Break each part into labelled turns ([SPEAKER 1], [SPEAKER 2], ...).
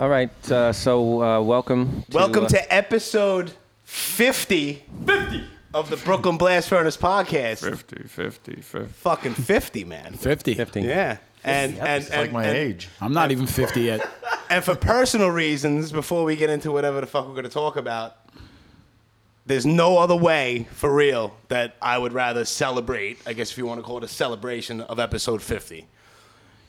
[SPEAKER 1] All right. Uh, so uh, welcome. To,
[SPEAKER 2] Welcome
[SPEAKER 1] uh,
[SPEAKER 2] to episode 50,
[SPEAKER 3] 50.
[SPEAKER 2] of the Brooklyn Blast Furnace podcast.
[SPEAKER 3] 50, 50, 50.
[SPEAKER 2] Fucking 50, man.
[SPEAKER 4] 50.
[SPEAKER 1] 50.
[SPEAKER 2] Yeah. And, and,
[SPEAKER 5] It's
[SPEAKER 2] and,
[SPEAKER 5] like my
[SPEAKER 2] and,
[SPEAKER 5] age.
[SPEAKER 4] I'm not even 50 yet.
[SPEAKER 2] and for personal reasons, before we get into whatever the fuck we're going to talk about, there's no other way, for real, that I would rather celebrate, I guess if you want to call it a celebration of episode 50.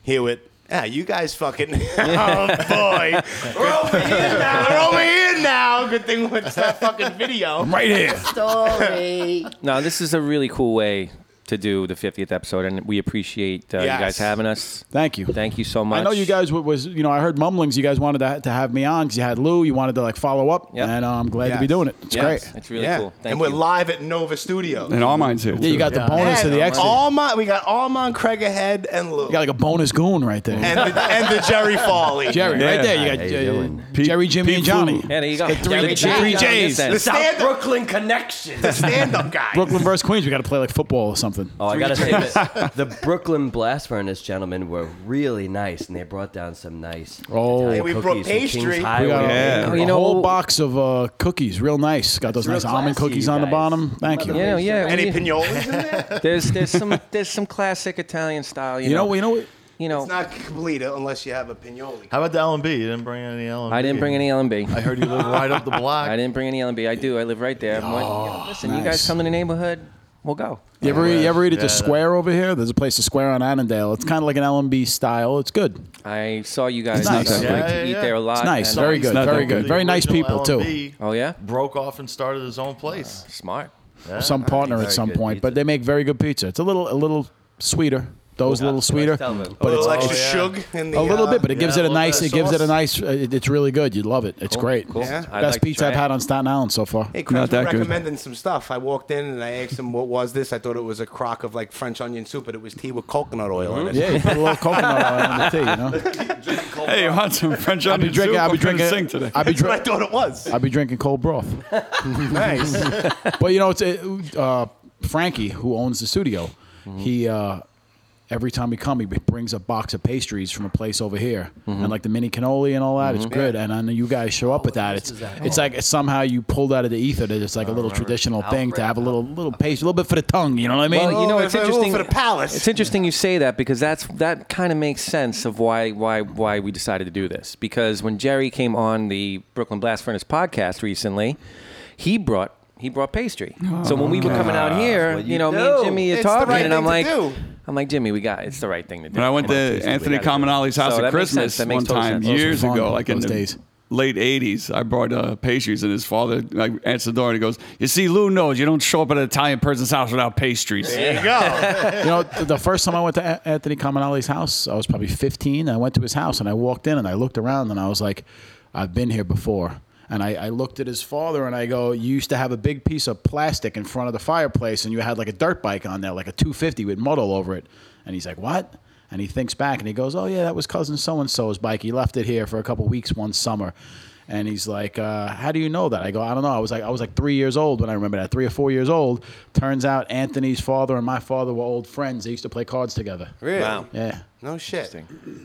[SPEAKER 2] Here with, yeah, you guys fucking, oh boy. we're over here now. We're over here now. Good thing it's that fucking video.
[SPEAKER 4] Right here.
[SPEAKER 1] Now this is a really cool way to do the 50th episode, and we appreciate uh,
[SPEAKER 2] Yes.
[SPEAKER 1] you guys having us.
[SPEAKER 4] Thank you.
[SPEAKER 1] Thank you so much.
[SPEAKER 4] I know you guys wa- was, you know, I heard mumblings. You guys wanted to, to have me on because you had Lou. You wanted to like follow up,
[SPEAKER 1] Yep.
[SPEAKER 4] and uh, I'm glad to be
[SPEAKER 2] Yes.
[SPEAKER 4] doing it. It's
[SPEAKER 1] Yes,
[SPEAKER 4] great.
[SPEAKER 1] It's really cool. Thank
[SPEAKER 2] and we're
[SPEAKER 1] you.
[SPEAKER 2] live at Nova Studios.
[SPEAKER 3] And all mine's here.
[SPEAKER 4] Yeah, you
[SPEAKER 3] too.
[SPEAKER 4] got the bonus to the
[SPEAKER 2] And
[SPEAKER 4] exit.
[SPEAKER 2] Almond, we got Almond, Craig ahead, and Lou.
[SPEAKER 4] You got like a bonus goon right there.
[SPEAKER 2] and, the, and the Jerry Folly.
[SPEAKER 4] Jerry, right
[SPEAKER 3] Yeah.
[SPEAKER 4] there.
[SPEAKER 1] you
[SPEAKER 4] You
[SPEAKER 1] doing?
[SPEAKER 4] got uh, Jerry, Jimmy,
[SPEAKER 3] Pete
[SPEAKER 4] and Johnny.
[SPEAKER 1] yeah, there you go. Jerry
[SPEAKER 4] three J's. Three
[SPEAKER 1] Johnson
[SPEAKER 4] J's.
[SPEAKER 1] said-
[SPEAKER 2] The stand up,
[SPEAKER 5] Brooklyn connection.
[SPEAKER 2] the stand up guy.
[SPEAKER 4] Brooklyn versus Queens. We got to play like football or something.
[SPEAKER 5] Oh, I gotta say this: the Brooklyn Blast Furnace gentlemen were really nice, and they brought down some nice.
[SPEAKER 4] Oh.
[SPEAKER 5] Italian
[SPEAKER 4] And
[SPEAKER 2] we
[SPEAKER 5] cookies
[SPEAKER 2] brought
[SPEAKER 5] from Kings
[SPEAKER 2] pastry. We got-
[SPEAKER 4] We got
[SPEAKER 5] Highway.
[SPEAKER 3] Yeah.
[SPEAKER 4] a,
[SPEAKER 1] Oh, you
[SPEAKER 4] a
[SPEAKER 1] know-
[SPEAKER 4] whole box of uh, cookies, real nice. Got those
[SPEAKER 5] real
[SPEAKER 4] nice almond
[SPEAKER 5] classy, you
[SPEAKER 4] cookies on the
[SPEAKER 5] guys.
[SPEAKER 4] bottom. Thank you.
[SPEAKER 1] Yeah, no, yeah.
[SPEAKER 2] Any
[SPEAKER 1] we-
[SPEAKER 2] pinolas in there?
[SPEAKER 1] There's there's some there's some classic Italian style. You,
[SPEAKER 4] You
[SPEAKER 1] know,
[SPEAKER 4] know, you know, what?
[SPEAKER 1] you know.
[SPEAKER 2] It's not complete unless you have a pinoli.
[SPEAKER 5] How about the LMB? You didn't bring any LMB.
[SPEAKER 1] I didn't bring any LMB.
[SPEAKER 5] I heard you live right up the block.
[SPEAKER 1] I didn't bring any LMB. I do. I live right there. I'm like, listen, you guys
[SPEAKER 4] nice.
[SPEAKER 1] come to the neighborhood, we'll go.
[SPEAKER 4] You ever, you ever eat at
[SPEAKER 5] Yeah,
[SPEAKER 4] the
[SPEAKER 5] that-
[SPEAKER 4] square over here? There's a place, the square on Annandale. It's kind of like an LMB style. It's good.
[SPEAKER 1] I saw you guys.
[SPEAKER 4] It's nice.
[SPEAKER 1] uh,
[SPEAKER 4] Yeah,
[SPEAKER 1] like to
[SPEAKER 5] yeah,
[SPEAKER 1] eat
[SPEAKER 5] yeah.
[SPEAKER 1] there a lot.
[SPEAKER 4] It's nice.
[SPEAKER 1] and- uh,
[SPEAKER 4] Very
[SPEAKER 5] It's
[SPEAKER 4] good.
[SPEAKER 3] not
[SPEAKER 4] Very
[SPEAKER 3] that
[SPEAKER 4] good.
[SPEAKER 5] The
[SPEAKER 4] Very nice people
[SPEAKER 5] original
[SPEAKER 4] too.
[SPEAKER 5] LMB
[SPEAKER 1] Oh yeah,
[SPEAKER 5] Broke off and started his own place.
[SPEAKER 1] smart.
[SPEAKER 5] Yeah.
[SPEAKER 4] Some partner at
[SPEAKER 5] Very
[SPEAKER 4] some
[SPEAKER 5] good
[SPEAKER 4] point, but
[SPEAKER 5] pizza.
[SPEAKER 4] they make very good pizza. It's a little, a little sweeter. Those a little sweeter,
[SPEAKER 5] tell them.
[SPEAKER 4] but
[SPEAKER 2] a
[SPEAKER 4] it's
[SPEAKER 2] little
[SPEAKER 4] a
[SPEAKER 2] extra
[SPEAKER 5] yeah.
[SPEAKER 2] shug in the.
[SPEAKER 4] little
[SPEAKER 2] uh,
[SPEAKER 4] bit. But it gives
[SPEAKER 5] yeah,
[SPEAKER 4] it a
[SPEAKER 5] a little
[SPEAKER 4] nice.
[SPEAKER 5] bit
[SPEAKER 4] It
[SPEAKER 5] of
[SPEAKER 4] gives it a
[SPEAKER 5] sauce.
[SPEAKER 4] nice. uh, it- It's really good. You'd love it. It's great.
[SPEAKER 1] Cool.
[SPEAKER 2] Yeah.
[SPEAKER 1] I'd like
[SPEAKER 4] Best
[SPEAKER 1] to
[SPEAKER 4] pizza
[SPEAKER 1] try
[SPEAKER 4] I've
[SPEAKER 1] it.
[SPEAKER 4] had on Staten Island so far.
[SPEAKER 2] Hey, Chris
[SPEAKER 3] Not that
[SPEAKER 2] was
[SPEAKER 3] good.
[SPEAKER 2] recommending some stuff. I walked in and I asked him what was this. I thought it was a crock of like French onion soup, but it was tea with coconut oil in it.
[SPEAKER 4] Yeah, you put a little coconut oil in the tea. You know,
[SPEAKER 3] Hey, you want some French
[SPEAKER 4] I'll be
[SPEAKER 3] onion soup?
[SPEAKER 4] drinking. I'll be
[SPEAKER 3] I'm trying to
[SPEAKER 4] drinking.
[SPEAKER 3] sing today.
[SPEAKER 4] I'll be
[SPEAKER 2] That's what I
[SPEAKER 4] drinking.
[SPEAKER 2] thought it was.
[SPEAKER 4] I'll be drinking cold broth.
[SPEAKER 2] nice.
[SPEAKER 4] But you know, it's it, uh, Frankie who owns the studio. He uh, every time we come, he brings a box of pastries from a place over here, and like the mini cannoli and all that. It's good. And I know you guys show up with that. It's it's like somehow you pulled out of the ether. That it's like a little traditional thing to have a little little pastry, a little bit for the tongue. You know what I mean?
[SPEAKER 1] Well, you know,
[SPEAKER 2] Oh,
[SPEAKER 1] it's
[SPEAKER 2] for- oh,
[SPEAKER 1] interesting
[SPEAKER 2] for the palace.
[SPEAKER 1] It's interesting you say that because that's that kind of makes sense of why why why we decided to do this. Because when Jerry came on the Brooklyn Blast Furnace podcast recently, he brought he brought pastry. so when we were coming
[SPEAKER 2] Oh,
[SPEAKER 1] out here,
[SPEAKER 5] what
[SPEAKER 1] you,
[SPEAKER 5] you
[SPEAKER 1] know, me and
[SPEAKER 5] do.
[SPEAKER 1] Jimmy are
[SPEAKER 2] It's the
[SPEAKER 1] talking,
[SPEAKER 2] right
[SPEAKER 1] and I'm
[SPEAKER 2] thing
[SPEAKER 1] like,
[SPEAKER 2] to do.
[SPEAKER 1] I'm like Jimmy, we got it's the right thing to do.
[SPEAKER 3] When I went
[SPEAKER 1] You know,
[SPEAKER 3] to
[SPEAKER 1] seriously, we
[SPEAKER 3] Anthony
[SPEAKER 1] gotta do it.
[SPEAKER 3] Caminelli's house
[SPEAKER 1] So
[SPEAKER 3] at
[SPEAKER 1] that makes sense.
[SPEAKER 3] Christmas
[SPEAKER 1] That makes
[SPEAKER 3] one
[SPEAKER 1] total
[SPEAKER 3] time
[SPEAKER 1] sense.
[SPEAKER 3] years
[SPEAKER 4] fun,
[SPEAKER 3] ago, like in
[SPEAKER 4] those
[SPEAKER 3] the
[SPEAKER 4] days.
[SPEAKER 3] late '80s. I brought uh, pastries, and his father like, answered the door and he goes, "You see, Lou knows you don't show up at an Italian person's house without pastries."
[SPEAKER 2] There you go.
[SPEAKER 4] You know, th- the first time I went to A- Anthony Caminelli's house, I was probably 15. And I went to his house and I walked in and I looked around and I was like, I've been here before. And I, I looked at his father and I go, You used to have a big piece of plastic in front of the fireplace and you had like a dirt bike on there, like a 250 with mud all over it. And he's like, What? And he thinks back and he goes, Oh, yeah, that was cousin so and so's bike. He left it here for a couple weeks one summer. And he's like, uh, "How do you know that?" I go, "I don't know. I was like, I was like three years old when I remember that. Three or four years old. Turns out Anthony's father and my father were old friends. They used to play cards together.
[SPEAKER 2] Really?
[SPEAKER 1] Wow.
[SPEAKER 4] Yeah,
[SPEAKER 2] No shit.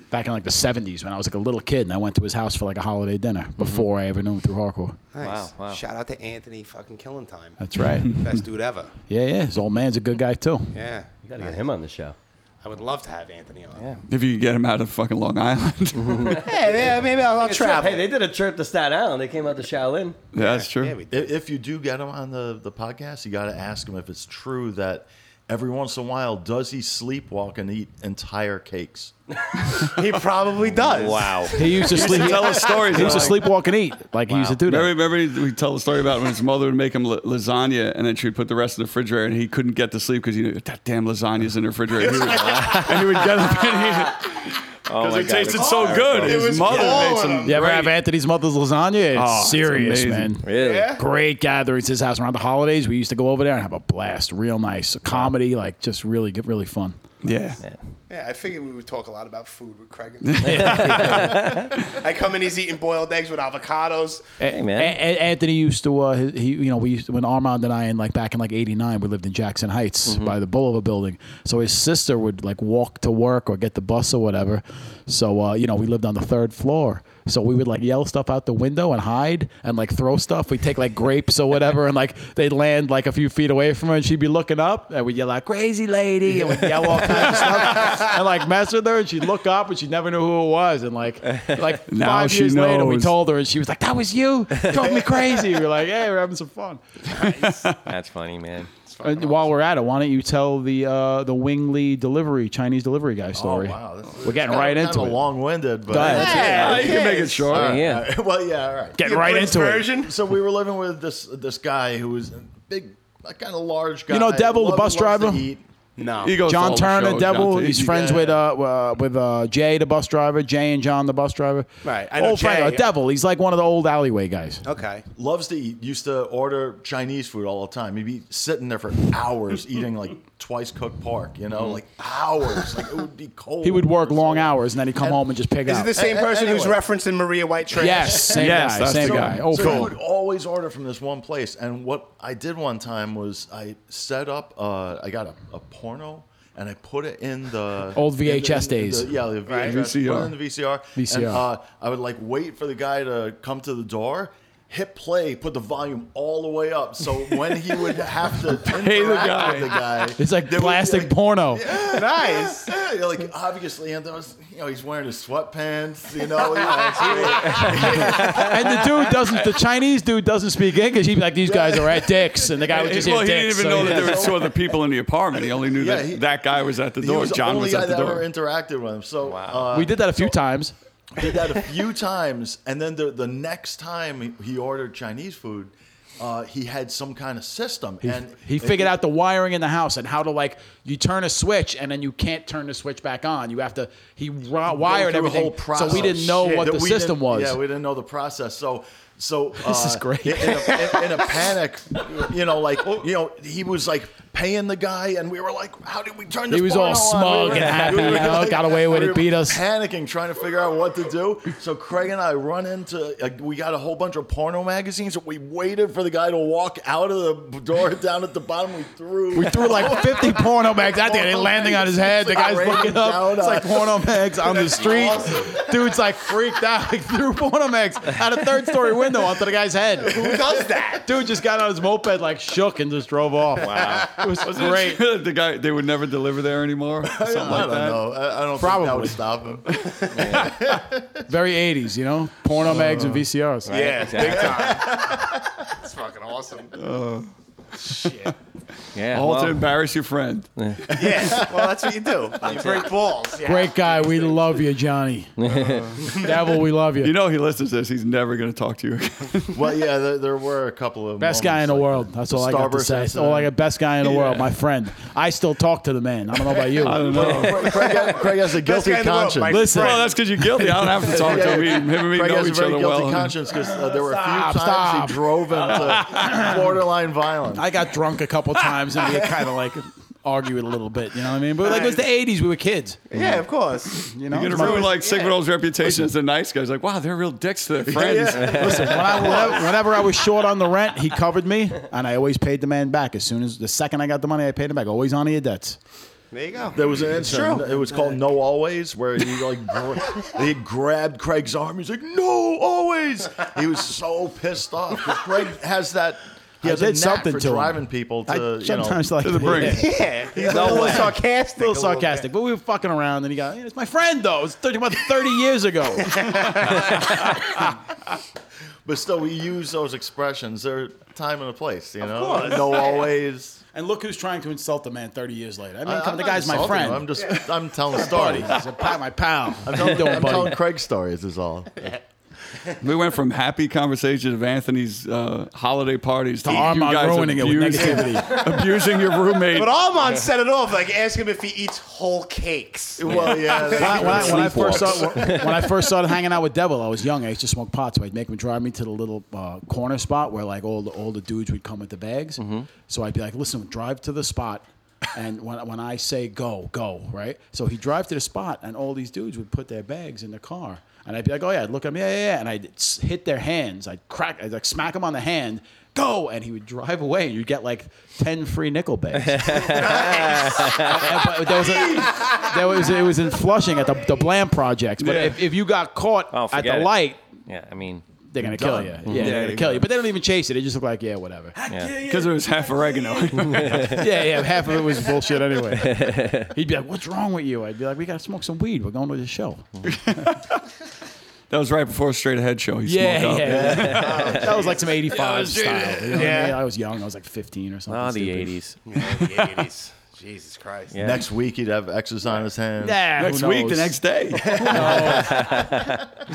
[SPEAKER 4] back in like the '70s when I was like a little kid, and I went to his house for like a holiday dinner before I ever knew him through hardcore.
[SPEAKER 2] Nice.
[SPEAKER 1] Wow, wow.
[SPEAKER 2] Shout out to Anthony fucking Killing Time.
[SPEAKER 4] That's right.
[SPEAKER 2] Best dude ever.
[SPEAKER 4] yeah, yeah. His old man's a good guy too.
[SPEAKER 2] Yeah.
[SPEAKER 5] You gotta get him on the show.
[SPEAKER 2] I would love to have Anthony on.
[SPEAKER 1] Yeah.
[SPEAKER 3] If you could get him out of fucking Long Island,
[SPEAKER 2] Hey, yeah, maybe I'll, I'll travel.
[SPEAKER 5] Hey, they did a trip to Staten Island. They came out to Shaolin.
[SPEAKER 3] Yeah, that's true.
[SPEAKER 2] Yeah, we
[SPEAKER 5] If, if you do get him on the, the podcast, you got to ask him if it's true that every once in a while, does he sleepwalk and eat entire cakes?
[SPEAKER 2] He probably does. Wow.
[SPEAKER 4] He used to sleep.
[SPEAKER 3] Tell us stories.
[SPEAKER 4] He used to
[SPEAKER 3] like-
[SPEAKER 4] sleepwalk and eat. Like he used to do that.
[SPEAKER 3] Remember, remember we tell the story about when his mother would make him la- lasagna, and then she'd put the rest in the refrigerator, and he couldn't get to sleep because he knew that damn lasagna's in the refrigerator. He would- and he would get up and eat it
[SPEAKER 2] Oh
[SPEAKER 3] because it tasted so good. His
[SPEAKER 2] was
[SPEAKER 3] mother made
[SPEAKER 2] all
[SPEAKER 3] some.
[SPEAKER 4] you ever
[SPEAKER 3] Um, great-
[SPEAKER 4] have Anthony's mother's lasagna? It's
[SPEAKER 3] Oh, it's
[SPEAKER 4] serious,
[SPEAKER 3] amazing.
[SPEAKER 4] man.
[SPEAKER 1] Really?
[SPEAKER 2] Yeah.
[SPEAKER 4] great gatherings his house around the holidays. We used to go over there and have a blast. Real nice comedy, like just really good, really fun.
[SPEAKER 3] Yeah.
[SPEAKER 2] Yeah, I figured we would talk a lot about food with Craig. I come in, he's eating boiled eggs with avocados.
[SPEAKER 1] Hey, man.
[SPEAKER 3] Eh.
[SPEAKER 4] A- A- Anthony used to, uh, he, you know, we used to, when Armand and I, and like back in like '89, we lived in Jackson Heights by the Bulova building. So his sister would like walk to work or get the bus or whatever. So uh, you know, we lived on the third floor. So we would like yell stuff out the window and hide and like throw stuff. We'd take like grapes or whatever, and like they'd land like a few feet away from her, and she'd be looking up, and we'd yell out "crazy lady" and we'd yell all kinds of stuff, and like mess with her, and she'd look up, and she never knew who it was, and like like
[SPEAKER 3] Now
[SPEAKER 4] five
[SPEAKER 3] she
[SPEAKER 4] years later, we
[SPEAKER 3] knows.
[SPEAKER 4] told her, and she was like, "That was you. You Drove me crazy." We were like, "Hey, we're having some fun."
[SPEAKER 1] That's funny, man.
[SPEAKER 4] And while we're at it, why don't you tell the uh, the Wingley delivery Chinese delivery guy
[SPEAKER 5] Oh
[SPEAKER 4] story?
[SPEAKER 5] wow, that's,
[SPEAKER 4] We're getting
[SPEAKER 5] that's
[SPEAKER 4] right
[SPEAKER 5] kind
[SPEAKER 4] into
[SPEAKER 5] of
[SPEAKER 4] it.
[SPEAKER 5] long-winded, but
[SPEAKER 4] Go ahead. Yeah,
[SPEAKER 3] Uh, you can make it
[SPEAKER 2] yes.
[SPEAKER 3] short.
[SPEAKER 1] yeah.
[SPEAKER 5] Uh, well, yeah, all right.
[SPEAKER 4] Getting
[SPEAKER 2] Your
[SPEAKER 4] right
[SPEAKER 2] Prince
[SPEAKER 4] into it.
[SPEAKER 2] version?
[SPEAKER 5] So we were living with this this guy who was a big, a kind of large guy.
[SPEAKER 4] You know Devil, the bus
[SPEAKER 5] loves to
[SPEAKER 4] driver?
[SPEAKER 5] eat.
[SPEAKER 2] No.
[SPEAKER 3] He goes to all
[SPEAKER 4] John
[SPEAKER 3] the
[SPEAKER 4] Turner,
[SPEAKER 3] shows,
[SPEAKER 4] Devil.
[SPEAKER 3] John-
[SPEAKER 4] he's
[SPEAKER 3] he-
[SPEAKER 4] friends with uh, uh with uh Jay, the bus driver. Jay and John, the bus driver.
[SPEAKER 2] Right, I know
[SPEAKER 4] old friend,
[SPEAKER 2] Jay.
[SPEAKER 4] uh, Devil. He's like one of the old alleyway guys.
[SPEAKER 2] Okay.
[SPEAKER 5] Loves to eat. Used to order Chinese food all the time. He'd be sitting there for hours eating like twice cooked pork. You know, like hours. Like it would be cold.
[SPEAKER 4] Mm-hmm. He would work
[SPEAKER 5] So-
[SPEAKER 4] long hours and then he'd come
[SPEAKER 5] And-
[SPEAKER 4] home and just pig
[SPEAKER 2] Is it
[SPEAKER 4] out.
[SPEAKER 2] the same person who's
[SPEAKER 5] Anyway.
[SPEAKER 2] referencing Maria White Trash?
[SPEAKER 4] Yes, same
[SPEAKER 3] Yes,
[SPEAKER 4] guy,
[SPEAKER 3] that's
[SPEAKER 4] same
[SPEAKER 3] the
[SPEAKER 4] guy.
[SPEAKER 3] guy. Oh,
[SPEAKER 4] Old
[SPEAKER 5] so
[SPEAKER 4] friend.
[SPEAKER 5] you would always order from this one place. And what I did one time was I set up, uh, I got a, a porno and I put it in the
[SPEAKER 4] Old
[SPEAKER 5] in the-
[SPEAKER 4] VHS
[SPEAKER 5] in the-
[SPEAKER 4] days.
[SPEAKER 5] yeah, the VHS.
[SPEAKER 3] VCR.
[SPEAKER 5] Put it in the VCR.
[SPEAKER 4] VCR.
[SPEAKER 5] And, uh, I would like wait for the guy to come to the door. Hit play, put the volume all the way up. So when he would have to pay
[SPEAKER 3] the guy.
[SPEAKER 5] with the guy,
[SPEAKER 4] It's like
[SPEAKER 5] there would be,
[SPEAKER 4] plastic porno.
[SPEAKER 2] Nice.
[SPEAKER 5] yeah, you're like obviously, and there was, you know, he's wearing his sweatpants. You know, you know, it's-
[SPEAKER 4] And the dude doesn't, the Chinese dude doesn't speak English. He'd be like, these guys are at dicks. And the guy would just
[SPEAKER 3] well,
[SPEAKER 4] hit
[SPEAKER 3] he
[SPEAKER 4] dicks.
[SPEAKER 3] didn't even
[SPEAKER 4] so
[SPEAKER 3] know
[SPEAKER 4] he
[SPEAKER 3] that there
[SPEAKER 4] doesn't-
[SPEAKER 3] was two other people in the apartment. He only knew
[SPEAKER 5] Yeah,
[SPEAKER 3] that
[SPEAKER 5] he-
[SPEAKER 3] that guy was at the
[SPEAKER 5] he
[SPEAKER 3] door.
[SPEAKER 5] was the
[SPEAKER 3] John
[SPEAKER 5] only
[SPEAKER 3] was
[SPEAKER 5] guy
[SPEAKER 3] at the
[SPEAKER 5] that ever
[SPEAKER 3] door.
[SPEAKER 5] interacted with him. So uh,
[SPEAKER 4] we did that a few times.
[SPEAKER 5] did that a few times, and then the the next time he ordered Chinese food, uh, he had some kind of system, and
[SPEAKER 4] He
[SPEAKER 5] it-
[SPEAKER 4] figured out the wiring in the house and how to like you turn a switch and then you can't turn the switch back on. You have to he ri- wired
[SPEAKER 5] through a
[SPEAKER 4] everything.
[SPEAKER 5] whole
[SPEAKER 4] so
[SPEAKER 5] process.
[SPEAKER 4] we didn't know
[SPEAKER 5] Shit,
[SPEAKER 4] what
[SPEAKER 5] that
[SPEAKER 4] the
[SPEAKER 5] we didn't-
[SPEAKER 4] system was.
[SPEAKER 5] Yeah, we didn't know the process. So. So uh,
[SPEAKER 4] This is great.
[SPEAKER 5] In, in a, in a panic, you know, like you know, he was like paying the guy, and we were like, "How did we turn this?"
[SPEAKER 4] He was all
[SPEAKER 5] porno on?
[SPEAKER 4] smug
[SPEAKER 5] We were-
[SPEAKER 4] and happy,
[SPEAKER 5] we were
[SPEAKER 4] you know,
[SPEAKER 5] like-
[SPEAKER 4] got away with
[SPEAKER 5] we
[SPEAKER 4] it,
[SPEAKER 5] were
[SPEAKER 4] beat us.
[SPEAKER 5] Panicking, trying to figure out what to do. So Craig and I run into like, we got a whole bunch of porno magazines. We waited for the guy to walk out of the door down at the bottom. We threw
[SPEAKER 4] we threw like 50 porno mags out there. They're landing on his head. The guy's looking up. It's like porno mags on the street. Dude's like freaked out. Like threw porno mags out a third story window onto the guy's head.
[SPEAKER 2] Who does that?
[SPEAKER 4] Dude just got on his moped like shook and just drove off. Wow. It was great.
[SPEAKER 3] the guy they would never deliver there anymore. Something
[SPEAKER 5] I
[SPEAKER 3] like
[SPEAKER 5] don't
[SPEAKER 3] that.
[SPEAKER 5] know. I, I don't think that
[SPEAKER 4] Probably.
[SPEAKER 5] would stop him.
[SPEAKER 4] Very 80s, you know? Porno mags and VCRs.
[SPEAKER 2] Yeah, big time. It's fucking awesome. Shit.
[SPEAKER 1] Yeah.
[SPEAKER 3] All to
[SPEAKER 1] Well,
[SPEAKER 3] embarrass your friend.
[SPEAKER 2] Yeah. Well, that's what you do. You break balls. Yeah.
[SPEAKER 4] Great guy. We love you, Johnny. Devil, we love you.
[SPEAKER 3] You know he listens to this. He's never going to talk to you again.
[SPEAKER 5] Well, yeah, there, there were a couple of
[SPEAKER 4] Best guy in the
[SPEAKER 5] moments like
[SPEAKER 4] world. That's all I got to
[SPEAKER 5] Starburst uh,
[SPEAKER 4] say.
[SPEAKER 5] incident.
[SPEAKER 4] All I got. Best guy in the world.
[SPEAKER 3] Yeah.
[SPEAKER 4] My friend. I still talk to the man. I don't know about you.
[SPEAKER 3] I don't know.
[SPEAKER 5] Craig, Craig- Craig has a
[SPEAKER 2] Best
[SPEAKER 5] guilty
[SPEAKER 2] guy in the world,
[SPEAKER 5] conscience.
[SPEAKER 2] Mike.
[SPEAKER 4] Listen.
[SPEAKER 3] Well, that's because you're guilty. I don't have to talk to him. We, him and me
[SPEAKER 5] Craig
[SPEAKER 3] know
[SPEAKER 5] has a
[SPEAKER 3] each
[SPEAKER 5] very
[SPEAKER 3] other
[SPEAKER 5] guilty
[SPEAKER 3] well.
[SPEAKER 5] conscience because uh, there were a few
[SPEAKER 4] Stop,
[SPEAKER 5] times
[SPEAKER 4] stop.
[SPEAKER 5] he drove into borderline violence.
[SPEAKER 4] I got drunk a couple times and we kind of like argue it a little bit. You know what I mean? But like it was the 80s. We were kids.
[SPEAKER 2] Yeah, of course.
[SPEAKER 4] You know?
[SPEAKER 3] You're
[SPEAKER 4] It was
[SPEAKER 3] gonna
[SPEAKER 4] my-
[SPEAKER 3] ruin like Sigmund's reputation as a nice guy. He's like, wow, they're real dicks to their friends.
[SPEAKER 4] Listen, when I, whenever, whenever I was short on the rent, he covered me, and I always paid the man back. As soon as the second I got the money, I paid him back. Always honor your debts.
[SPEAKER 2] There you go.
[SPEAKER 5] There was an incident. It was called No Always, where he like gra- he grabbed Craig's arm. He's like, No Always. He was so pissed off. 'cause Craig has that. He
[SPEAKER 4] I
[SPEAKER 5] has
[SPEAKER 4] did
[SPEAKER 5] a knack
[SPEAKER 4] something
[SPEAKER 5] for
[SPEAKER 4] to him.
[SPEAKER 5] driving people to
[SPEAKER 4] I
[SPEAKER 5] you know.
[SPEAKER 4] sometimes like
[SPEAKER 3] To the brink.
[SPEAKER 2] Yeah. He's a little sarcastic.
[SPEAKER 4] A little sarcastic, but we were fucking around, and he got, it's my friend though. It's 30, about 30 years ago.
[SPEAKER 5] But still, we use those expressions. They're time and a place, you know.
[SPEAKER 2] course.
[SPEAKER 5] No always.
[SPEAKER 4] and look who's trying to insult the man 30 years later. I mean,
[SPEAKER 5] I-
[SPEAKER 4] come,
[SPEAKER 5] I'm
[SPEAKER 4] the
[SPEAKER 5] not
[SPEAKER 4] guy's my
[SPEAKER 5] insulting him.
[SPEAKER 4] friend.
[SPEAKER 5] I'm just I'm telling
[SPEAKER 4] buddy.
[SPEAKER 5] stories.
[SPEAKER 4] He's a pa- my pal.
[SPEAKER 5] I'm
[SPEAKER 4] How you
[SPEAKER 5] telling,
[SPEAKER 4] doing,
[SPEAKER 5] I'm
[SPEAKER 4] buddy?
[SPEAKER 5] telling Craig stories is all.
[SPEAKER 3] We went from happy conversations of Anthony's uh, holiday parties to, you
[SPEAKER 4] Armand
[SPEAKER 3] guys
[SPEAKER 4] ruining it with
[SPEAKER 3] abusing-
[SPEAKER 4] negativity.
[SPEAKER 3] abusing your roommate.
[SPEAKER 2] But Almond set it off. Like, ask him if he eats whole cakes.
[SPEAKER 5] Well, yeah.
[SPEAKER 4] When I,
[SPEAKER 5] that's-
[SPEAKER 4] when I- when I first saw, when I first started hanging out with Devil, I was young. I used to smoke pot, so I'd make him drive me to the little uh, corner
[SPEAKER 3] Mm-hmm.
[SPEAKER 4] spot where like all the all the dudes would come with the bags. So I'd be like, "Listen, drive to the spot. and when, when I say go, go, right? So he'd drive to the spot, and all these dudes would put their bags in the car. And I'd be like, oh, yeah, I'd look at me, yeah, yeah, yeah. And I'd s- hit their hands. I'd crack, I'd like smack him on the hand, go. And he would drive away. You'd get like 10 free nickel bags. And- but there was a, there was, it was in Flushing at the, the Blam Projects. But
[SPEAKER 3] Yeah.
[SPEAKER 4] if, if you got caught
[SPEAKER 1] Oh,
[SPEAKER 4] at
[SPEAKER 1] forget
[SPEAKER 4] the
[SPEAKER 1] it.
[SPEAKER 4] light,
[SPEAKER 1] Yeah, I mean, ah,
[SPEAKER 4] they're gonna kill you. Yeah, they're gonna kill you. But they don't even chase it. They just look like, yeah, whatever.
[SPEAKER 3] Because it was half oregano.
[SPEAKER 4] yeah, yeah. Half of it was bullshit anyway. He'd be like, "What's wrong with you?" I'd be like, "We gotta smoke some weed. We're going to the show."
[SPEAKER 3] that was right before Straight Ahead show. He smoked up.
[SPEAKER 4] that was like some '85 style. You know yeah, I, mean?
[SPEAKER 2] Yeah.
[SPEAKER 4] I was young. I was like 15 or something.
[SPEAKER 1] ah, the
[SPEAKER 4] stupid.
[SPEAKER 1] '80s.
[SPEAKER 2] the 80s. Jesus Christ.
[SPEAKER 1] Yeah.
[SPEAKER 5] Next week he'd have X's on his hands.
[SPEAKER 4] Nah, who
[SPEAKER 3] Next week, the
[SPEAKER 4] knows?
[SPEAKER 3] next day.
[SPEAKER 4] It's the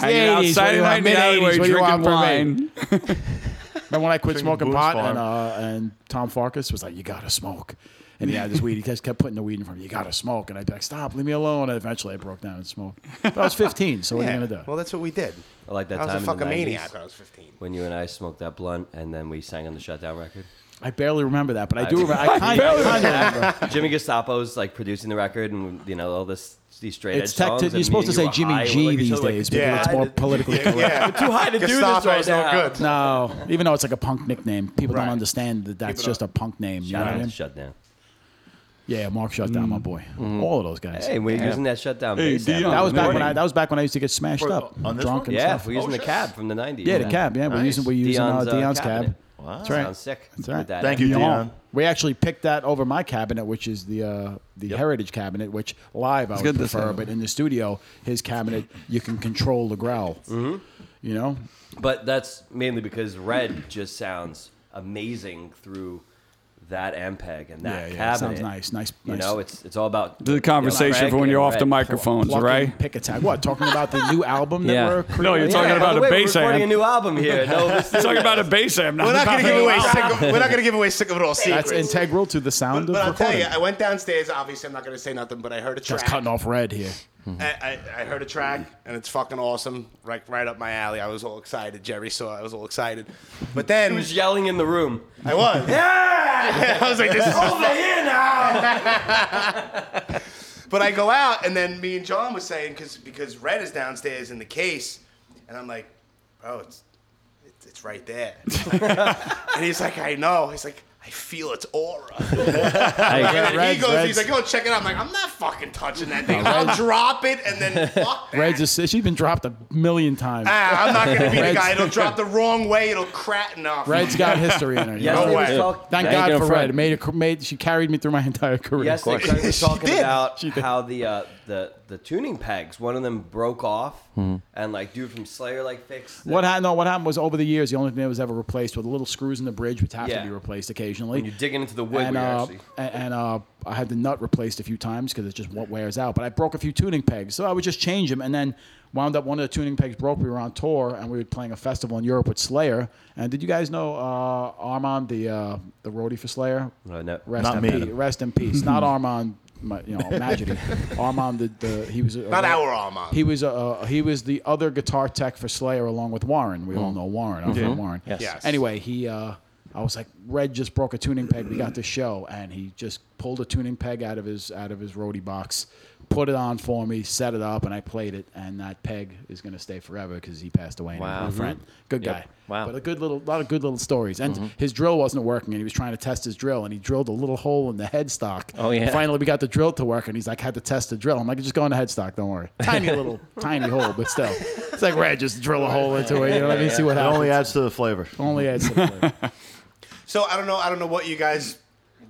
[SPEAKER 4] 80s.
[SPEAKER 3] Outside
[SPEAKER 4] what do you want?
[SPEAKER 3] in the
[SPEAKER 4] Mid-80s.
[SPEAKER 3] alleyway,
[SPEAKER 4] What do you want
[SPEAKER 3] drinking
[SPEAKER 4] from me?
[SPEAKER 3] wine.
[SPEAKER 4] Remember when I quit
[SPEAKER 5] Drinking
[SPEAKER 4] smoking
[SPEAKER 5] Boone's
[SPEAKER 4] pot
[SPEAKER 5] Farm.
[SPEAKER 4] and, uh, and Tom Farkas was like, "You gotta smoke," and he had this weed. He just kept putting the weed in front of me. You gotta smoke, and I'd be like, "Stop, leave me alone." And eventually, I broke down and smoked. But I was 15, so what are you gonna do?
[SPEAKER 2] Well, that's what we did.
[SPEAKER 6] I like that
[SPEAKER 2] I was
[SPEAKER 6] time
[SPEAKER 2] a fucking
[SPEAKER 6] in the 90s
[SPEAKER 2] maniac when I was 15.
[SPEAKER 6] when you and I smoked that blunt and then we sang on the Shutdown record.
[SPEAKER 4] I barely remember that, but I do. remember, I kind of remember.
[SPEAKER 6] Jimmy Gestapo's like producing the record, and you know all this these straight
[SPEAKER 4] It's
[SPEAKER 6] edge
[SPEAKER 4] tech-
[SPEAKER 6] songs. and
[SPEAKER 4] you're
[SPEAKER 6] me
[SPEAKER 4] supposed to
[SPEAKER 6] and you
[SPEAKER 4] say
[SPEAKER 6] were
[SPEAKER 4] Jimmy
[SPEAKER 6] high, we're
[SPEAKER 4] G
[SPEAKER 6] looking at each
[SPEAKER 4] these
[SPEAKER 6] other like,
[SPEAKER 4] days
[SPEAKER 2] Yeah,
[SPEAKER 4] because it's
[SPEAKER 2] I
[SPEAKER 4] more
[SPEAKER 2] did-
[SPEAKER 4] politically correct.
[SPEAKER 2] Yeah.
[SPEAKER 6] Too high to do this right
[SPEAKER 2] Gestapo's no
[SPEAKER 6] now.
[SPEAKER 2] good.
[SPEAKER 4] No, even though it's like a punk nickname, people
[SPEAKER 2] Right.
[SPEAKER 4] don't understand that that's
[SPEAKER 2] People
[SPEAKER 4] just a punk name. You know what I
[SPEAKER 6] Shut down.
[SPEAKER 4] mean?
[SPEAKER 6] Shut down.
[SPEAKER 4] Yeah, Mark shut down, my boy. All of those guys.
[SPEAKER 6] Mm. Hey, we're using that shutdown.
[SPEAKER 3] Hey,
[SPEAKER 6] bass sample.
[SPEAKER 3] Dion.
[SPEAKER 4] that was back when
[SPEAKER 3] morning.
[SPEAKER 4] I that was back when I used to get smashed
[SPEAKER 5] For-
[SPEAKER 4] up,
[SPEAKER 5] on this
[SPEAKER 4] drunk
[SPEAKER 5] one?
[SPEAKER 4] and
[SPEAKER 6] Yeah,
[SPEAKER 4] stuff.
[SPEAKER 6] we're using
[SPEAKER 5] Oh,
[SPEAKER 6] the
[SPEAKER 5] shit.
[SPEAKER 6] cab from the '90s.
[SPEAKER 4] Yeah, the cab. Yeah, we're
[SPEAKER 5] Nice.
[SPEAKER 4] using we're using
[SPEAKER 6] Dion's,
[SPEAKER 4] uh,
[SPEAKER 6] uh,
[SPEAKER 4] Dion's cab.
[SPEAKER 6] cabinet.
[SPEAKER 4] That's right.
[SPEAKER 6] Sounds sick.
[SPEAKER 4] That's right.
[SPEAKER 6] With that
[SPEAKER 5] Thank
[SPEAKER 6] in
[SPEAKER 5] you,
[SPEAKER 6] it.
[SPEAKER 5] Dion.
[SPEAKER 4] We actually picked that over my cabinet, which is the uh, the Heritage cabinet, which live I would
[SPEAKER 3] get this
[SPEAKER 4] prefer,
[SPEAKER 3] out.
[SPEAKER 4] but in the studio, his cabinet you can control the growl. Mm-hmm. You know,
[SPEAKER 6] But that's mainly because red just sounds amazing through that MPEG and that
[SPEAKER 4] Yeah, yeah,
[SPEAKER 6] cabinet.
[SPEAKER 4] sounds nice, nice,
[SPEAKER 6] You
[SPEAKER 4] nice.
[SPEAKER 6] know, it's it's all about
[SPEAKER 3] The conversation
[SPEAKER 6] Craig
[SPEAKER 3] for when you're
[SPEAKER 6] and
[SPEAKER 3] off the
[SPEAKER 6] Red.
[SPEAKER 3] microphones,
[SPEAKER 4] plucking
[SPEAKER 3] right?
[SPEAKER 4] pick attack. What talking about the new album that
[SPEAKER 1] Yeah.
[SPEAKER 4] we're creating?
[SPEAKER 3] No, you're
[SPEAKER 6] Yeah,
[SPEAKER 3] talking
[SPEAKER 6] by
[SPEAKER 3] about
[SPEAKER 6] the
[SPEAKER 3] a
[SPEAKER 6] way,
[SPEAKER 3] bass
[SPEAKER 6] We're recording a
[SPEAKER 3] amp.
[SPEAKER 6] new album here. No, this is
[SPEAKER 3] Talking about a bass amp.
[SPEAKER 2] We're not
[SPEAKER 3] going to
[SPEAKER 2] give away sick of, we're not gonna give away sick of it all secrets.
[SPEAKER 4] That's integral to the sound
[SPEAKER 2] But
[SPEAKER 4] of
[SPEAKER 2] I'll tell
[SPEAKER 4] recording.
[SPEAKER 2] you, I went downstairs. Obviously, I'm not gonna say nothing, but I heard a track.
[SPEAKER 4] Just cutting off red here.
[SPEAKER 2] I, I, I heard a track, and it's fucking awesome. Right, right up my alley. I was all excited. Jerry saw. it. I was all excited. But then
[SPEAKER 6] He was yelling in the room.
[SPEAKER 2] I was. Yeah! I was like, this is over here now. but I go out, and then me and John was saying, cause, because Red is downstairs in the case, and I'm like, bro, it's, it's, it's right there. and he's like, I know. He's like, I feel its aura. and then he
[SPEAKER 4] Red's-
[SPEAKER 2] goes,
[SPEAKER 4] Red's-
[SPEAKER 2] he's like, go check it out. I'm like, I'm not fucking touching that thing. I'll drop it, and then fuck that.
[SPEAKER 4] Red's just, she's been dropped a million times.
[SPEAKER 2] Ah, I'm not gonna be the
[SPEAKER 4] Red's-
[SPEAKER 2] guy. It'll drop the wrong way. It'll crack enough.
[SPEAKER 4] Red's got history in her.
[SPEAKER 6] Yes,
[SPEAKER 2] No
[SPEAKER 6] they were
[SPEAKER 2] way.
[SPEAKER 6] talk-
[SPEAKER 4] Thank
[SPEAKER 1] Thank
[SPEAKER 4] God
[SPEAKER 1] you,
[SPEAKER 4] for
[SPEAKER 1] friend.
[SPEAKER 4] Red. Made it, made she carried me through my entire career.
[SPEAKER 6] Yes, they started
[SPEAKER 2] She
[SPEAKER 6] talking
[SPEAKER 2] did.
[SPEAKER 6] about how the uh, the the tuning pegs, one of them broke off,
[SPEAKER 3] Hmm.
[SPEAKER 6] and like dude from Slayer like fixed. it.
[SPEAKER 4] What happened? No, what happened was over the years, the only thing that was ever replaced were the little screws in the bridge, which have
[SPEAKER 6] Yeah.
[SPEAKER 4] to be replaced occasionally.
[SPEAKER 6] You're digging into the wood.
[SPEAKER 4] and
[SPEAKER 6] where you're
[SPEAKER 4] uh,
[SPEAKER 6] actually.
[SPEAKER 4] and, and, uh, I had the nut replaced a few times because it just wa- wears out. But I broke a few tuning pegs, so I would just change them, and then wound up one of the tuning pegs broke. We were on tour, and we were playing a festival in Europe with Slayer. And did you guys know uh, Armand, the uh, the roadie for Slayer?
[SPEAKER 6] Oh, no.
[SPEAKER 4] Rest
[SPEAKER 5] Not
[SPEAKER 4] in
[SPEAKER 5] me.
[SPEAKER 4] peace. Rest in peace. Not Armand. My, you know, Majidi. Armand, the, the he was a,
[SPEAKER 2] Not our Armand.
[SPEAKER 4] He was uh, he was the other guitar tech for Slayer, along with Warren. We all know Warren. I know Warren.
[SPEAKER 2] Yes.
[SPEAKER 4] Anyway, he uh, I was like, Red just broke a tuning peg. We got this show, and he just pulled a tuning peg out of his out of his roadie box, put it on for me, set it up, and I played it. And that peg is gonna stay forever because he passed away. And he was
[SPEAKER 1] Wow.
[SPEAKER 4] my friend, good
[SPEAKER 1] Yep.
[SPEAKER 4] guy.
[SPEAKER 1] Wow.
[SPEAKER 4] But a good little lot of good little stories. And his drill wasn't working, and he was trying to test his drill, and he drilled a little hole in the headstock.
[SPEAKER 1] Oh, yeah.
[SPEAKER 4] Finally, we got the drill to work, and he's like, had to test the drill. I'm like, just go in the headstock, don't worry. Tiny little, tiny hole, but still, it's like Red, just drill a hole into it. You know what I mean? See what
[SPEAKER 5] It
[SPEAKER 4] happens. Oh,
[SPEAKER 5] only adds to the flavor.
[SPEAKER 4] Only adds to the flavor.
[SPEAKER 2] So I don't know. I don't know what you guys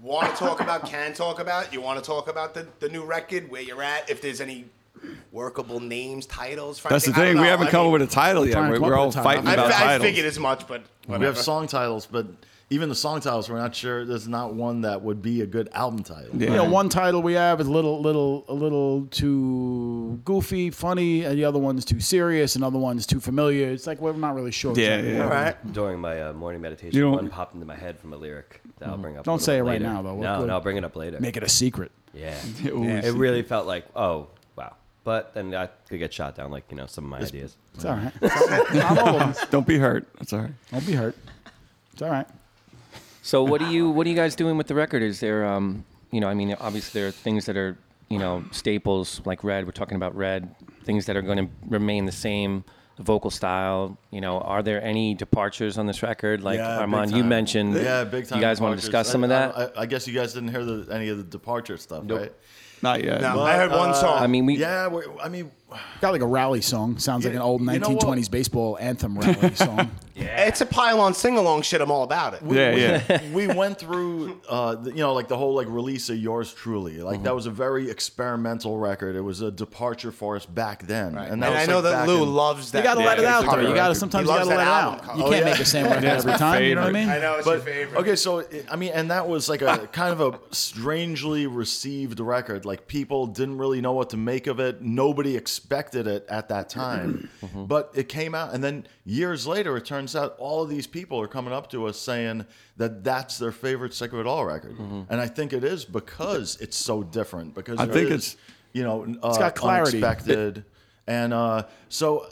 [SPEAKER 2] want to talk about, can talk about. You want to talk about the, the new record, where you're at, if there's any workable names, titles.
[SPEAKER 3] That's the thing. We haven't come up with a title yet.
[SPEAKER 4] Trying to
[SPEAKER 3] We're,
[SPEAKER 4] come up
[SPEAKER 3] we're all
[SPEAKER 4] with a title.
[SPEAKER 3] fighting
[SPEAKER 2] I,
[SPEAKER 3] about
[SPEAKER 2] fi- I
[SPEAKER 3] titles.
[SPEAKER 2] figured as much, but whatever.
[SPEAKER 5] We have song titles, but even the song titles, we're not sure. There's not one that would be a good album title.
[SPEAKER 4] You know, one title we have is little, little, a little too goofy, funny, and the other one's too serious, another one's too familiar. It's like we're not really sure.
[SPEAKER 3] Yeah,
[SPEAKER 4] exactly.
[SPEAKER 3] yeah.
[SPEAKER 2] All right.
[SPEAKER 6] During my uh, morning meditation,
[SPEAKER 3] You don't-
[SPEAKER 6] one popped into my head from a lyric that I'll bring
[SPEAKER 4] Mm-hmm.
[SPEAKER 6] up. a
[SPEAKER 4] Don't
[SPEAKER 6] little
[SPEAKER 4] say
[SPEAKER 6] bit
[SPEAKER 4] it right
[SPEAKER 6] later.
[SPEAKER 4] now, though. We'll-
[SPEAKER 6] No,
[SPEAKER 4] we'll-
[SPEAKER 6] no, I'll bring it up later.
[SPEAKER 4] Make it a secret.
[SPEAKER 6] yeah.
[SPEAKER 3] Ooh,
[SPEAKER 6] it really felt like oh wow, but then I could get shot down like you know some of my ideas.
[SPEAKER 4] It's all right. I'm all over. it.
[SPEAKER 3] Don't be hurt. That's all right.
[SPEAKER 4] Don't be hurt. It's all right.
[SPEAKER 1] So what do you what are you guys doing with the record? Is there um you know, I mean, obviously there are things that are, you know, staples like Red. We're talking about Red. Things that are going to remain the same. The vocal style, you know, are there any departures on this record? Like
[SPEAKER 5] Yeah, big
[SPEAKER 1] Armand, you
[SPEAKER 5] time.
[SPEAKER 1] mentioned.
[SPEAKER 5] Yeah, big time.
[SPEAKER 1] You guys want to
[SPEAKER 5] departures.
[SPEAKER 1] discuss some
[SPEAKER 5] I-
[SPEAKER 1] of that?
[SPEAKER 5] I, I, I guess you guys didn't hear the, any of the departure stuff, right?
[SPEAKER 3] Not yet.
[SPEAKER 2] No, I heard
[SPEAKER 4] uh,
[SPEAKER 2] one song.
[SPEAKER 1] I mean, we.
[SPEAKER 5] yeah, we I mean,
[SPEAKER 4] Got like a rally song. Sounds like an old
[SPEAKER 5] You know what?
[SPEAKER 4] 1920s baseball anthem rally song.
[SPEAKER 2] it's a pylon sing along shit. I'm all about it.
[SPEAKER 3] Yeah, yeah.
[SPEAKER 5] we went through, uh, the, you know, like the whole like release of yours truly. Like
[SPEAKER 1] Mm-hmm.
[SPEAKER 5] that was a very experimental record. It was a departure for us back then, and,
[SPEAKER 2] And,
[SPEAKER 5] that was,
[SPEAKER 2] I know
[SPEAKER 5] like,
[SPEAKER 2] that
[SPEAKER 5] back
[SPEAKER 2] Lou
[SPEAKER 5] in-
[SPEAKER 2] loves that.
[SPEAKER 4] You gotta let it
[SPEAKER 2] that
[SPEAKER 4] out
[SPEAKER 2] cover
[SPEAKER 4] though. You gotta
[SPEAKER 2] record.
[SPEAKER 4] sometimes
[SPEAKER 2] He
[SPEAKER 4] you
[SPEAKER 2] loves
[SPEAKER 4] gotta let it
[SPEAKER 2] that album
[SPEAKER 4] out.
[SPEAKER 2] cover.
[SPEAKER 4] You
[SPEAKER 5] Oh,
[SPEAKER 4] can't
[SPEAKER 5] yeah.
[SPEAKER 4] make the same record every
[SPEAKER 3] my
[SPEAKER 4] time. You know what I
[SPEAKER 3] favorite.
[SPEAKER 4] mean?
[SPEAKER 2] I know it's your
[SPEAKER 5] But
[SPEAKER 2] favorite.
[SPEAKER 5] okay, so it- I mean, and that was like a kind of a strangely received record. Like people didn't really know what to make of it. Nobody expected it at that time, but it came out, and then years later, it turns out all of these people are coming up to us saying that that's their favorite Sick of It All record,
[SPEAKER 2] Mm-hmm.
[SPEAKER 5] and I think it is because it's so different. Because
[SPEAKER 3] I
[SPEAKER 5] it
[SPEAKER 3] think
[SPEAKER 5] is,
[SPEAKER 3] it's-
[SPEAKER 5] you know uh,
[SPEAKER 4] got clarity.
[SPEAKER 5] unexpected, and uh, so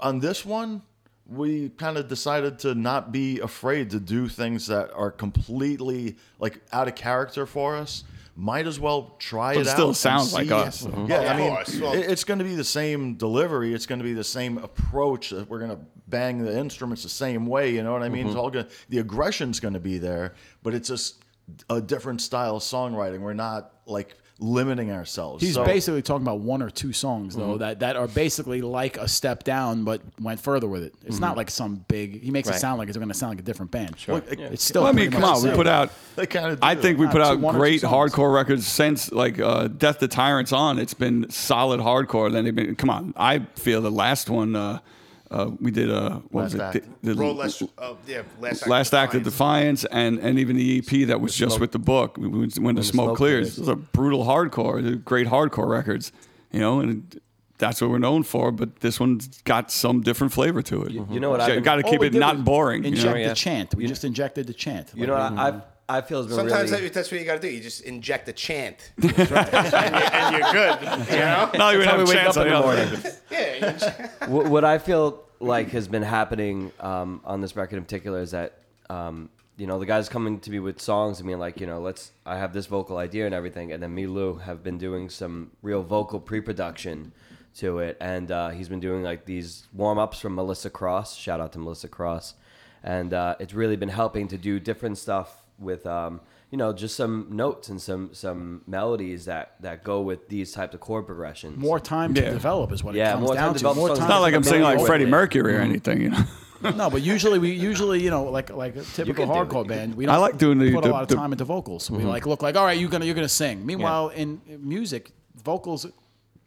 [SPEAKER 5] on this one, we kind of decided to not be afraid to do things that are completely like out of character for us. Might as well try
[SPEAKER 3] But
[SPEAKER 5] it,
[SPEAKER 3] it
[SPEAKER 5] out.
[SPEAKER 3] still
[SPEAKER 5] and
[SPEAKER 3] sounds
[SPEAKER 5] see-
[SPEAKER 3] like us. Mm-hmm.
[SPEAKER 5] Yeah,
[SPEAKER 2] Of
[SPEAKER 5] I mean,
[SPEAKER 2] course, well-
[SPEAKER 5] it- it's going to be the same delivery. It's going to be the same approach. That we're going to bang the instruments the same way. You know what I mean?
[SPEAKER 3] Mm-hmm.
[SPEAKER 5] It's all going. to The aggression's going to be there, but it's just a different style of songwriting. We're not like limiting ourselves.
[SPEAKER 4] He's
[SPEAKER 5] So-
[SPEAKER 4] basically talking about one or two songs though that, that are basically like a step down, but went further with it. It's not like some big. He makes it
[SPEAKER 1] Right.
[SPEAKER 4] sound like it's going to sound like a different band. Sure,
[SPEAKER 5] Well, it-
[SPEAKER 4] it's still.
[SPEAKER 3] Well, I mean,
[SPEAKER 4] pretty
[SPEAKER 3] come
[SPEAKER 4] much
[SPEAKER 3] on.
[SPEAKER 4] the
[SPEAKER 3] We
[SPEAKER 4] same.
[SPEAKER 3] put out.
[SPEAKER 5] They kinda do
[SPEAKER 3] I
[SPEAKER 5] that.
[SPEAKER 3] think we put
[SPEAKER 4] Uh, two-
[SPEAKER 3] out
[SPEAKER 4] one or two
[SPEAKER 3] great
[SPEAKER 4] songs.
[SPEAKER 3] hardcore records since like uh, Death to Tyrants on. It's been solid hardcore. Then they've been. Come on, I feel the last one. Uh, uh, we did uh, what was
[SPEAKER 5] Last
[SPEAKER 3] it?
[SPEAKER 5] Act.
[SPEAKER 3] The- the-
[SPEAKER 2] Roll less, oh, yeah, last act
[SPEAKER 3] Last
[SPEAKER 2] of
[SPEAKER 3] Act of
[SPEAKER 2] Defiance.
[SPEAKER 3] Defiance and, and even the EP that was just with the book when, when the, smoke,
[SPEAKER 1] smoke
[SPEAKER 3] clears.
[SPEAKER 1] clears.
[SPEAKER 3] Those are brutal hardcore, they're great hardcore records, you know, and that's what we're known for. But this one's got some different flavor to it.
[SPEAKER 6] you know what I've been-
[SPEAKER 3] got to
[SPEAKER 4] All
[SPEAKER 3] keep
[SPEAKER 4] Oh, we
[SPEAKER 3] it
[SPEAKER 4] did
[SPEAKER 3] not
[SPEAKER 4] was
[SPEAKER 3] boring. you know?
[SPEAKER 4] Inject
[SPEAKER 1] yeah.
[SPEAKER 4] the chant. We just injected the chant.
[SPEAKER 6] You know, what I, I've, I feel has been
[SPEAKER 2] Sometimes
[SPEAKER 6] really.
[SPEAKER 2] that- that's what you gotta do. You just inject a chant, That's right. and, you're, and you're good. You know?
[SPEAKER 3] Not even have
[SPEAKER 6] how we
[SPEAKER 3] a
[SPEAKER 6] wake
[SPEAKER 3] chance
[SPEAKER 6] up in
[SPEAKER 3] on the
[SPEAKER 6] the morning.
[SPEAKER 3] other.
[SPEAKER 2] Yeah, you just-
[SPEAKER 6] what, what I feel like has been happening um, on this record in particular is that um, you know the guys coming to me with songs and being like, you know, let's I have this vocal idea and everything, and then me Lou have been doing some real vocal pre-production to it, and uh, he's been doing like these warm-ups from Melissa Cross. Shout out to Melissa Cross, and uh, it's really been helping to do different stuff with. Um, you know, just some notes and some some melodies that that go with these types of chord progressions.
[SPEAKER 4] more time to
[SPEAKER 3] Yeah.
[SPEAKER 4] develop is what
[SPEAKER 6] Yeah,
[SPEAKER 4] it comes
[SPEAKER 6] more time
[SPEAKER 4] down
[SPEAKER 6] to
[SPEAKER 4] to.
[SPEAKER 6] develop
[SPEAKER 4] More
[SPEAKER 6] songs.
[SPEAKER 4] time.
[SPEAKER 3] It's not like I'm singing like
[SPEAKER 6] With
[SPEAKER 3] Freddie
[SPEAKER 6] it.
[SPEAKER 3] Mercury or anything, you know.
[SPEAKER 4] No, but usually we usually you know like like a typical
[SPEAKER 6] can do it. You
[SPEAKER 4] hardcore band. We
[SPEAKER 3] I
[SPEAKER 4] don't
[SPEAKER 3] like doing the-
[SPEAKER 4] put
[SPEAKER 3] the-
[SPEAKER 4] a lot of
[SPEAKER 3] the- Mm-hmm.
[SPEAKER 4] time into vocals. We like look like all right, you're gonna you're gonna sing. Meanwhile, in music, vocals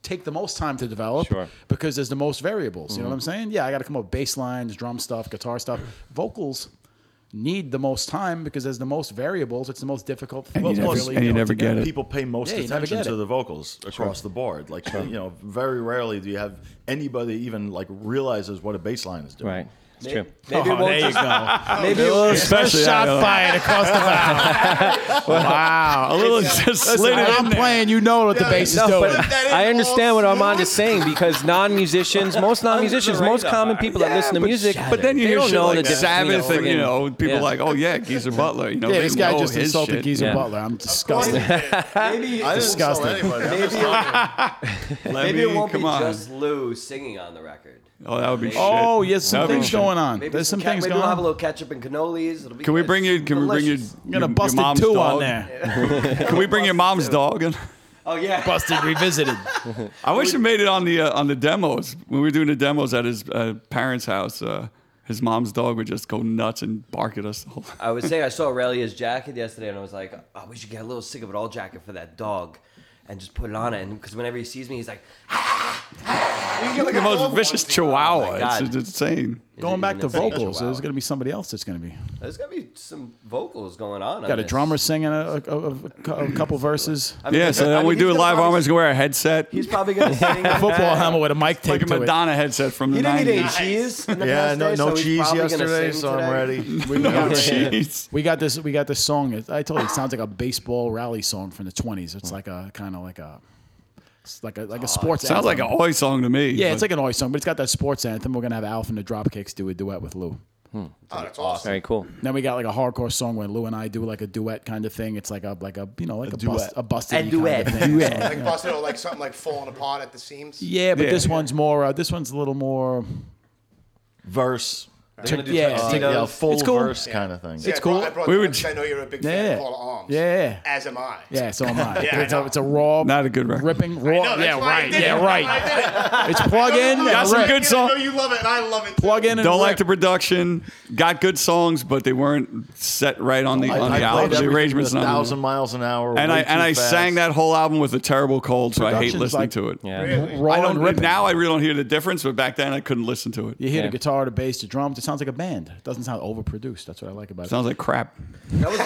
[SPEAKER 4] take the most time to develop
[SPEAKER 1] Sure.
[SPEAKER 4] because there's the most variables.
[SPEAKER 3] Mm-hmm.
[SPEAKER 4] You know what I'm saying? Yeah, I got to come up with bass lines, drum stuff, guitar stuff. Vocals need the most time because there's the most variables. It's the most difficult. thing
[SPEAKER 3] you
[SPEAKER 4] to
[SPEAKER 3] never-
[SPEAKER 4] really
[SPEAKER 3] and you
[SPEAKER 4] know,
[SPEAKER 3] never
[SPEAKER 4] to
[SPEAKER 3] get it.
[SPEAKER 5] people pay most
[SPEAKER 4] Yeah, you never
[SPEAKER 5] attention
[SPEAKER 4] get
[SPEAKER 5] to
[SPEAKER 4] it.
[SPEAKER 5] the vocals across the board. Like you know, very rarely do you have anybody even like realizes what a bass line is doing.
[SPEAKER 1] Right. It's true.
[SPEAKER 6] Maybe it won't
[SPEAKER 4] Oh, there you
[SPEAKER 6] just-
[SPEAKER 4] go.
[SPEAKER 6] maybe it won't-
[SPEAKER 3] Especially, I know.
[SPEAKER 4] fired across the
[SPEAKER 3] wow, a little just slid it
[SPEAKER 4] I'm
[SPEAKER 3] in there.
[SPEAKER 4] playing. You know what the bass is
[SPEAKER 1] No,
[SPEAKER 4] doing.
[SPEAKER 1] but
[SPEAKER 2] that in
[SPEAKER 1] I understand what
[SPEAKER 2] all
[SPEAKER 1] Armand is saying because non-musicians, most non-musicians, most
[SPEAKER 6] radar.
[SPEAKER 1] common people that listen to music,
[SPEAKER 3] But then you
[SPEAKER 1] they
[SPEAKER 3] hear
[SPEAKER 1] don't
[SPEAKER 3] shit
[SPEAKER 1] know
[SPEAKER 3] like
[SPEAKER 1] the difference
[SPEAKER 3] Sabbath,
[SPEAKER 1] between
[SPEAKER 3] and you
[SPEAKER 1] a friggin-
[SPEAKER 3] know, people
[SPEAKER 1] Yeah.
[SPEAKER 3] like, oh yeah, Geezer Butler. You know,
[SPEAKER 4] yeah,
[SPEAKER 3] they
[SPEAKER 4] this guy
[SPEAKER 3] know
[SPEAKER 4] just
[SPEAKER 3] his
[SPEAKER 4] insulted
[SPEAKER 3] shit.
[SPEAKER 4] Geezer
[SPEAKER 1] Yeah.
[SPEAKER 4] Butler. I'm disgusted.
[SPEAKER 6] maybe
[SPEAKER 5] I didn't tell
[SPEAKER 4] Disgusting.
[SPEAKER 5] anybody. I was
[SPEAKER 6] Maybe
[SPEAKER 5] talking-
[SPEAKER 3] Let
[SPEAKER 6] Maybe
[SPEAKER 3] me-
[SPEAKER 6] it won't
[SPEAKER 3] come
[SPEAKER 6] be
[SPEAKER 3] on.
[SPEAKER 6] just Lou singing on the record.
[SPEAKER 3] Oh, that would be.
[SPEAKER 4] Oh,
[SPEAKER 3] shit.
[SPEAKER 4] yes, some
[SPEAKER 3] That'd be
[SPEAKER 4] things
[SPEAKER 3] shit.
[SPEAKER 4] going on.
[SPEAKER 6] Maybe
[SPEAKER 4] There's some,
[SPEAKER 6] cat-
[SPEAKER 4] things
[SPEAKER 6] maybe
[SPEAKER 4] going
[SPEAKER 6] We'll have a
[SPEAKER 4] on.
[SPEAKER 6] little ketchup and cannolis. It'll be
[SPEAKER 3] Can we
[SPEAKER 6] good.
[SPEAKER 3] bring you? Can
[SPEAKER 6] Delicious.
[SPEAKER 3] we bring
[SPEAKER 4] I'm
[SPEAKER 3] your?
[SPEAKER 4] gonna
[SPEAKER 3] your-
[SPEAKER 4] bust
[SPEAKER 3] your
[SPEAKER 4] a
[SPEAKER 3] mom's
[SPEAKER 4] two
[SPEAKER 3] dog?
[SPEAKER 4] on there.
[SPEAKER 3] Can we bring your mom's dog? in?
[SPEAKER 6] Oh yeah.
[SPEAKER 4] Busted revisited.
[SPEAKER 3] I wish it made it on the uh, on the demos when we were doing the demos at his uh, parents' house. Uh, his mom's dog would just go nuts and bark at us. The whole
[SPEAKER 6] I would say I saw Aurelia's jacket yesterday, and I was like, oh, we should get a little sick of it all jacket for that dog, and just put it on it. And because whenever he sees me, he's like, "Ah,
[SPEAKER 3] like the most vicious chihuahua.
[SPEAKER 6] Oh God.
[SPEAKER 3] it's, it's insane.
[SPEAKER 6] Is
[SPEAKER 4] going
[SPEAKER 6] it
[SPEAKER 4] back to
[SPEAKER 6] even a Oh, signature?
[SPEAKER 4] vocals,
[SPEAKER 6] Wow.
[SPEAKER 4] there's going to be somebody else that's going to be.
[SPEAKER 6] There's gonna be some vocals going on.
[SPEAKER 4] Got a drummer singing a, a, a, a couple verses.
[SPEAKER 3] yeah, so then we do a live arm. He's gonna wear a headset,
[SPEAKER 6] He's probably gonna sing.
[SPEAKER 4] Football helmet with a mic
[SPEAKER 3] like a
[SPEAKER 4] taped to it.
[SPEAKER 3] Madonna headset from the
[SPEAKER 6] He didn't eat any
[SPEAKER 3] nineties.
[SPEAKER 6] cheese. in the
[SPEAKER 5] yeah,
[SPEAKER 6] past
[SPEAKER 5] no,
[SPEAKER 6] day, so
[SPEAKER 5] no
[SPEAKER 6] he's
[SPEAKER 5] cheese
[SPEAKER 6] probably gonna
[SPEAKER 5] yesterday,
[SPEAKER 6] sing
[SPEAKER 5] so
[SPEAKER 6] today.
[SPEAKER 5] I'm ready.
[SPEAKER 3] No cheese.
[SPEAKER 4] We got this. We got this song. I told you, it sounds like a baseball rally song from the 20s. It's like a kind of like a, it's like a
[SPEAKER 6] Oh,
[SPEAKER 4] like a sports.
[SPEAKER 3] Sounds like
[SPEAKER 4] anthem.
[SPEAKER 3] an oi song to me.
[SPEAKER 4] Yeah, it's like an oi song, but it's got that sports anthem. We're gonna have Alf and the Dropkicks do a duet with Lou.
[SPEAKER 2] Oh, that's awesome.
[SPEAKER 1] Very cool.
[SPEAKER 4] Then we got like a hardcore song where Lou and I do like a duet kind of thing. It's like a like a you know like a, bust,
[SPEAKER 5] duet.
[SPEAKER 4] a busted
[SPEAKER 6] A
[SPEAKER 4] kind
[SPEAKER 6] duet.
[SPEAKER 4] of thing.
[SPEAKER 2] Like busted or like something like falling apart at the seams.
[SPEAKER 4] Yeah, but
[SPEAKER 3] Yeah.
[SPEAKER 4] this one's more. Uh, this one's a little more.
[SPEAKER 5] Verse.
[SPEAKER 4] yeah,
[SPEAKER 5] Uh,
[SPEAKER 4] it's-
[SPEAKER 5] yeah, full
[SPEAKER 4] It's cool.
[SPEAKER 5] verse kind of thing.
[SPEAKER 2] See,
[SPEAKER 4] It's
[SPEAKER 2] I brought-
[SPEAKER 4] cool.
[SPEAKER 2] I brought
[SPEAKER 3] We
[SPEAKER 2] that
[SPEAKER 3] would-
[SPEAKER 2] up 'cause I know you're a big
[SPEAKER 4] Yeah.
[SPEAKER 2] fan of Paula Arms.
[SPEAKER 4] Yeah.
[SPEAKER 2] As am I.
[SPEAKER 4] yeah, so am I.
[SPEAKER 2] Yeah, I
[SPEAKER 4] it's, a,
[SPEAKER 2] know.
[SPEAKER 4] it's a raw,
[SPEAKER 3] Not a good record.
[SPEAKER 4] ripping raw.
[SPEAKER 2] I know, that's
[SPEAKER 4] yeah,
[SPEAKER 2] why I
[SPEAKER 4] right.
[SPEAKER 2] did it.
[SPEAKER 4] Yeah,
[SPEAKER 2] That's why
[SPEAKER 4] right.
[SPEAKER 2] I did it.
[SPEAKER 4] It's plug in.
[SPEAKER 2] I
[SPEAKER 3] Got some
[SPEAKER 2] love
[SPEAKER 4] rip.
[SPEAKER 3] good
[SPEAKER 2] it.
[SPEAKER 3] song-
[SPEAKER 2] I know you love it, and I love it. too.
[SPEAKER 4] Plug in. And
[SPEAKER 3] Don't like
[SPEAKER 4] rip.
[SPEAKER 3] the production. Got good songs, but they weren't set right on the on
[SPEAKER 5] I, I
[SPEAKER 3] the
[SPEAKER 5] played
[SPEAKER 3] album. The
[SPEAKER 5] everything
[SPEAKER 3] arrangements
[SPEAKER 5] at a
[SPEAKER 3] not on the-
[SPEAKER 5] thousand miles an hour.
[SPEAKER 3] And
[SPEAKER 5] way
[SPEAKER 3] I
[SPEAKER 5] too
[SPEAKER 3] and I
[SPEAKER 5] fast.
[SPEAKER 3] sang that whole album with a terrible cold, so I hate
[SPEAKER 4] Production's
[SPEAKER 3] listening
[SPEAKER 4] like-
[SPEAKER 3] to it.
[SPEAKER 1] Yeah.
[SPEAKER 4] raw
[SPEAKER 3] I don't
[SPEAKER 4] and ripping.
[SPEAKER 3] now. I really don't hear the difference, but back then I couldn't listen to it.
[SPEAKER 4] You hear
[SPEAKER 1] Yeah.
[SPEAKER 4] the guitar, the bass, the drums. It sounds like a band. It doesn't sound overproduced. That's what I like about it.
[SPEAKER 3] Sounds like crap.
[SPEAKER 6] That was a,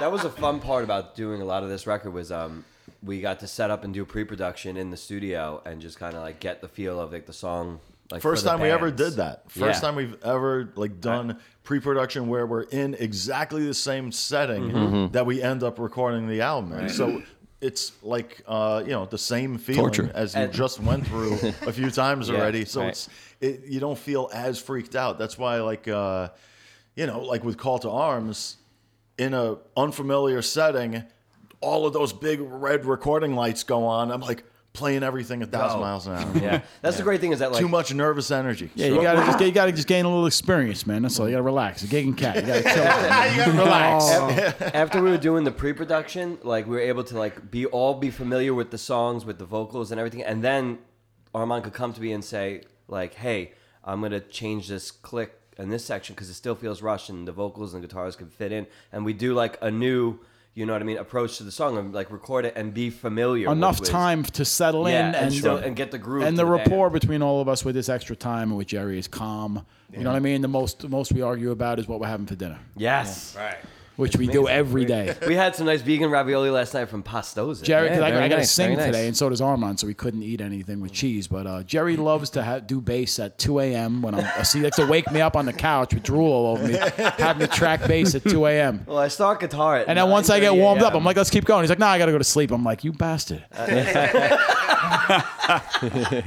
[SPEAKER 6] that was a fun part about doing a lot of this record was um we got to set up and do pre-production in the studio and just kind of like get the feel of like the song. Like for
[SPEAKER 5] First
[SPEAKER 6] the
[SPEAKER 5] time we ever
[SPEAKER 6] bands.
[SPEAKER 5] did that. First
[SPEAKER 6] Yeah.
[SPEAKER 5] time we've ever like done pre-production where we're in exactly the same setting
[SPEAKER 6] Mm-hmm.
[SPEAKER 5] that we end up recording the album. in. So it's like uh, you know the same feeling
[SPEAKER 3] Torture.
[SPEAKER 5] as you
[SPEAKER 6] And-
[SPEAKER 5] just went through a few times already. So
[SPEAKER 1] right.
[SPEAKER 5] it's it, you don't feel as freaked out. That's why like uh, you know like with Call to Arms in a unfamiliar setting, all of those big red recording lights go on. I'm like playing everything a thousand
[SPEAKER 6] Go.
[SPEAKER 5] miles an hour.
[SPEAKER 6] Yeah, that's the great thing is that like
[SPEAKER 5] Too much nervous energy.
[SPEAKER 4] Yeah, you gotta just you gotta just gain a little experience, man. That's all. You gotta relax. A gigging cat. You gotta chill.
[SPEAKER 2] You gotta relax.
[SPEAKER 4] Um,
[SPEAKER 6] after we were doing the pre-production, like we were able to like be all be familiar with the songs, with the vocals and everything, and then Armand could come to me and say like, "Hey, I'm gonna change this click in this section because it still feels rushed, and the vocals and guitars could fit in." And we do like a new, you know what I mean, approach to the song and like record it and be familiar. with-
[SPEAKER 4] enough
[SPEAKER 6] with-
[SPEAKER 4] time to settle
[SPEAKER 6] Yeah,
[SPEAKER 4] in
[SPEAKER 6] and
[SPEAKER 4] and,
[SPEAKER 6] still- and get the groove
[SPEAKER 4] and
[SPEAKER 6] to
[SPEAKER 4] the
[SPEAKER 6] the band.
[SPEAKER 4] rapport between all of us with this extra time and with Jerry is calm. You know what I mean? The most the most we argue about is what we're having for dinner,
[SPEAKER 6] Yes.
[SPEAKER 2] Right.
[SPEAKER 4] which we do every day.
[SPEAKER 6] We had some nice vegan ravioli last night from Pastoza.
[SPEAKER 4] Jerry, 'cause
[SPEAKER 1] Yeah,
[SPEAKER 4] I,
[SPEAKER 1] very
[SPEAKER 4] I got to
[SPEAKER 1] nice,
[SPEAKER 4] sing
[SPEAKER 1] very nice.
[SPEAKER 4] today, and so does Armand, so we couldn't eat anything with cheese. But uh, Jerry loves to ha- do bass at 2 a.m. when I'm. He likes to wake me up on the couch with drool all over me, have me track bass at 2 a.m.
[SPEAKER 6] Well, I start guitar at
[SPEAKER 4] And then once I get warmed up,
[SPEAKER 6] 9:30
[SPEAKER 4] I'm like, let's keep going. He's like, nah, I got to go to sleep. I'm like, you bastard.
[SPEAKER 6] Uh,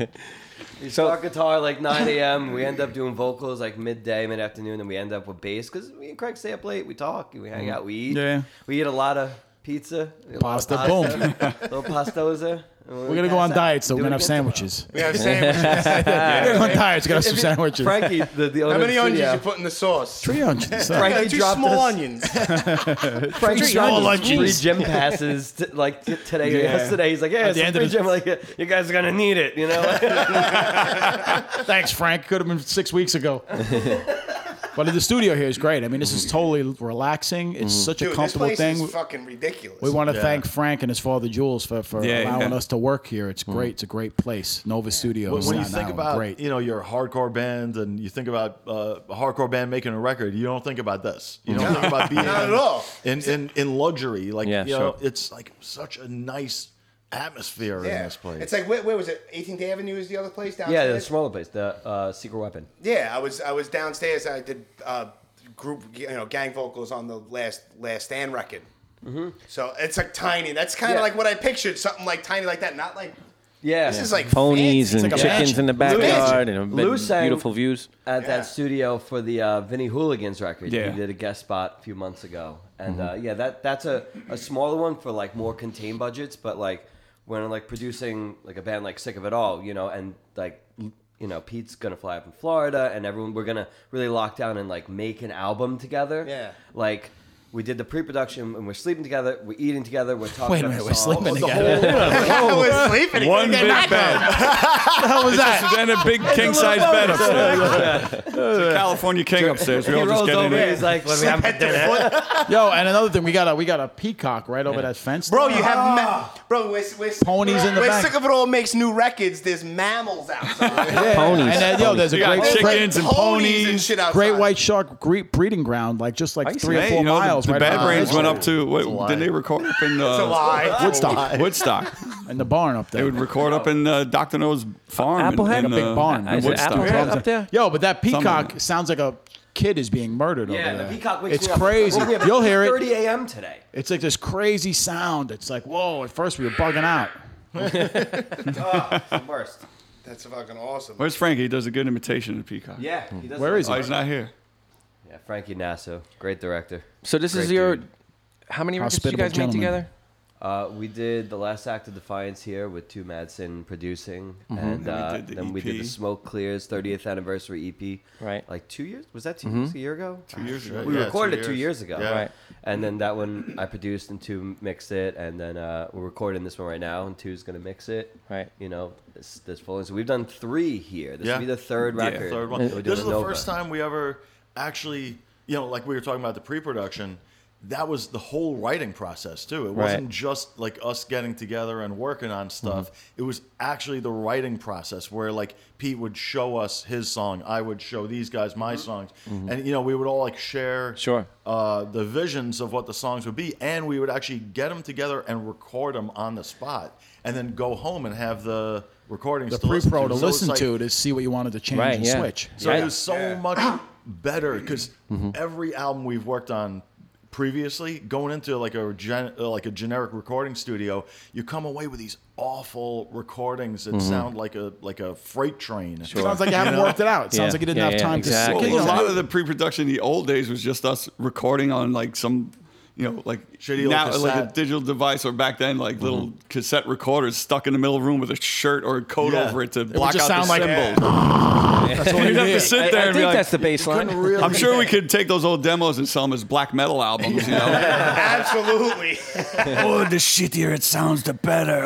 [SPEAKER 6] We start guitar like 9 a.m. We end up doing vocals like midday, mid afternoon, and we end up with bass because me and Craig stay up late. We talk, we
[SPEAKER 4] Mm-hmm.
[SPEAKER 6] hang out, we eat.
[SPEAKER 3] Yeah.
[SPEAKER 6] We eat a lot of pizza, a lot of
[SPEAKER 4] Pasta,
[SPEAKER 6] little pastoza.
[SPEAKER 4] We're going to go on diets, so we're going to have sandwiches.
[SPEAKER 2] We have sandwiches.
[SPEAKER 4] We're going on diets. We're going to have some sandwiches.
[SPEAKER 6] Frankie, the, the owner
[SPEAKER 2] How
[SPEAKER 6] of the
[SPEAKER 2] many onions
[SPEAKER 6] studio-
[SPEAKER 2] you put in the sauce?
[SPEAKER 4] Three onions.
[SPEAKER 6] Frankie
[SPEAKER 2] Yeah, two
[SPEAKER 6] dropped
[SPEAKER 2] small
[SPEAKER 6] us-
[SPEAKER 2] onions.
[SPEAKER 6] Frankie
[SPEAKER 4] small
[SPEAKER 6] dropped us free
[SPEAKER 4] onions.
[SPEAKER 6] gym passes t- like t- today or
[SPEAKER 4] Yeah.
[SPEAKER 6] yesterday. He's like, yeah, it's
[SPEAKER 4] the
[SPEAKER 6] a
[SPEAKER 4] end
[SPEAKER 6] free
[SPEAKER 4] of the-
[SPEAKER 6] gym. Like, "Yeah, you guys are going to need it, you know?
[SPEAKER 4] Thanks, Frank. Could have been six weeks ago. but the studio here is great. I mean, this is totally relaxing.
[SPEAKER 3] Mm-hmm.
[SPEAKER 4] It's such a
[SPEAKER 2] Dude, this
[SPEAKER 4] comfortable
[SPEAKER 2] place
[SPEAKER 4] thing.
[SPEAKER 2] is fucking ridiculous.
[SPEAKER 4] We want to thank Frank and his father Jules for, for
[SPEAKER 3] Yeah,
[SPEAKER 4] allowing
[SPEAKER 3] yeah. Mm-hmm.
[SPEAKER 4] us to work here. It's great. It's a great place. Nova Studios.
[SPEAKER 5] But when you
[SPEAKER 4] Staten Island.
[SPEAKER 5] think about
[SPEAKER 4] great.
[SPEAKER 5] you know your hardcore band and you think about uh, a hardcore band making a record, you don't think about this. You don't think about being
[SPEAKER 2] Not at all.
[SPEAKER 5] in in, in luxury. Like
[SPEAKER 1] Yeah,
[SPEAKER 5] you know,
[SPEAKER 1] sure.
[SPEAKER 5] it's like such a nice atmosphere in
[SPEAKER 2] yeah.
[SPEAKER 5] this place.
[SPEAKER 2] It's like where, where was it? 18th Avenue is the other place downstairs.
[SPEAKER 6] yeah, the smaller place, the uh, Secret Weapon.
[SPEAKER 2] Yeah, I was I was downstairs. I did uh, group you know gang vocals on the last last stand record. So it's like tiny. That's kind of
[SPEAKER 6] Mm-hmm. Yeah.
[SPEAKER 2] like what I pictured. Something like tiny like that. Not like
[SPEAKER 6] Yeah.
[SPEAKER 2] this is like
[SPEAKER 1] Ponies
[SPEAKER 2] fancy.
[SPEAKER 1] and
[SPEAKER 2] It's like a
[SPEAKER 1] chickens in the
[SPEAKER 2] mansion.
[SPEAKER 1] backyard and a
[SPEAKER 6] Lou
[SPEAKER 1] bit-
[SPEAKER 6] sang-
[SPEAKER 1] beautiful views.
[SPEAKER 6] at
[SPEAKER 2] Yeah.
[SPEAKER 6] that studio for the uh, Vinnie Hooligans record.
[SPEAKER 3] Yeah.
[SPEAKER 6] He did a guest spot a few months ago, and
[SPEAKER 4] Mm-hmm.
[SPEAKER 6] uh, yeah, that that's a, a smaller one for like more contained budgets. But like when I'm like producing like a band like Sick of It All, you know, and like you know Pete's gonna fly up in Florida, and everyone we're gonna really lock down and like make an album together.
[SPEAKER 2] Yeah.
[SPEAKER 6] like. We did the pre-production, and we're sleeping together. We're eating together. We're talking.
[SPEAKER 4] Wait a
[SPEAKER 6] about
[SPEAKER 4] minute, we're
[SPEAKER 6] songs.
[SPEAKER 4] sleeping
[SPEAKER 6] The
[SPEAKER 4] together?
[SPEAKER 6] whole-
[SPEAKER 2] I was sleeping.
[SPEAKER 3] One
[SPEAKER 2] They're
[SPEAKER 3] big
[SPEAKER 2] not
[SPEAKER 3] bed.
[SPEAKER 4] How was that?
[SPEAKER 3] Then a big king size bed upstairs. It's a California king upstairs. We
[SPEAKER 6] he
[SPEAKER 3] all just
[SPEAKER 6] rolls
[SPEAKER 3] get in
[SPEAKER 6] over. He's
[SPEAKER 3] it.
[SPEAKER 6] like, "What do we have for
[SPEAKER 2] at the
[SPEAKER 6] dinner?"
[SPEAKER 2] foot.
[SPEAKER 4] Yo, and another thing, we got a we got a peacock right over that fence.
[SPEAKER 2] Bro, you have ma-
[SPEAKER 6] Ah.
[SPEAKER 2] bro. We're, we're
[SPEAKER 4] Ponies in the
[SPEAKER 2] we're
[SPEAKER 4] back.
[SPEAKER 2] sick of it all. Makes new records. There's mammals outside.
[SPEAKER 4] Yeah.
[SPEAKER 1] Ponies.
[SPEAKER 4] And then, yo, there's a
[SPEAKER 3] You got
[SPEAKER 4] great great,
[SPEAKER 3] chickens and
[SPEAKER 2] and shit outside.
[SPEAKER 4] great white shark gre- breeding ground, like just like
[SPEAKER 1] used to
[SPEAKER 4] three or
[SPEAKER 3] Hey,
[SPEAKER 4] four
[SPEAKER 3] you know, the-
[SPEAKER 4] miles.
[SPEAKER 3] the
[SPEAKER 4] right
[SPEAKER 3] Bad
[SPEAKER 4] behind
[SPEAKER 3] Brains
[SPEAKER 4] us.
[SPEAKER 3] went up to.
[SPEAKER 5] a
[SPEAKER 3] What,
[SPEAKER 5] lie.
[SPEAKER 3] did they record up in
[SPEAKER 2] It's a
[SPEAKER 3] uh,
[SPEAKER 2] lie.
[SPEAKER 4] Woodstock
[SPEAKER 3] Woodstock?
[SPEAKER 4] and the barn up there.
[SPEAKER 3] They would record up in uh, Dr. No's farm. in-
[SPEAKER 1] Applehead?
[SPEAKER 3] in,
[SPEAKER 1] A
[SPEAKER 4] big
[SPEAKER 3] uh,
[SPEAKER 4] barn.
[SPEAKER 3] in
[SPEAKER 1] I said
[SPEAKER 3] Woodstock.
[SPEAKER 1] Applehead. Yeah, up there?
[SPEAKER 4] Yo, but that peacock
[SPEAKER 3] Someone-
[SPEAKER 4] sounds like a kid is being murdered
[SPEAKER 6] Yeah,
[SPEAKER 4] over
[SPEAKER 6] the
[SPEAKER 4] there.
[SPEAKER 6] peacock wakes
[SPEAKER 4] it's
[SPEAKER 6] me up.
[SPEAKER 4] crazy.
[SPEAKER 6] Woke me up at
[SPEAKER 4] You'll hear it.
[SPEAKER 6] 30 a.m. today.
[SPEAKER 4] It's like this crazy sound. It's like, whoa, at first we were bugging out.
[SPEAKER 6] Oh, it's the worst.
[SPEAKER 2] That's fucking awesome.
[SPEAKER 3] Where's Frankie? He does a good imitation of Peacock.
[SPEAKER 6] Yeah, he does.
[SPEAKER 4] Where is
[SPEAKER 3] Oh,
[SPEAKER 4] he?
[SPEAKER 3] he's not here.
[SPEAKER 6] Yeah, Frankie Nasso, great director.
[SPEAKER 1] So this is
[SPEAKER 6] Great
[SPEAKER 1] your.
[SPEAKER 6] dude.
[SPEAKER 1] How many records did you
[SPEAKER 4] Hospitable
[SPEAKER 1] guys make
[SPEAKER 4] gentleman.
[SPEAKER 1] together?
[SPEAKER 6] Uh, we did the last act of Defiance here with Two Madsen producing,
[SPEAKER 1] Mm-hmm.
[SPEAKER 6] and uh,
[SPEAKER 3] did the
[SPEAKER 6] then we did the
[SPEAKER 3] EP.
[SPEAKER 6] Smoke Clears 30th anniversary EP.
[SPEAKER 1] Right. Mm-hmm.
[SPEAKER 6] like two years was that 2 years a year ago? Uh,
[SPEAKER 3] Two years ago.
[SPEAKER 6] We
[SPEAKER 5] Yeah,
[SPEAKER 6] recorded
[SPEAKER 5] two
[SPEAKER 6] it two years
[SPEAKER 5] years.
[SPEAKER 6] ago.
[SPEAKER 5] Yeah.
[SPEAKER 1] Right.
[SPEAKER 6] And then that one I produced and two mixed it, and then uh, we're recording this one right now, and two's gonna mix it.
[SPEAKER 1] Right.
[SPEAKER 6] You know, this this full. So we've done three here. This
[SPEAKER 5] Yeah.
[SPEAKER 6] will be the third record.
[SPEAKER 5] Third one.
[SPEAKER 6] that we're
[SPEAKER 5] This is
[SPEAKER 6] doing
[SPEAKER 5] the
[SPEAKER 6] Nova.
[SPEAKER 5] first time we ever actually, you know, like we were talking about the pre-production. That was the whole writing process too. It wasn't
[SPEAKER 1] Right.
[SPEAKER 5] just like us getting together and working on stuff. It was actually the writing process where like Pete would show us his song, I would show these guys my songs, and you know we would all like share
[SPEAKER 1] Sure.
[SPEAKER 5] uh, the visions of what the songs would be, and we would actually get them together and record them on the spot, and then go home and have the recordings
[SPEAKER 4] The
[SPEAKER 5] to listen
[SPEAKER 4] pre-pro to
[SPEAKER 5] So it's
[SPEAKER 4] listen
[SPEAKER 5] like-
[SPEAKER 4] to to see what you wanted to change
[SPEAKER 1] Right,
[SPEAKER 4] and
[SPEAKER 1] yeah.
[SPEAKER 4] switch.
[SPEAKER 5] so
[SPEAKER 1] Yeah. Mm-hmm.
[SPEAKER 5] it was so much better because every album we've worked on previously, going into like a gen, uh, like a generic recording studio, you come away with these awful recordings that
[SPEAKER 1] Mm-hmm.
[SPEAKER 5] sound like a like a freight train.
[SPEAKER 4] Sounds like you haven't worked it out. It sounds
[SPEAKER 1] Yeah.
[SPEAKER 4] like you didn't
[SPEAKER 1] Yeah,
[SPEAKER 4] have
[SPEAKER 1] yeah,
[SPEAKER 4] time
[SPEAKER 1] exactly.
[SPEAKER 4] to.
[SPEAKER 3] Well,
[SPEAKER 4] You know,
[SPEAKER 3] a lot of the pre-production in the old days was just us recording on like some, you know, like
[SPEAKER 5] Shitty old
[SPEAKER 3] now, like a
[SPEAKER 5] cassette.
[SPEAKER 3] digital device, or back then like little
[SPEAKER 1] Mm-hmm.
[SPEAKER 3] cassette recorders stuck in the middle of the room with a shirt or a coat
[SPEAKER 5] Yeah.
[SPEAKER 3] over it to
[SPEAKER 5] It would
[SPEAKER 3] block
[SPEAKER 4] just
[SPEAKER 3] out
[SPEAKER 4] sound
[SPEAKER 3] the
[SPEAKER 4] like-
[SPEAKER 3] symbols. You'd have to sit
[SPEAKER 1] I,
[SPEAKER 3] there
[SPEAKER 1] I
[SPEAKER 3] and be
[SPEAKER 1] think
[SPEAKER 3] like-
[SPEAKER 1] that's the
[SPEAKER 5] couldn't
[SPEAKER 1] baseline.
[SPEAKER 5] really-
[SPEAKER 3] I'm sure we could take those old demos and sell them as black metal albums. You know,
[SPEAKER 2] Absolutely.
[SPEAKER 3] oh, the shittier it sounds, the better.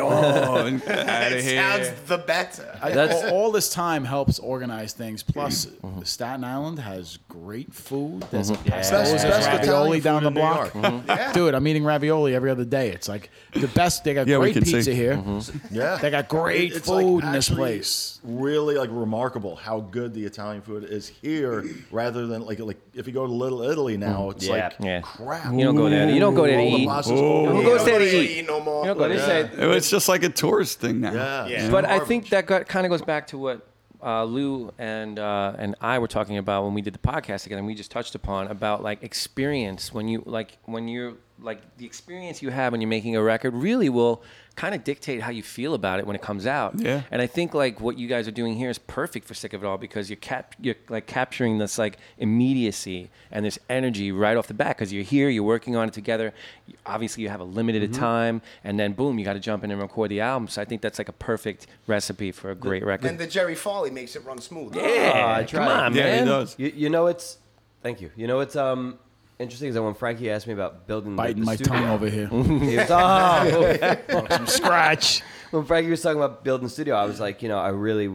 [SPEAKER 3] Oh, and out
[SPEAKER 2] it
[SPEAKER 3] of here.
[SPEAKER 2] sounds the better.
[SPEAKER 4] I-
[SPEAKER 6] That's-
[SPEAKER 4] all, all this time helps organize things. Plus, Staten Island has great food. There's a pasta,
[SPEAKER 5] Best-
[SPEAKER 4] there's
[SPEAKER 5] best
[SPEAKER 4] ravioli
[SPEAKER 5] Italian food
[SPEAKER 4] down the
[SPEAKER 5] in New
[SPEAKER 4] block. Mm-hmm.
[SPEAKER 1] Mm-hmm.
[SPEAKER 4] Dude, I'm eating ravioli every other day. It's like the best. They got
[SPEAKER 3] Yeah, we
[SPEAKER 4] great
[SPEAKER 3] can see. Mm-hmm.
[SPEAKER 4] pizza here.
[SPEAKER 5] Yeah,
[SPEAKER 4] They got great
[SPEAKER 5] It- it's, like,
[SPEAKER 4] food in this
[SPEAKER 5] actually
[SPEAKER 4] place.
[SPEAKER 5] Really, like remarkable how good the Italian food is here, rather than like like if you go to Little Italy now, it's
[SPEAKER 6] Yeah.
[SPEAKER 5] like
[SPEAKER 1] Mm-hmm. Yeah.
[SPEAKER 5] crap.
[SPEAKER 1] You don't go there. to- You don't go there to
[SPEAKER 5] All the
[SPEAKER 1] eat.
[SPEAKER 5] pastas-
[SPEAKER 1] Who
[SPEAKER 3] Oh,
[SPEAKER 2] You
[SPEAKER 1] goes
[SPEAKER 2] don't
[SPEAKER 1] there
[SPEAKER 2] go
[SPEAKER 1] to
[SPEAKER 2] to
[SPEAKER 1] eat?
[SPEAKER 2] eat no more.
[SPEAKER 1] You don't go there to eat.
[SPEAKER 3] It's just like a tourist thing now.
[SPEAKER 5] Yeah.
[SPEAKER 2] Yeah.
[SPEAKER 1] But I
[SPEAKER 5] Garbage.
[SPEAKER 1] think that got, kind of goes back to what uh, Lou and uh, and I were talking about when we did the podcast together. And we just touched upon about like experience when you like when you're like the experience you have when you're making a record really will kind of dictate how you feel about it when it comes out.
[SPEAKER 3] Yeah.
[SPEAKER 1] And I think like what you guys are doing here is perfect for sick of it all because you're cap you're like capturing this like immediacy and this energy right off the bat because you're here, you're working on it together. You- Obviously, you have a limited time, and then boom, you got to jump in and record the album. So I think that's like a perfect recipe for a great record.
[SPEAKER 2] And the Jerry Farley makes it run smooth.
[SPEAKER 1] yeah,
[SPEAKER 6] I
[SPEAKER 1] come
[SPEAKER 6] tried.
[SPEAKER 1] on,
[SPEAKER 3] Yeah,
[SPEAKER 1] man.
[SPEAKER 3] he does.
[SPEAKER 6] You, you know it's thank you. You know it's um interesting is that when Frankie asked me about building the-
[SPEAKER 4] Biting
[SPEAKER 6] the
[SPEAKER 4] my
[SPEAKER 6] studio,
[SPEAKER 4] tongue over here.
[SPEAKER 3] Mm-hmm.
[SPEAKER 6] he was, "Oh."
[SPEAKER 4] Some scratch.
[SPEAKER 6] when Frankie was talking about building the studio, I was like, you know, I really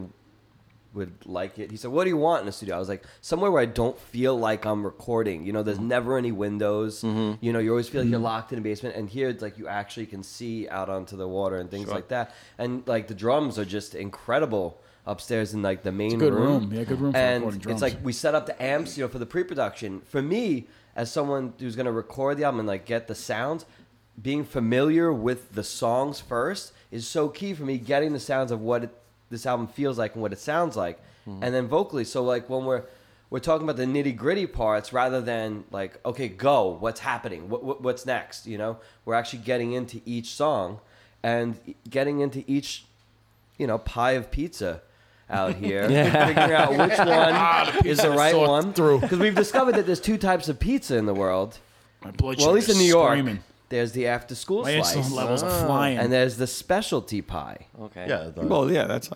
[SPEAKER 6] would like it. He said, "What do you want in a studio?" I was like, "Somewhere where I don't feel like I'm recording. You know, there's
[SPEAKER 4] Mm-hmm.
[SPEAKER 6] never any windows. You know, you always feel like you're locked in a basement. And here, it's like you actually can see out onto the water and things like that. And like the drums are just incredible." Upstairs in like the main
[SPEAKER 4] good
[SPEAKER 6] room,
[SPEAKER 4] room. Yeah, good room for
[SPEAKER 6] and
[SPEAKER 4] recording
[SPEAKER 6] it's
[SPEAKER 4] drums.
[SPEAKER 6] like we set up the amps, you know, for the pre-production. For me, as someone who's gonna record the album and like get the sounds, being familiar with the songs first is so key for me. Getting the sounds of what it, this album feels like and what it sounds like, and then vocally. So like when we're we're talking about the nitty gritty parts rather than like okay, go, what's happening, what, what what's next, you know. We're actually getting into each song and getting into each you know, pie of pizza out here, figuring out which
[SPEAKER 4] Ah,
[SPEAKER 6] one is the right
[SPEAKER 4] sort
[SPEAKER 6] one.
[SPEAKER 4] through.
[SPEAKER 6] Because we've discovered that there's two types of pizza in the world.
[SPEAKER 4] My blood
[SPEAKER 6] Well, at least in
[SPEAKER 4] sugar's
[SPEAKER 6] New York,
[SPEAKER 4] screaming.
[SPEAKER 6] there's the after school
[SPEAKER 4] My
[SPEAKER 6] slice. Ah.
[SPEAKER 4] insulin levels are flying.
[SPEAKER 6] And there's the specialty pie.
[SPEAKER 1] Okay.
[SPEAKER 5] Yeah, the
[SPEAKER 3] Well, yeah, that's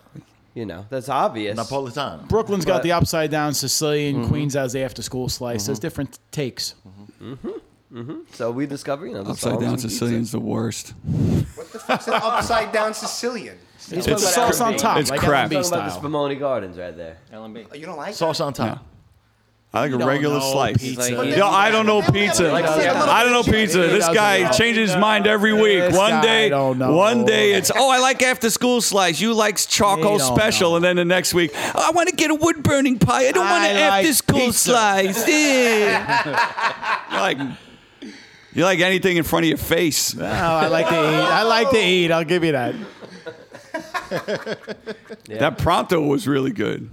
[SPEAKER 6] You know, that's obvious.
[SPEAKER 5] Napolitano.
[SPEAKER 4] Brooklyn's
[SPEAKER 6] But-
[SPEAKER 4] got the upside down Sicilian.
[SPEAKER 3] Mm-hmm.
[SPEAKER 4] Queens has the after school slice. There's different takes.
[SPEAKER 6] So we discover, you know, the
[SPEAKER 3] upside
[SPEAKER 6] songs
[SPEAKER 3] down
[SPEAKER 6] and pizza.
[SPEAKER 3] Sicilian's the worst.
[SPEAKER 2] What the fuck's an upside down Sicilian?
[SPEAKER 4] It's
[SPEAKER 6] talking about
[SPEAKER 4] sauce on
[SPEAKER 6] Airbnb.
[SPEAKER 4] top.
[SPEAKER 3] It's
[SPEAKER 4] like
[SPEAKER 3] crap.
[SPEAKER 4] L&B
[SPEAKER 6] Talking about the
[SPEAKER 4] style.
[SPEAKER 6] Spumoni Gardens right there.
[SPEAKER 1] L&B.
[SPEAKER 2] You don't like
[SPEAKER 5] Sauce on top.
[SPEAKER 3] I like a
[SPEAKER 4] don't
[SPEAKER 3] regular
[SPEAKER 4] know
[SPEAKER 3] slice.
[SPEAKER 4] pizza.
[SPEAKER 1] Like,
[SPEAKER 3] No, I don't know pizza.
[SPEAKER 6] Like,
[SPEAKER 3] I don't know pizza. This
[SPEAKER 4] doesn't
[SPEAKER 3] guy
[SPEAKER 4] know.
[SPEAKER 3] changes his mind every week.
[SPEAKER 4] This
[SPEAKER 3] One
[SPEAKER 4] guy
[SPEAKER 3] day,
[SPEAKER 4] don't know.
[SPEAKER 3] one day it's oh, I like after school slice. You like
[SPEAKER 4] He
[SPEAKER 3] charcoal
[SPEAKER 4] don't
[SPEAKER 3] special,
[SPEAKER 4] know.
[SPEAKER 3] and then the next week, "Oh, I want to get a wood burning pie. I don't want
[SPEAKER 4] I
[SPEAKER 3] an
[SPEAKER 4] like
[SPEAKER 3] after school
[SPEAKER 4] pizza."
[SPEAKER 3] slice. Yeah. you like you like anything in front of your face.
[SPEAKER 4] Oh, I like to eat. I like to eat. I'll give you that.
[SPEAKER 3] That pronto was really good.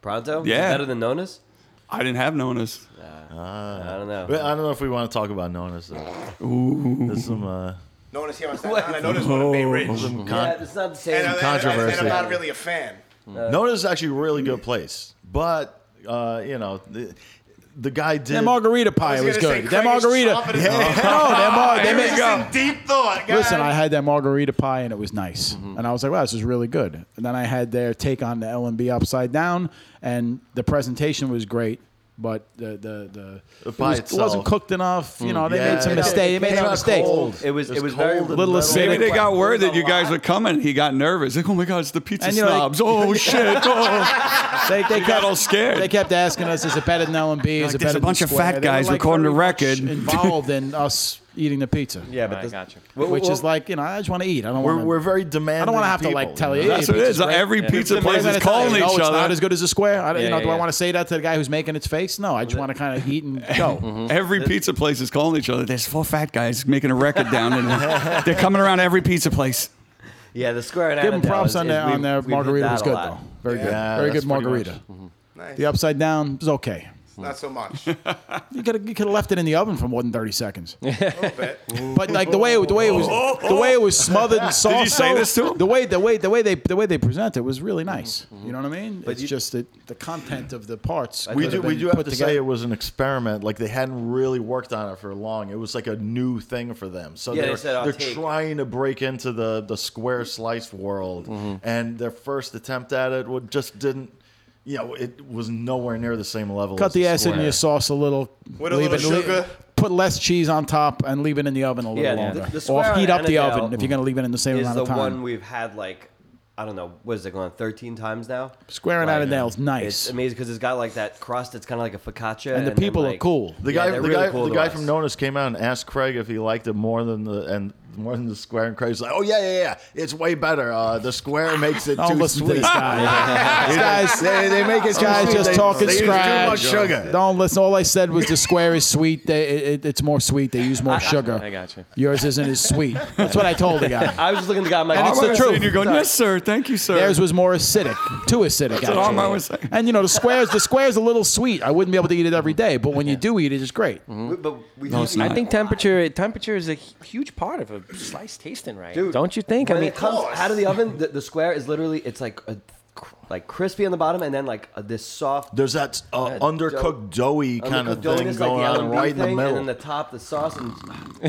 [SPEAKER 6] Pronto? Is it
[SPEAKER 3] Yeah.
[SPEAKER 6] Better than Nona's?
[SPEAKER 3] I didn't have nonas.
[SPEAKER 6] I don't know.
[SPEAKER 5] But I don't know if we want to talk about Nonas. Though. Ooh. There's some uh,
[SPEAKER 2] No one is here on Staten Island. I know there's one in Bay Ridge.
[SPEAKER 5] some con-
[SPEAKER 6] yeah, it's not the same.
[SPEAKER 2] uh, And, I- and, I- and I'm
[SPEAKER 5] controversy.
[SPEAKER 2] not really a fan.
[SPEAKER 5] Nona's is actually a really good place, but uh, you know, the, the guy did.
[SPEAKER 4] That margarita pie
[SPEAKER 2] was
[SPEAKER 4] was,
[SPEAKER 2] gonna say,
[SPEAKER 4] good. That
[SPEAKER 2] Craig is
[SPEAKER 4] margarita.
[SPEAKER 2] chomping his
[SPEAKER 4] Yeah.
[SPEAKER 2] mouth.
[SPEAKER 4] No, that mar- they
[SPEAKER 2] There
[SPEAKER 4] made-
[SPEAKER 2] is some deep thought. Guys.
[SPEAKER 4] Listen, I had that margarita pie and it was nice, and I was like, "Wow, this is really good." And then I had their take on the L and B upside down, and the presentation was great, but the the the, it,
[SPEAKER 5] pie
[SPEAKER 4] was, it wasn't
[SPEAKER 5] itself.
[SPEAKER 4] cooked enough. You know, they
[SPEAKER 5] Yeah,
[SPEAKER 4] made some
[SPEAKER 5] it-
[SPEAKER 4] mistake. They
[SPEAKER 5] it
[SPEAKER 4] made
[SPEAKER 5] came
[SPEAKER 4] some
[SPEAKER 5] out
[SPEAKER 4] mistakes.
[SPEAKER 5] cold.
[SPEAKER 6] It was- it was
[SPEAKER 5] cold
[SPEAKER 6] very
[SPEAKER 5] and
[SPEAKER 4] little
[SPEAKER 5] very
[SPEAKER 4] acidic.
[SPEAKER 3] Maybe they got
[SPEAKER 2] Wait,
[SPEAKER 3] word
[SPEAKER 2] there's
[SPEAKER 3] that
[SPEAKER 2] a
[SPEAKER 3] you guys
[SPEAKER 2] lot?
[SPEAKER 3] were coming. He got nervous. Like, oh my God, it's the pizza
[SPEAKER 4] And you're like-
[SPEAKER 3] snobs. oh shit. Oh.
[SPEAKER 4] They, they
[SPEAKER 3] You got all scared.
[SPEAKER 4] They kept asking us, "Is it better than L and B? Is
[SPEAKER 3] Like,
[SPEAKER 4] it
[SPEAKER 3] there's
[SPEAKER 4] better
[SPEAKER 3] a bunch
[SPEAKER 4] than
[SPEAKER 3] of fat
[SPEAKER 4] Square? They were,
[SPEAKER 3] guys
[SPEAKER 4] like,
[SPEAKER 3] recording
[SPEAKER 4] very
[SPEAKER 3] a
[SPEAKER 4] much
[SPEAKER 3] record.
[SPEAKER 4] involved in us eating the pizza."
[SPEAKER 6] Yeah, but
[SPEAKER 1] I
[SPEAKER 6] this,
[SPEAKER 1] gotcha.
[SPEAKER 6] Well,
[SPEAKER 4] which
[SPEAKER 6] well,
[SPEAKER 4] is like you know, I just want to eat. I don't
[SPEAKER 5] We're,
[SPEAKER 4] want.
[SPEAKER 5] we're very demanding.
[SPEAKER 4] I don't want to have to like
[SPEAKER 5] people,
[SPEAKER 4] tell you.
[SPEAKER 5] know?
[SPEAKER 4] "Hey,
[SPEAKER 3] That's what it
[SPEAKER 4] pizza's
[SPEAKER 3] is.
[SPEAKER 4] great."
[SPEAKER 3] Every pizza
[SPEAKER 4] What am I
[SPEAKER 3] place is
[SPEAKER 4] gonna tell you?
[SPEAKER 3] calling
[SPEAKER 4] no,
[SPEAKER 3] each
[SPEAKER 4] it's not
[SPEAKER 3] other.
[SPEAKER 4] as good as a square. I, you
[SPEAKER 1] Yeah,
[SPEAKER 4] know, do I
[SPEAKER 1] yeah.
[SPEAKER 4] want to say that to the guy who's making its face? No, I just want to kind of eat and go.
[SPEAKER 3] Every pizza place is calling each other. There's four fat guys making a record down, and they're coming around every pizza place.
[SPEAKER 6] yeah, the square. in
[SPEAKER 4] Give them
[SPEAKER 6] Annandale
[SPEAKER 4] props
[SPEAKER 6] is-
[SPEAKER 4] on
[SPEAKER 6] is-
[SPEAKER 4] their
[SPEAKER 6] we-
[SPEAKER 4] on their
[SPEAKER 6] we've hit
[SPEAKER 4] margarita
[SPEAKER 6] that
[SPEAKER 4] was
[SPEAKER 6] a
[SPEAKER 4] good
[SPEAKER 6] lot. Mm-hmm.
[SPEAKER 4] though. Very good.
[SPEAKER 5] Yeah,
[SPEAKER 4] Very
[SPEAKER 5] that's
[SPEAKER 4] good
[SPEAKER 5] pretty
[SPEAKER 4] margarita.
[SPEAKER 2] Nice.
[SPEAKER 4] The upside down is okay.
[SPEAKER 2] Not so much.
[SPEAKER 4] You could you could have left it in the oven for more than thirty seconds.
[SPEAKER 2] but
[SPEAKER 4] But like the way it, the way it was the way it was smothered in sauce.
[SPEAKER 3] you say
[SPEAKER 4] so-
[SPEAKER 3] this to him?
[SPEAKER 4] The way the way the way they the way they present it was really nice. You know what I mean? it's
[SPEAKER 6] you-
[SPEAKER 4] just that the content of the parts.
[SPEAKER 5] We
[SPEAKER 4] could
[SPEAKER 5] do. We
[SPEAKER 4] been
[SPEAKER 5] do have
[SPEAKER 4] put
[SPEAKER 5] to
[SPEAKER 4] together.
[SPEAKER 5] say it was an experiment. Like they hadn't really worked on it for long. It was like a new thing for them. So
[SPEAKER 6] Yeah, they
[SPEAKER 5] they're,
[SPEAKER 6] said, "I'll
[SPEAKER 5] they're
[SPEAKER 6] take."
[SPEAKER 5] trying to break into the the square slice world,
[SPEAKER 4] Mm-hmm.
[SPEAKER 5] and their first attempt at it would just didn't. You know, it was nowhere near the same level.
[SPEAKER 4] Cut
[SPEAKER 5] as
[SPEAKER 4] the acid in
[SPEAKER 5] square.
[SPEAKER 4] your sauce a little.
[SPEAKER 2] With a
[SPEAKER 4] leave
[SPEAKER 2] little
[SPEAKER 4] it-
[SPEAKER 2] sugar.
[SPEAKER 4] Put less cheese on top and leave it in the oven a little
[SPEAKER 6] Yeah, the-
[SPEAKER 4] longer.
[SPEAKER 6] the
[SPEAKER 4] or
[SPEAKER 6] square
[SPEAKER 4] heat up the
[SPEAKER 6] Annandale
[SPEAKER 4] oven if you're going to leave it in the same
[SPEAKER 6] Is
[SPEAKER 4] amount
[SPEAKER 6] the
[SPEAKER 4] of time.
[SPEAKER 6] one we've had like, I don't know, what is it going thirteen times now?
[SPEAKER 4] Square and
[SPEAKER 6] Like,
[SPEAKER 4] Annandale's nice.
[SPEAKER 6] It's amazing because it's got like that crust. It's kind of like a focaccia,
[SPEAKER 4] and the
[SPEAKER 6] then,
[SPEAKER 4] people are
[SPEAKER 6] like-
[SPEAKER 4] cool.
[SPEAKER 5] The
[SPEAKER 6] Yeah,
[SPEAKER 5] guy,
[SPEAKER 6] they're
[SPEAKER 5] the
[SPEAKER 6] really
[SPEAKER 5] guy,
[SPEAKER 6] cool to
[SPEAKER 5] the guy
[SPEAKER 6] us.
[SPEAKER 5] from Notice came out and asked Craig if he liked it more than the and more than the square. And Craig's like, "Oh yeah, yeah, yeah, it's way better. Uh, the square makes it
[SPEAKER 4] Don't
[SPEAKER 5] too
[SPEAKER 4] listen
[SPEAKER 5] sweet.
[SPEAKER 4] to this guy. this guy's,
[SPEAKER 5] they, they make it
[SPEAKER 4] this guy's
[SPEAKER 5] too sweet.
[SPEAKER 4] just
[SPEAKER 5] They-
[SPEAKER 4] talking
[SPEAKER 5] they use
[SPEAKER 4] scratch.
[SPEAKER 5] Too much sugar.
[SPEAKER 4] Don't listen. All I said was the square is sweet. They, it, it- it's more sweet. They use more sugar.
[SPEAKER 1] I got you.
[SPEAKER 4] Yours isn't as sweet. That's what I told the guy.
[SPEAKER 6] I was just looking at the guy. I'm like,
[SPEAKER 4] And it's
[SPEAKER 6] "Oh,
[SPEAKER 4] the
[SPEAKER 6] my
[SPEAKER 4] truth.
[SPEAKER 3] And you're going, yes, sir. Thank you, sir.
[SPEAKER 4] Theirs was more acidic, too acidic.
[SPEAKER 3] what
[SPEAKER 4] actually.
[SPEAKER 3] Armand was saying.
[SPEAKER 4] And you know the squares, the squares a little sweet. I wouldn't be able to eat it every day, but when you do eat it, it's great.
[SPEAKER 6] We- but we
[SPEAKER 3] it's
[SPEAKER 1] I
[SPEAKER 3] not.
[SPEAKER 1] think temperature temperature is a hu- huge part of a slice tasting right,
[SPEAKER 6] Dude,
[SPEAKER 1] don't you think? I
[SPEAKER 6] when
[SPEAKER 1] mean,
[SPEAKER 6] it comes
[SPEAKER 2] course.
[SPEAKER 6] out of the oven, the, the square is literally it's like a, like crispy on the bottom and then like a, this soft
[SPEAKER 5] There's that uh, undercooked doughy kind of
[SPEAKER 6] doughness,
[SPEAKER 5] thing
[SPEAKER 6] like the
[SPEAKER 5] going on
[SPEAKER 6] Allenby
[SPEAKER 5] right in the
[SPEAKER 6] thing,
[SPEAKER 5] middle.
[SPEAKER 6] and then the top, the sauce, and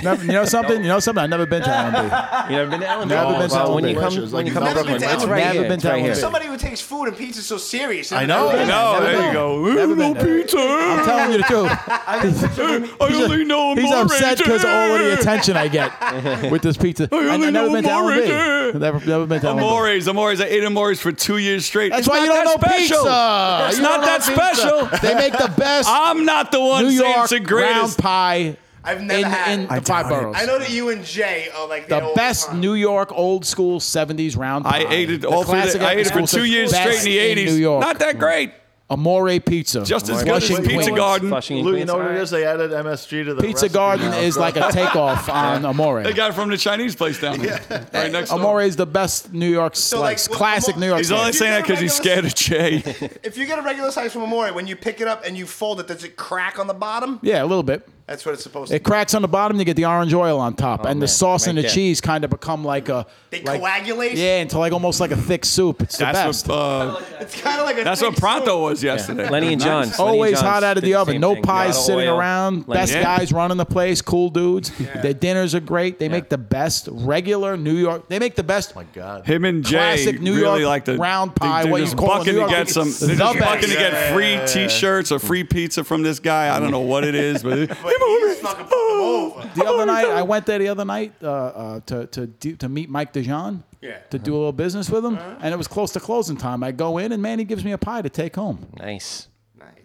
[SPEAKER 4] Never- you know something? You know something? I've never been to Allenby.
[SPEAKER 1] you never been to Allenby?
[SPEAKER 4] Never
[SPEAKER 5] Oh,
[SPEAKER 4] been to
[SPEAKER 5] wow,
[SPEAKER 1] when
[SPEAKER 4] Allenby.
[SPEAKER 1] you come,
[SPEAKER 5] delicious.
[SPEAKER 1] when
[SPEAKER 5] Like
[SPEAKER 1] you
[SPEAKER 5] he's
[SPEAKER 1] come
[SPEAKER 5] never
[SPEAKER 1] up
[SPEAKER 2] been
[SPEAKER 1] with
[SPEAKER 2] to
[SPEAKER 1] it's
[SPEAKER 2] Allenby.
[SPEAKER 1] right
[SPEAKER 4] Never
[SPEAKER 1] here.
[SPEAKER 4] been
[SPEAKER 1] It's
[SPEAKER 4] to
[SPEAKER 1] right here.
[SPEAKER 4] Allenby.
[SPEAKER 2] somebody who takes food and pizza so serious.
[SPEAKER 5] I know.
[SPEAKER 4] Never been.
[SPEAKER 3] No,
[SPEAKER 4] Never
[SPEAKER 3] there
[SPEAKER 4] been.
[SPEAKER 3] you go.
[SPEAKER 4] Never
[SPEAKER 3] Ooh,
[SPEAKER 4] been
[SPEAKER 3] no
[SPEAKER 4] there.
[SPEAKER 3] pizza.
[SPEAKER 4] I'm telling you the truth.
[SPEAKER 3] I only know
[SPEAKER 4] He's
[SPEAKER 3] more
[SPEAKER 4] upset because all of the attention I get with this pizza. I, I
[SPEAKER 3] only
[SPEAKER 4] never
[SPEAKER 3] know
[SPEAKER 4] been to
[SPEAKER 3] Amores, eh?
[SPEAKER 4] Allenby. Never, never been to Allenby.
[SPEAKER 3] Amores, Amores. I ate Amores for two years straight.
[SPEAKER 4] That's
[SPEAKER 3] It's
[SPEAKER 4] why
[SPEAKER 3] not
[SPEAKER 4] you don't know
[SPEAKER 3] that special.
[SPEAKER 4] pizza.
[SPEAKER 3] It's
[SPEAKER 4] You
[SPEAKER 3] not
[SPEAKER 4] don't know
[SPEAKER 3] that
[SPEAKER 4] pizza.
[SPEAKER 3] special.
[SPEAKER 4] They make the best
[SPEAKER 3] I'm not the one
[SPEAKER 4] New
[SPEAKER 3] saying
[SPEAKER 4] York
[SPEAKER 3] it's the
[SPEAKER 4] round
[SPEAKER 3] greatest.
[SPEAKER 4] pie
[SPEAKER 2] I've
[SPEAKER 4] in,
[SPEAKER 2] never had
[SPEAKER 4] in
[SPEAKER 2] it.
[SPEAKER 4] the five boroughs.
[SPEAKER 2] I know that you and Jay are like the,
[SPEAKER 4] the
[SPEAKER 2] old
[SPEAKER 4] best
[SPEAKER 2] time.
[SPEAKER 4] New York old school '70s round pie.
[SPEAKER 3] I ate it
[SPEAKER 4] The
[SPEAKER 3] all through.
[SPEAKER 4] classic
[SPEAKER 3] The, I ate it for
[SPEAKER 4] after-school
[SPEAKER 3] two
[SPEAKER 4] service.
[SPEAKER 3] years straight
[SPEAKER 4] Best
[SPEAKER 3] in the '80s.
[SPEAKER 4] New York,
[SPEAKER 3] Not that great.
[SPEAKER 4] Amore Pizza.
[SPEAKER 3] Just as good as
[SPEAKER 4] Flushing,
[SPEAKER 3] Pizza
[SPEAKER 4] Queens.
[SPEAKER 3] Garden.
[SPEAKER 1] Flushing and
[SPEAKER 5] Lou, you
[SPEAKER 1] Queens,
[SPEAKER 5] know what
[SPEAKER 1] all
[SPEAKER 5] it
[SPEAKER 1] right.
[SPEAKER 5] is? They added MSG to the
[SPEAKER 4] Pizza
[SPEAKER 5] recipe
[SPEAKER 4] Garden
[SPEAKER 5] now.
[SPEAKER 4] is like a takeoff on Amore.
[SPEAKER 3] They got it from the Chinese place down there, right next door.
[SPEAKER 4] Amore is the best New York
[SPEAKER 2] like,
[SPEAKER 4] slice,
[SPEAKER 2] what-
[SPEAKER 4] classic
[SPEAKER 2] Amore-
[SPEAKER 4] New York
[SPEAKER 3] He's
[SPEAKER 4] slice.
[SPEAKER 3] only saying that because he's scared of Jay.
[SPEAKER 2] If you get a regular size from Amore, when you pick it up and you fold it, does it crack on the bottom?
[SPEAKER 4] Yeah, a little bit.
[SPEAKER 2] That's what it's supposed to.
[SPEAKER 4] It cracks on the bottom. You get the orange oil on top, and the
[SPEAKER 1] Oh, man,
[SPEAKER 4] sauce and
[SPEAKER 1] right
[SPEAKER 4] the
[SPEAKER 1] there.
[SPEAKER 4] cheese kind of become like a.
[SPEAKER 2] They
[SPEAKER 4] like,
[SPEAKER 2] coagulate.
[SPEAKER 4] Yeah, into like almost like a thick soup. It's the
[SPEAKER 3] That's
[SPEAKER 4] best.
[SPEAKER 3] what. Uh,
[SPEAKER 2] It's kind of like a.
[SPEAKER 3] that's
[SPEAKER 2] thick
[SPEAKER 3] what Pronto
[SPEAKER 2] soup.
[SPEAKER 3] was yesterday.
[SPEAKER 1] Lenny and John's. Lenny and
[SPEAKER 4] Always
[SPEAKER 1] John's
[SPEAKER 4] hot out of
[SPEAKER 1] did
[SPEAKER 4] the oven.
[SPEAKER 1] same
[SPEAKER 4] No
[SPEAKER 1] thing.
[SPEAKER 4] pies
[SPEAKER 1] A lot of
[SPEAKER 4] sitting
[SPEAKER 1] oil.
[SPEAKER 4] around.
[SPEAKER 1] Lenny-
[SPEAKER 4] Best
[SPEAKER 3] Yeah.
[SPEAKER 4] guys running the place. Cool dudes. Their dinners are great. They make the best regular New York. They make the
[SPEAKER 1] Oh
[SPEAKER 4] best.
[SPEAKER 5] My God.
[SPEAKER 3] Him and Jay
[SPEAKER 4] Classic New
[SPEAKER 3] really
[SPEAKER 4] York
[SPEAKER 3] like the
[SPEAKER 4] round
[SPEAKER 3] they-
[SPEAKER 4] pie,
[SPEAKER 3] They're
[SPEAKER 4] what you
[SPEAKER 3] just
[SPEAKER 4] call it in
[SPEAKER 3] bucking
[SPEAKER 4] New
[SPEAKER 3] to
[SPEAKER 4] York,
[SPEAKER 3] get
[SPEAKER 4] it's
[SPEAKER 3] some.
[SPEAKER 4] the
[SPEAKER 3] They're just
[SPEAKER 4] best.
[SPEAKER 3] bucking to get free T-shirts or free pizza from this guy. I don't know what it is, but
[SPEAKER 2] But he's fucking put them over.
[SPEAKER 4] The other night, I went there the other night uh, uh, to to do, to meet Mike DeJean.
[SPEAKER 2] Yeah.
[SPEAKER 4] To do a little business with him,
[SPEAKER 3] Uh-huh.
[SPEAKER 4] and it was close to closing time. I go in, and man, he gives me a pie to take home.
[SPEAKER 1] Nice.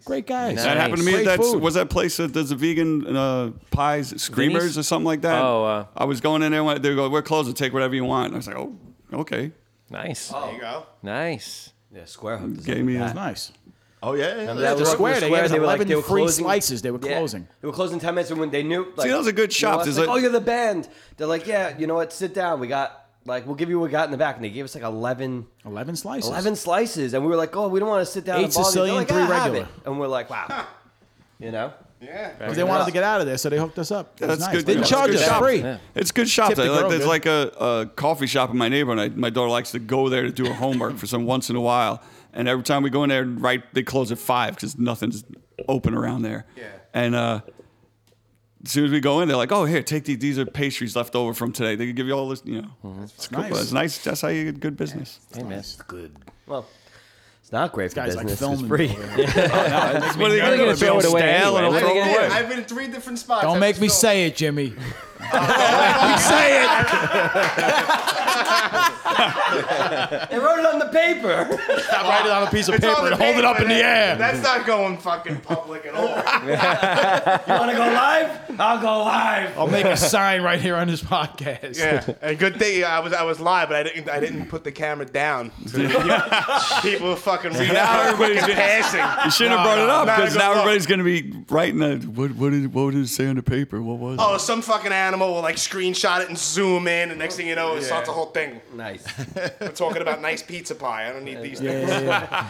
[SPEAKER 4] Great guys.
[SPEAKER 1] That
[SPEAKER 3] that happened to me.
[SPEAKER 4] Great
[SPEAKER 3] at That
[SPEAKER 4] food.
[SPEAKER 3] was that place that does the vegan uh, pies, screamers
[SPEAKER 1] Vinny's?
[SPEAKER 3] or something like that.
[SPEAKER 1] Oh, uh,
[SPEAKER 3] I was going in there. and They go, "We're closed. Take whatever you want." And I was like, "Oh, okay."
[SPEAKER 1] Nice.
[SPEAKER 2] There you go.
[SPEAKER 1] Nice.
[SPEAKER 6] yeah, square hook. is
[SPEAKER 3] Gave me
[SPEAKER 6] like
[SPEAKER 3] his
[SPEAKER 6] that.
[SPEAKER 4] nice.
[SPEAKER 5] Oh yeah, yeah,
[SPEAKER 6] Yeah,
[SPEAKER 5] yeah.
[SPEAKER 6] the
[SPEAKER 4] the square,
[SPEAKER 6] the
[SPEAKER 4] they gave us
[SPEAKER 6] were,
[SPEAKER 4] 11 free slices, they were closing.
[SPEAKER 6] They were closing ten minutes, and when they knew, like,
[SPEAKER 3] that was a good
[SPEAKER 6] you
[SPEAKER 3] shop.
[SPEAKER 6] know, it's
[SPEAKER 3] There's
[SPEAKER 6] like,
[SPEAKER 3] like-
[SPEAKER 6] oh, you're the band. They're like, yeah, you know what? Sit down. We got like, we'll give you what we got in the back, and they gave us like 11,
[SPEAKER 4] Eleven slices.
[SPEAKER 6] 11 slices, and we were like, oh, we don't want to sit down.
[SPEAKER 4] Eight
[SPEAKER 6] and bother you. They're
[SPEAKER 4] Sicilian,
[SPEAKER 6] like,
[SPEAKER 4] three
[SPEAKER 6] "Ah, have
[SPEAKER 4] regular."
[SPEAKER 6] it." and we're like, wow, you know.
[SPEAKER 2] Yeah.
[SPEAKER 4] 'Cause they wanted to get out of there, so they hooked us up. It was
[SPEAKER 3] That's
[SPEAKER 4] nice.
[SPEAKER 3] good.
[SPEAKER 4] They
[SPEAKER 3] Yeah.
[SPEAKER 4] charge
[SPEAKER 3] That's
[SPEAKER 4] us
[SPEAKER 3] good shop.
[SPEAKER 4] free.
[SPEAKER 3] It's good shop.
[SPEAKER 4] Tip the
[SPEAKER 3] There. Like,
[SPEAKER 4] girl,
[SPEAKER 3] there's
[SPEAKER 4] dude.
[SPEAKER 3] like a, a coffee shop in my neighborhood. and I, my daughter likes to go there to do her homework for some once in a while. And every time we go in there, right, they close at five because nothing's open around there. Yeah. And uh, as soon as we go in, they're like, "Oh, here, take these. These are pastries left over from today. They can give you all this. You know, it's cool.
[SPEAKER 4] nice.
[SPEAKER 3] It's nice. That's how you get good business.
[SPEAKER 6] Well, it's not great for
[SPEAKER 4] Guys, like
[SPEAKER 6] business.
[SPEAKER 4] filming.
[SPEAKER 6] it's free.
[SPEAKER 3] What are they
[SPEAKER 1] they're
[SPEAKER 3] going to
[SPEAKER 1] gonna throw it away
[SPEAKER 3] Stale and
[SPEAKER 1] anyway.
[SPEAKER 3] throw it away.
[SPEAKER 2] I've been in three different spots.
[SPEAKER 4] Don't
[SPEAKER 2] I
[SPEAKER 4] make
[SPEAKER 2] just
[SPEAKER 4] me
[SPEAKER 2] don't-
[SPEAKER 4] say it, Jimmy. Don't make me say it.
[SPEAKER 6] they wrote it on the paper.
[SPEAKER 4] Write it on a piece of
[SPEAKER 2] It's
[SPEAKER 4] paper
[SPEAKER 2] on
[SPEAKER 4] and hold it up
[SPEAKER 2] paper,
[SPEAKER 4] in the
[SPEAKER 2] that-
[SPEAKER 4] air.
[SPEAKER 2] That's not going fucking public at all.
[SPEAKER 6] You want to go live? I'll go live.
[SPEAKER 4] I'll make a sign right here on this podcast.
[SPEAKER 2] yeah. And good thing I was I was live, but I didn't I didn't put the camera down. So people were fucking read
[SPEAKER 3] Now
[SPEAKER 2] out
[SPEAKER 3] everybody's
[SPEAKER 2] fucking
[SPEAKER 3] You
[SPEAKER 2] passing.
[SPEAKER 3] shouldn't have brought it up
[SPEAKER 2] no,
[SPEAKER 3] because
[SPEAKER 2] no,
[SPEAKER 3] now
[SPEAKER 2] no.
[SPEAKER 3] everybody's going to be writing a, what what did what did it say on the paper? What was
[SPEAKER 2] Oh, some fucking animal will like screenshot it and zoom in, and next thing you know, it starts the whole thing.
[SPEAKER 6] Nice.
[SPEAKER 2] We're talking about nice pizza pie. I don't need these things.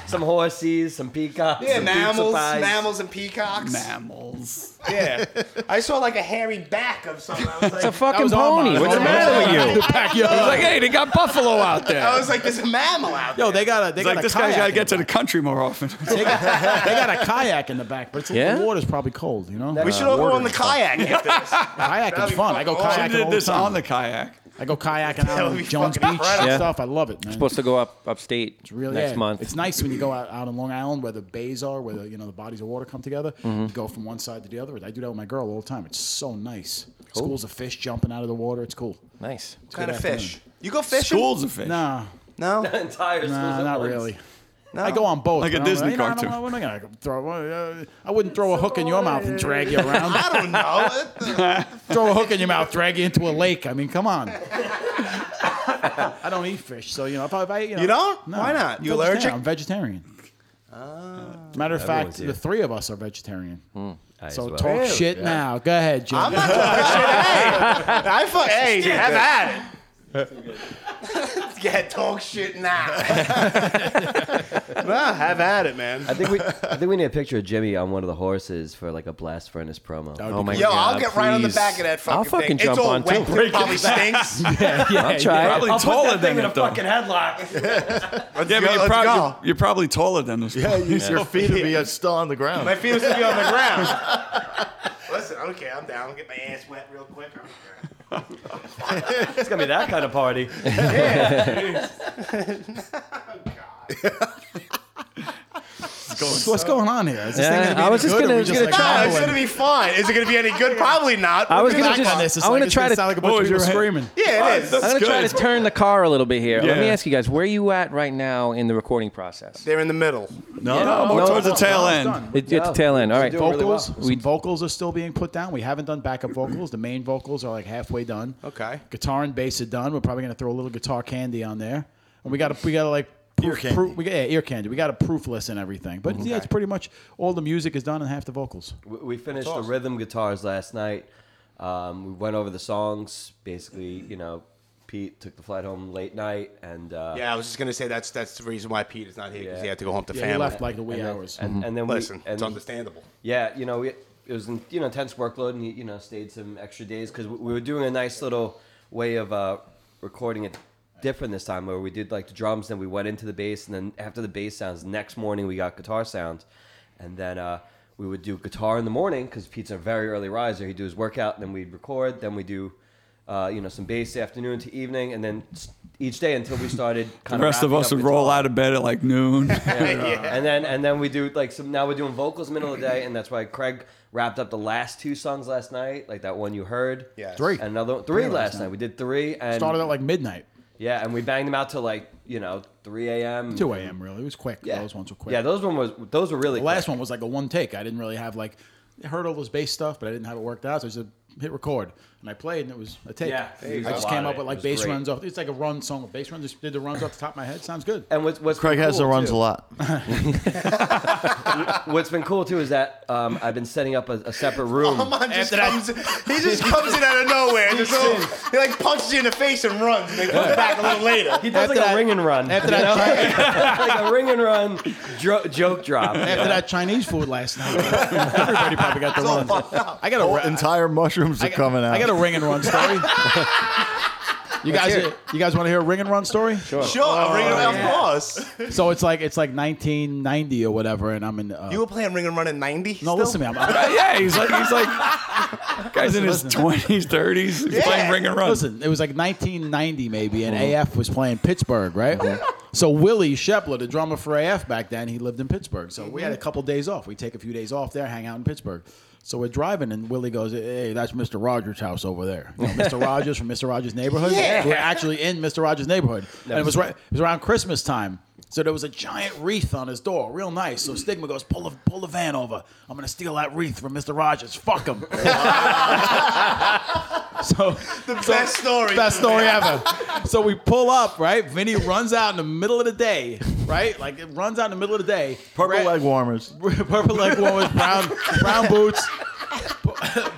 [SPEAKER 6] Some horses, some peacocks.
[SPEAKER 2] Yeah,
[SPEAKER 6] some pizza
[SPEAKER 2] mammals,
[SPEAKER 6] pies.
[SPEAKER 2] mammals, and peacocks.
[SPEAKER 3] it? Mammals.
[SPEAKER 2] Yeah, I saw like a hairy back of something. I was like,
[SPEAKER 1] It's a fucking
[SPEAKER 4] was on mine.
[SPEAKER 1] pony. What's the
[SPEAKER 4] That was
[SPEAKER 1] matter
[SPEAKER 4] on
[SPEAKER 1] with
[SPEAKER 4] mine.
[SPEAKER 1] you?
[SPEAKER 4] The backyard.
[SPEAKER 3] It's like, hey, they got buffalo out there.
[SPEAKER 2] I was like, there's a mammal out there.
[SPEAKER 4] Yo, they got a they
[SPEAKER 3] It's
[SPEAKER 4] got
[SPEAKER 3] like
[SPEAKER 4] a
[SPEAKER 3] this
[SPEAKER 4] kayak
[SPEAKER 3] guy's got to
[SPEAKER 4] in
[SPEAKER 3] get
[SPEAKER 4] the
[SPEAKER 3] to the
[SPEAKER 4] back.
[SPEAKER 3] country more often.
[SPEAKER 4] They got, they got a kayak in the back, but it's,
[SPEAKER 1] Yeah?
[SPEAKER 4] the water's probably cold. You know,
[SPEAKER 2] we should all go on the kayak after this.
[SPEAKER 4] kayak
[SPEAKER 2] That'd
[SPEAKER 4] is
[SPEAKER 2] be
[SPEAKER 4] fun. I go
[SPEAKER 2] fucking awesome.
[SPEAKER 3] I
[SPEAKER 4] kayaking
[SPEAKER 3] did
[SPEAKER 4] all the
[SPEAKER 3] this on
[SPEAKER 4] time.
[SPEAKER 3] the kayak.
[SPEAKER 4] I go kayaking out
[SPEAKER 2] would
[SPEAKER 4] on
[SPEAKER 2] be
[SPEAKER 4] Jones
[SPEAKER 2] fucking
[SPEAKER 4] Beach
[SPEAKER 2] incredible.
[SPEAKER 4] and stuff. I love it, man.
[SPEAKER 1] Supposed to go up upstate
[SPEAKER 4] It's really
[SPEAKER 1] next
[SPEAKER 4] yeah.
[SPEAKER 1] month.
[SPEAKER 4] It's nice when you go out, out on Long Island where the bays are, where the you know the bodies of water come together.
[SPEAKER 3] Mm-hmm.
[SPEAKER 4] You go from one side to the other. I do that with my girl all the time. It's so nice. Schools of fish jumping out of the water. It's cool.
[SPEAKER 1] nice.
[SPEAKER 4] It's
[SPEAKER 2] What kind
[SPEAKER 4] good
[SPEAKER 2] of
[SPEAKER 4] afternoon.
[SPEAKER 2] fish? You go fishing?
[SPEAKER 3] Schools of fish.
[SPEAKER 4] Nah,
[SPEAKER 2] No.
[SPEAKER 6] Entire schools
[SPEAKER 4] nah,
[SPEAKER 6] at
[SPEAKER 4] not
[SPEAKER 6] once.
[SPEAKER 4] really. I go on boats.
[SPEAKER 3] Like a
[SPEAKER 4] but I don't-
[SPEAKER 3] Disney
[SPEAKER 4] you know, I don't-
[SPEAKER 3] cartoon.
[SPEAKER 4] I, wouldn't- I, wouldn't throw- uh, I wouldn't throw a hook in your mouth and drag you around.
[SPEAKER 2] I don't know. What the-
[SPEAKER 4] throw a hook in your mouth, drag you into a lake. I mean, come on. I don't eat fish, so you know if I, if I you know
[SPEAKER 2] You don't? Why not? You
[SPEAKER 4] I'm vegetarian.
[SPEAKER 2] allergic? Ah.
[SPEAKER 4] I'm vegetarian. Matter of fact, the three of us are vegetarian. So
[SPEAKER 6] as well.
[SPEAKER 4] talk shit now. Go ahead, Jim.
[SPEAKER 2] I'm not talking shit. Hey, I fuck. Hey, have at it. yeah, talk shit now. well, have at it, man.
[SPEAKER 6] I think we, I think we need a picture of Jimmy on one of the horses for like a blast furnace promo.
[SPEAKER 1] Oh my
[SPEAKER 2] Yo,
[SPEAKER 1] god.
[SPEAKER 2] I'll get right on the
[SPEAKER 1] please.
[SPEAKER 2] back of that fucking
[SPEAKER 1] I'll fucking
[SPEAKER 2] thing.
[SPEAKER 1] jump
[SPEAKER 2] it's all
[SPEAKER 1] on
[SPEAKER 2] wet.
[SPEAKER 1] too.
[SPEAKER 2] It probably stinks.
[SPEAKER 1] I'll try. it.
[SPEAKER 3] Probably taller than them. though.
[SPEAKER 6] headlock.
[SPEAKER 3] Yeah,
[SPEAKER 2] go,
[SPEAKER 3] but you're,
[SPEAKER 2] let's
[SPEAKER 3] prob-
[SPEAKER 2] go.
[SPEAKER 3] you're, you're probably taller than those.
[SPEAKER 5] Yeah, use your feet to be still on the ground.
[SPEAKER 2] My feet should be on the ground. Listen, I don't care. I'm down. I'll get my ass wet real quick. I don't care.
[SPEAKER 6] it's gonna be that kind of party.
[SPEAKER 4] What's going on here? Is this
[SPEAKER 1] Yeah,
[SPEAKER 4] thing gonna be
[SPEAKER 1] I was
[SPEAKER 4] any
[SPEAKER 1] just
[SPEAKER 4] good, or
[SPEAKER 1] gonna-
[SPEAKER 4] we
[SPEAKER 1] gonna
[SPEAKER 4] like,
[SPEAKER 1] try.
[SPEAKER 2] No,
[SPEAKER 4] rambling?
[SPEAKER 2] it's gonna be fine. Is it gonna be any good? Probably not.
[SPEAKER 1] I was
[SPEAKER 2] We're
[SPEAKER 1] gonna
[SPEAKER 2] not
[SPEAKER 1] just-
[SPEAKER 4] on this. It's
[SPEAKER 1] I'm
[SPEAKER 4] like,
[SPEAKER 1] gonna
[SPEAKER 4] it's
[SPEAKER 1] try
[SPEAKER 4] gonna
[SPEAKER 1] to-
[SPEAKER 4] sound like a
[SPEAKER 3] What
[SPEAKER 4] bunch
[SPEAKER 3] was
[SPEAKER 4] of people
[SPEAKER 3] your-
[SPEAKER 4] screaming.
[SPEAKER 2] Yeah, it is.
[SPEAKER 3] That's
[SPEAKER 1] I'm gonna try
[SPEAKER 3] good.
[SPEAKER 1] to turn the car a little bit here. Let me
[SPEAKER 3] Yeah.
[SPEAKER 1] ask you guys, where are you at right now in the recording process?
[SPEAKER 2] They're in the middle.
[SPEAKER 3] No, Oh, no, more
[SPEAKER 1] No,
[SPEAKER 3] towards
[SPEAKER 1] no,
[SPEAKER 3] the tail
[SPEAKER 4] no, it's
[SPEAKER 3] end.
[SPEAKER 4] done.
[SPEAKER 1] It, At the tail end. All right.
[SPEAKER 6] doing really
[SPEAKER 4] vocals.
[SPEAKER 6] well.
[SPEAKER 4] Some vocals are still being put down. We haven't done backup vocals. The main vocals are like halfway done.
[SPEAKER 2] Okay.
[SPEAKER 4] Guitar and bass are done. We're probably gonna throw a little guitar candy on there, and we gotta we gotta like
[SPEAKER 5] Ear
[SPEAKER 4] proof,
[SPEAKER 5] candy.
[SPEAKER 4] proof- we got yeah, ear candy. We got a proof list and everything. But yeah, it's pretty much all the music is done and half the vocals.
[SPEAKER 6] We, we finished the rhythm guitars last night. Um, we went over the songs. Basically, you know, Pete took the flight home late night, and uh,
[SPEAKER 2] Yeah, I was just gonna say that's that's the reason why Pete is not here because
[SPEAKER 6] Yeah.
[SPEAKER 2] he had to go home to
[SPEAKER 4] Yeah, we
[SPEAKER 2] family.
[SPEAKER 4] left like the wee
[SPEAKER 6] and then,
[SPEAKER 4] hours.
[SPEAKER 6] and, and then we-
[SPEAKER 2] Listen,
[SPEAKER 6] and
[SPEAKER 2] it's understandable.
[SPEAKER 6] Yeah, you know, we, it was an, you know intense workload, and he you know stayed some extra days because we, we were doing a nice little way of uh, recording it different this time, where we did like the drums, then we went into the bass, and then after the bass sounds, next morning we got guitar sounds, and then uh, we would do guitar in the morning because Pete's a very early riser. He'd do his workout, and then we'd record, then we do. Uh, you know, some bass afternoon to evening, and then s- each day until we started.
[SPEAKER 3] The
[SPEAKER 6] Kind
[SPEAKER 3] rest of us would roll out of bed at like noon.
[SPEAKER 6] and then and then we do like some now we're doing vocals middle of the day and that's why craig wrapped up the last two songs last night like that one you heard
[SPEAKER 2] Yes.
[SPEAKER 4] Three.
[SPEAKER 6] and another one- three
[SPEAKER 4] Three last
[SPEAKER 6] last
[SPEAKER 4] night.
[SPEAKER 6] night we did three and
[SPEAKER 4] Started at like midnight,
[SPEAKER 6] yeah and we banged them out to like you know 3 a.m
[SPEAKER 4] two a.m. Really, it was quick.
[SPEAKER 6] yeah
[SPEAKER 4] Those ones were quick.
[SPEAKER 6] yeah those one was those were really
[SPEAKER 4] the last one was like a one take. I didn't really have like I heard all this bass stuff, but I didn't have it worked out. So I just hit record, and I played, and it was a take.
[SPEAKER 6] Yeah.
[SPEAKER 4] I
[SPEAKER 6] I
[SPEAKER 4] just
[SPEAKER 6] love
[SPEAKER 4] came
[SPEAKER 6] it.
[SPEAKER 4] up with
[SPEAKER 6] It was
[SPEAKER 4] like bass
[SPEAKER 6] great.
[SPEAKER 4] runs off. It's like a run song with bass runs. Just did the runs off the top of my head. Sounds good.
[SPEAKER 6] And what's, what's
[SPEAKER 5] Craig
[SPEAKER 6] been
[SPEAKER 5] has the
[SPEAKER 6] cool,
[SPEAKER 5] runs
[SPEAKER 6] too-
[SPEAKER 5] a lot.
[SPEAKER 6] What's been cool too is that um, I've been setting up a, a separate room.
[SPEAKER 2] Amon just comes, he just comes in out of nowhere. Just so, he like punches you in the face and runs. And then comes back a little later.
[SPEAKER 6] He does like a ring and run.
[SPEAKER 4] After that, Chi-
[SPEAKER 6] like a ring and run dro- joke drop.
[SPEAKER 4] after that Chinese food last night, everybody probably got the runs. I got a
[SPEAKER 5] Whole
[SPEAKER 4] ra-
[SPEAKER 5] entire mushrooms are coming out.
[SPEAKER 4] I got a ring and run story. You guys,
[SPEAKER 1] hear it.
[SPEAKER 4] you guys want to hear a ring and run story? Sure.
[SPEAKER 2] Sure, I'll ring around, of course.
[SPEAKER 4] So it's like it's like 1990 or whatever, and I'm in. Uh,
[SPEAKER 2] You were playing Ring and Run in 90?
[SPEAKER 4] no,
[SPEAKER 2] still?
[SPEAKER 4] listen to me. I'm, I'm,
[SPEAKER 3] uh, yeah, he's like he's like guys in his twenties, thirties, playing ring and run.
[SPEAKER 4] Listen, it was like 1990 maybe, and AF was playing Pittsburgh, right? So Willie Shepler, the drummer for AF back then, he lived in Pittsburgh. So we had a couple days off. We take a few days off there, hang out in Pittsburgh. So we're driving, and Willie goes, "Hey, that's Mr. Rogers' house over there. You know, Mr. Rogers from Mr. Rogers' neighborhood.
[SPEAKER 2] Yeah.
[SPEAKER 4] We're actually in Mr. Rogers' neighborhood, and it was right. It was around Christmas time." So there was a giant wreath on his door, real nice. So Stigma goes, pull the, pull the van over. I'm gonna steal that wreath from Mr. Rogers. Fuck him. so
[SPEAKER 2] The best story.
[SPEAKER 4] Best story ever. So we pull up, right? Vinny runs out in the middle of the day, right? Like it runs out in the middle of the day.
[SPEAKER 5] purple
[SPEAKER 4] Red-
[SPEAKER 5] leg warmers.
[SPEAKER 4] purple leg one with brown brown boots. Pu-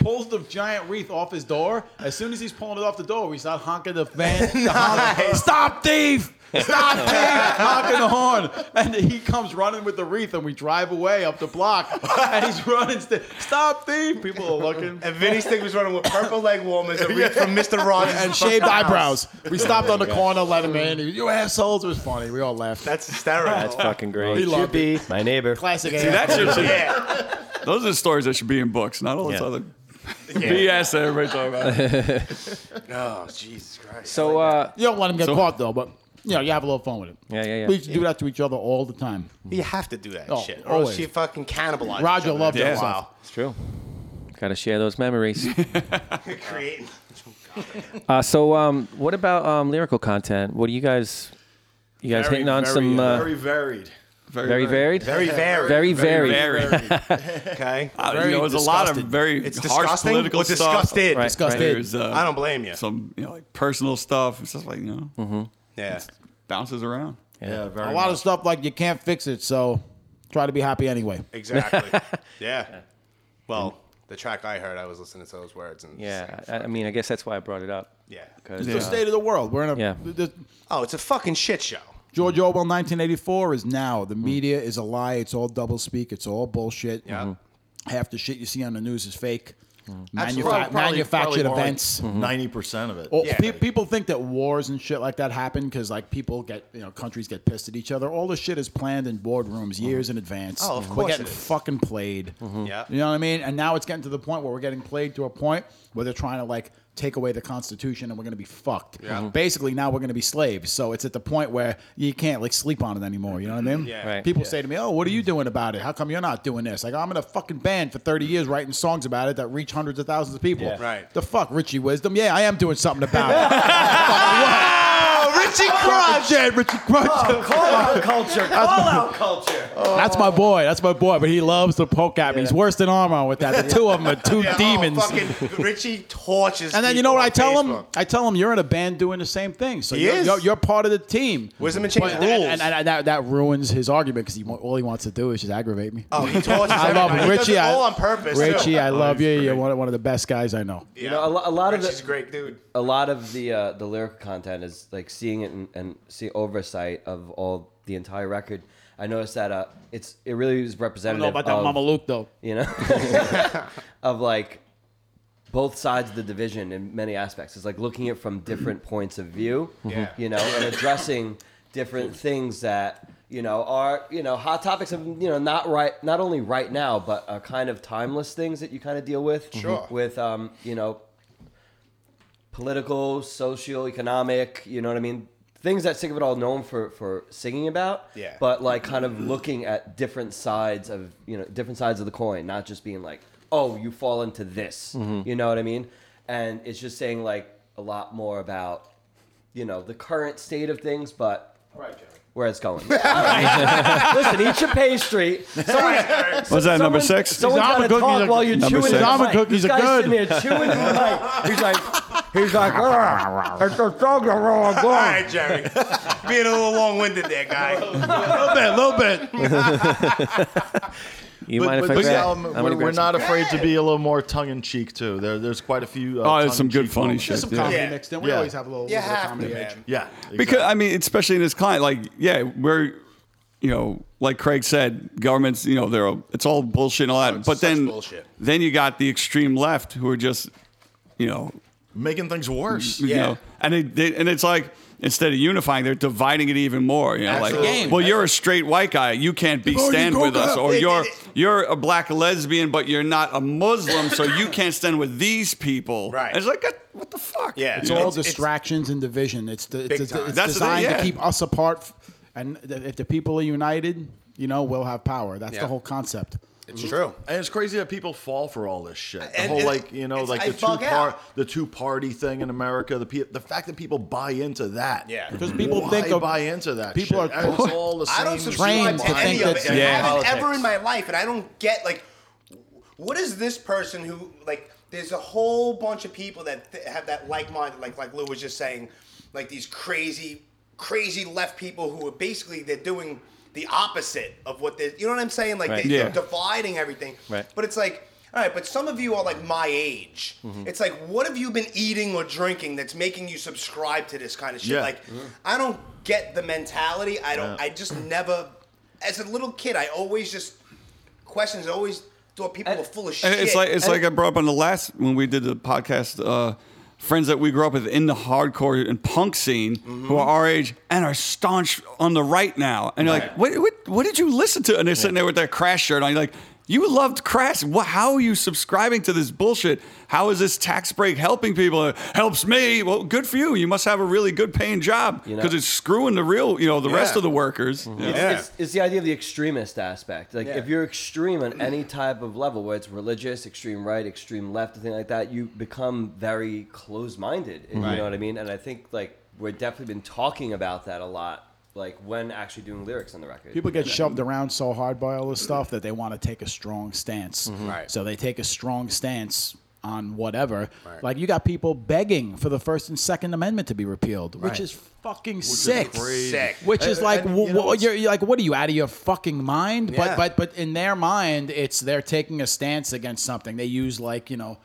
[SPEAKER 4] Pulls the giant wreath off his door. As soon as he's pulling it off the door, we start honking the van. the horn. Stop thief! Stop thief! honking the horn, and he comes running with the wreath, and we drive away up the block. And he's running. St- Stop thief! People are looking.
[SPEAKER 2] And Vinny Stig was running with purple leg warmers and wreath from Mr. Rogers
[SPEAKER 4] and
[SPEAKER 2] fucking
[SPEAKER 4] shaved
[SPEAKER 2] house.
[SPEAKER 4] eyebrows. We stopped on the corner, let him in. He was, you assholes. It was funny. We all laughed.
[SPEAKER 2] That's hysterical. Oh,
[SPEAKER 1] That's fucking great.
[SPEAKER 4] he loved it.
[SPEAKER 6] Chippy, my neighbor.
[SPEAKER 4] Classic AF.
[SPEAKER 3] That shit should-
[SPEAKER 2] yeah.
[SPEAKER 3] those are the stories that should be in books, not all this
[SPEAKER 1] Yeah.
[SPEAKER 3] other BS that everybody's talking about.
[SPEAKER 2] Oh, Jesus Christ.
[SPEAKER 1] So, uh,
[SPEAKER 4] you don't want him to get
[SPEAKER 3] So-
[SPEAKER 4] caught, though, but you know, you have a little fun with it.
[SPEAKER 1] Yeah, yeah, yeah.
[SPEAKER 4] We used to do that to each other all the time.
[SPEAKER 2] You have to do that
[SPEAKER 4] Oh,
[SPEAKER 2] shit. Or else
[SPEAKER 4] always.
[SPEAKER 2] you fucking cannibalize.
[SPEAKER 4] Roger
[SPEAKER 2] each other.
[SPEAKER 4] loved it.
[SPEAKER 3] Yeah.
[SPEAKER 2] Wow.
[SPEAKER 1] it's true. Got to share those memories.
[SPEAKER 2] Creating.
[SPEAKER 1] Uh, so, um, what about um, lyrical content? What do you guys? You guys
[SPEAKER 4] Very,
[SPEAKER 1] hitting on
[SPEAKER 4] very,
[SPEAKER 1] some uh, very,
[SPEAKER 5] Very varied.
[SPEAKER 1] varied,
[SPEAKER 2] Very varied.
[SPEAKER 1] very varied.
[SPEAKER 2] Okay.
[SPEAKER 3] Uh,
[SPEAKER 4] Very
[SPEAKER 3] you know, there's a lot of
[SPEAKER 4] disgusting.
[SPEAKER 3] very
[SPEAKER 2] It's
[SPEAKER 3] harsh
[SPEAKER 2] disgusting.
[SPEAKER 3] political
[SPEAKER 2] or
[SPEAKER 3] stuff.
[SPEAKER 2] disgusted.
[SPEAKER 1] Right.
[SPEAKER 4] Disgusted.
[SPEAKER 3] There's uh,
[SPEAKER 2] I don't blame you.
[SPEAKER 3] some you know like personal stuff. It's just like you know
[SPEAKER 2] yeah.
[SPEAKER 3] bounces around.
[SPEAKER 5] Yeah, very.
[SPEAKER 4] A lot of stuff like you can't fix it, so try to be happy anyway.
[SPEAKER 2] Exactly. yeah. Well, the track I heard, I was listening to those words. And
[SPEAKER 1] Yeah, I, I mean, I guess that's why I brought it up.
[SPEAKER 2] Yeah.
[SPEAKER 1] 'Cause-
[SPEAKER 4] It's the state of the world. We're in a
[SPEAKER 1] Yeah.
[SPEAKER 4] the-
[SPEAKER 2] Oh, it's a fucking shit show.
[SPEAKER 4] George Orwell, 1984 is now. The media is a lie. It's all double speak. It's all bullshit.
[SPEAKER 2] Yeah. Mhm.
[SPEAKER 4] Half the shit you see on the news is fake.
[SPEAKER 5] Absolutely.
[SPEAKER 4] Manufa-
[SPEAKER 5] Probably- probably-
[SPEAKER 4] manufactured
[SPEAKER 5] probably more like
[SPEAKER 4] events.
[SPEAKER 5] 90% of it.
[SPEAKER 4] Well,
[SPEAKER 2] Yeah.
[SPEAKER 4] pe- people think that wars and shit like that happen because like people get you know countries get pissed at each other. All this shit is planned in boardrooms years in advance.
[SPEAKER 2] Mm-hmm.
[SPEAKER 4] Mm-hmm.
[SPEAKER 2] Oh, of
[SPEAKER 4] we're
[SPEAKER 2] course
[SPEAKER 4] getting
[SPEAKER 2] it is.
[SPEAKER 4] fucking played.
[SPEAKER 2] Yeah.
[SPEAKER 4] You know what I mean? And now it's getting to the point where we're getting played to a point where they're trying to like take away the Constitution and we're going to be fucked.
[SPEAKER 2] Yeah. Mhm.
[SPEAKER 4] Basically, now we're going to be slaves. So it's at the point where you can't like sleep on it anymore. You know what I mean?
[SPEAKER 2] Yeah. Right.
[SPEAKER 4] People say to me, "Oh, what are you doing about it? How come you're not doing this?" Like I'm in a fucking band for 30 years writing songs about it that reach hundreds of thousands of people.
[SPEAKER 2] Right.
[SPEAKER 4] The fuck, Richie Wisdom? Yeah, I am doing something about it.
[SPEAKER 2] Oh, Richie
[SPEAKER 4] Fucking
[SPEAKER 2] Crutch. Oh,
[SPEAKER 4] shit, Richie Crutch.
[SPEAKER 6] Call out culture. Call out culture.
[SPEAKER 4] That's my boy. That's my boy. But he loves to poke at me. He's worse than Armand with that. The two of them are two
[SPEAKER 2] Yeah, oh,
[SPEAKER 4] demons.
[SPEAKER 2] fucking Richie torches.
[SPEAKER 4] And then you know what I
[SPEAKER 2] people on
[SPEAKER 4] tell him?
[SPEAKER 2] Facebook.
[SPEAKER 4] I tell him you're in a band doing the same thing. So
[SPEAKER 2] He
[SPEAKER 4] you're,
[SPEAKER 2] is.
[SPEAKER 4] you're, you're part of the team.
[SPEAKER 2] Wisdom and change
[SPEAKER 4] But-
[SPEAKER 2] rules.
[SPEAKER 4] And, and- and that, that ruins his argument because he, wa- all he wants to do is just aggravate me.
[SPEAKER 2] Oh, he torches.
[SPEAKER 4] I love
[SPEAKER 2] everybody.
[SPEAKER 4] him.
[SPEAKER 2] He does
[SPEAKER 4] Richie.
[SPEAKER 2] it
[SPEAKER 4] I-
[SPEAKER 2] all on purpose. too.
[SPEAKER 4] Richie, I love you. You're one, of- one of the best guys I know.
[SPEAKER 2] Yeah.
[SPEAKER 6] You know, a, lo- a lot of
[SPEAKER 2] Richie's
[SPEAKER 6] the
[SPEAKER 2] a great dude.
[SPEAKER 6] a lot of the uh, the lyrical content is like seeing it and, and see oversight of all the entire record. I noticed that uh, it's it really is
[SPEAKER 4] I
[SPEAKER 6] representative
[SPEAKER 4] know about that
[SPEAKER 2] Oh.
[SPEAKER 6] of
[SPEAKER 4] Mama Luke, though.
[SPEAKER 6] you know of like both sides of the division in many aspects. It's like looking at it from different points of view,
[SPEAKER 2] Yeah.
[SPEAKER 6] you know, and addressing different things that you know are you know hot topics of you know not right not only right now but are kind of timeless things that you kind of deal with
[SPEAKER 2] Sure.
[SPEAKER 6] with um you know political, socio economic, you know what I mean? Things that Sick of It All known for for singing about.
[SPEAKER 2] Yeah.
[SPEAKER 6] But like kind of looking at different sides of you know, different sides of the coin, not just being like, Oh, you fall into this. You know what I mean? And it's just saying like a lot more about, you know, the current state of things, but where it's going. All right. Listen, eat your pastry. Someone's-
[SPEAKER 3] Was that number
[SPEAKER 6] someone-
[SPEAKER 3] six?
[SPEAKER 6] Someone's
[SPEAKER 4] These almond
[SPEAKER 6] got to
[SPEAKER 4] cookies
[SPEAKER 6] talk
[SPEAKER 4] are-
[SPEAKER 6] while you're
[SPEAKER 3] Number
[SPEAKER 6] chewing.
[SPEAKER 3] six.
[SPEAKER 6] the
[SPEAKER 4] Almond
[SPEAKER 6] mic.
[SPEAKER 4] cookies
[SPEAKER 6] this
[SPEAKER 4] are
[SPEAKER 6] guy's
[SPEAKER 4] good.
[SPEAKER 6] sitting there chewing the mic. He's like, he's like, "Argh, it's a struggle, roll,
[SPEAKER 2] All
[SPEAKER 6] roll."
[SPEAKER 2] right, Jerry. Being a little long-winded there, guy.
[SPEAKER 5] A little bit, little bit.
[SPEAKER 1] You
[SPEAKER 5] But,
[SPEAKER 1] mind if
[SPEAKER 5] but
[SPEAKER 1] I
[SPEAKER 5] but
[SPEAKER 1] grab?
[SPEAKER 5] yeah, um,
[SPEAKER 1] I'm gonna
[SPEAKER 5] we're,
[SPEAKER 1] grab
[SPEAKER 5] we're
[SPEAKER 1] some.
[SPEAKER 5] not afraid to be a little more tongue in cheek too. There, there's quite a few. Uh,
[SPEAKER 3] Oh, there's some good
[SPEAKER 5] tongue-in-cheek
[SPEAKER 3] funny
[SPEAKER 5] moments.
[SPEAKER 3] shit.
[SPEAKER 4] There's some comedy
[SPEAKER 2] Yeah.
[SPEAKER 4] mixed in. We
[SPEAKER 5] Yeah.
[SPEAKER 4] always have a little,
[SPEAKER 2] You
[SPEAKER 4] little bit of
[SPEAKER 2] have to,
[SPEAKER 4] comedy edge.
[SPEAKER 2] man.
[SPEAKER 5] Yeah, exactly.
[SPEAKER 3] Because I mean, especially in this client, like yeah, we're you know, like Craig said, governments, you know, they're all- it's all bullshit and all that.
[SPEAKER 2] it's
[SPEAKER 3] but
[SPEAKER 2] such
[SPEAKER 3] then
[SPEAKER 2] bullshit.
[SPEAKER 3] then you got the extreme left who are just you know,
[SPEAKER 5] making things worse.
[SPEAKER 3] you
[SPEAKER 2] Yeah.
[SPEAKER 3] know, and they, they and it's like. Instead of unifying, they're dividing it even more. You know,
[SPEAKER 5] Absolutely.
[SPEAKER 3] like, well, you're a straight white guy, you can't be stand with us, or
[SPEAKER 2] They
[SPEAKER 3] you're
[SPEAKER 2] did it.
[SPEAKER 3] you're a black lesbian, but you're not a Muslim, so you can't stand with these people.
[SPEAKER 2] Right.
[SPEAKER 3] And it's like, what the fuck?
[SPEAKER 2] Yeah.
[SPEAKER 3] You
[SPEAKER 4] It's
[SPEAKER 3] know?
[SPEAKER 4] all
[SPEAKER 2] it's-
[SPEAKER 4] distractions and division. It's the,
[SPEAKER 2] Big
[SPEAKER 4] it's, it's,
[SPEAKER 2] time.
[SPEAKER 4] it's
[SPEAKER 3] That's the thing,
[SPEAKER 4] designed
[SPEAKER 3] yeah.
[SPEAKER 4] to keep us apart. And th- if the people are united, you know, we'll have power. That's
[SPEAKER 2] Yeah.
[SPEAKER 4] the whole concept.
[SPEAKER 2] It's true.
[SPEAKER 5] And it's crazy that people fall for all this shit. The
[SPEAKER 2] And
[SPEAKER 5] whole
[SPEAKER 2] it-
[SPEAKER 5] like you know
[SPEAKER 2] it's-
[SPEAKER 5] like
[SPEAKER 2] I
[SPEAKER 5] the two
[SPEAKER 2] bug
[SPEAKER 5] par-
[SPEAKER 2] out.
[SPEAKER 5] the two party thing in America. The pe- the fact that people buy into that.
[SPEAKER 2] Yeah.
[SPEAKER 4] Because people
[SPEAKER 5] Why
[SPEAKER 4] think of
[SPEAKER 5] buy into that.
[SPEAKER 4] people
[SPEAKER 5] shit?
[SPEAKER 4] are-
[SPEAKER 5] And it's all the same.
[SPEAKER 2] I don't
[SPEAKER 4] trained
[SPEAKER 2] subscribe
[SPEAKER 4] to
[SPEAKER 2] to any
[SPEAKER 4] think
[SPEAKER 2] of
[SPEAKER 4] that's-
[SPEAKER 2] it. and I
[SPEAKER 3] Yeah.
[SPEAKER 2] haven't ever
[SPEAKER 6] Politics.
[SPEAKER 2] in my life, and I don't get like, what is this person who like? There's a whole bunch of people that th- have that like mind, like like Lou was just saying, like these crazy, crazy left people who are basically they're doing the opposite of what they. You know what I'm saying? Like
[SPEAKER 1] Right.
[SPEAKER 2] they're
[SPEAKER 3] Yeah.
[SPEAKER 2] dividing everything.
[SPEAKER 1] Right.
[SPEAKER 2] But it's like. All right, but some of you are like my age.
[SPEAKER 3] Mm-hmm.
[SPEAKER 2] It's like, what have you been eating or drinking that's making you subscribe to this kind of shit?
[SPEAKER 5] Yeah.
[SPEAKER 2] Like,
[SPEAKER 3] Mm-hmm.
[SPEAKER 2] I don't get the mentality. I don't. I just never. As a little kid, I always just questions. I always thought people were full of shit.
[SPEAKER 3] And It's like it's like I brought up on the last when we did the podcast. Uh, friends that we grew up with in the hardcore and punk scene who are our age and are staunch on the right now. And you're like, what, what what did you listen to? And they're sitting there with their crash shirt on. You're like, you loved crash. Wha- How are you subscribing to this bullshit? How is this tax break helping people? It helps me. Well, good for you. You must have a really good paying job because
[SPEAKER 6] know-
[SPEAKER 3] it's screwing the real, you know, the rest
[SPEAKER 2] Yeah.
[SPEAKER 3] of the workers.
[SPEAKER 6] It's, it's, it's the idea of the extremist aspect. Like if you're extreme on any type of level, whether it's religious, extreme right, extreme left, and thing like that, you become very closed-minded. and You know what I mean? And I think like we've definitely been talking about that a lot, like when actually doing lyrics on the record.
[SPEAKER 4] People get shoved around so hard by all this stuff that they want to take a strong stance.
[SPEAKER 5] Mm-hmm.
[SPEAKER 2] Right.
[SPEAKER 4] So they take a strong stance on whatever. Like you got people begging for the First and Second Amendment to be repealed, which is fucking sick.
[SPEAKER 5] crazy.
[SPEAKER 2] Sick.
[SPEAKER 4] Which is
[SPEAKER 5] And-
[SPEAKER 4] like,
[SPEAKER 5] and,
[SPEAKER 4] wh-
[SPEAKER 5] you know,
[SPEAKER 4] wh-
[SPEAKER 5] it's-
[SPEAKER 4] you're, you're like, what are you out of your fucking mind?
[SPEAKER 2] Yeah.
[SPEAKER 4] But but but in their mind, it's they're taking a stance against something. They use like you know.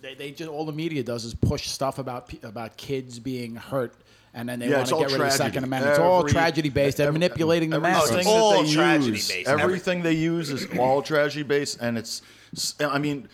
[SPEAKER 4] They, they just all the media does is push stuff about pe- about kids being hurt, and then they
[SPEAKER 5] Yeah,
[SPEAKER 4] want
[SPEAKER 5] it's
[SPEAKER 4] to
[SPEAKER 5] all
[SPEAKER 4] get rid of the
[SPEAKER 5] tragedy.
[SPEAKER 4] Second Amendment. it's all
[SPEAKER 5] Every-
[SPEAKER 4] tragedy based. They're
[SPEAKER 5] every-
[SPEAKER 4] manipulating the
[SPEAKER 5] everything
[SPEAKER 4] masses.
[SPEAKER 5] that
[SPEAKER 2] all
[SPEAKER 5] they
[SPEAKER 2] tragedy
[SPEAKER 5] use-
[SPEAKER 2] based.
[SPEAKER 5] Everything they use is all tragedy based, and it's. I mean,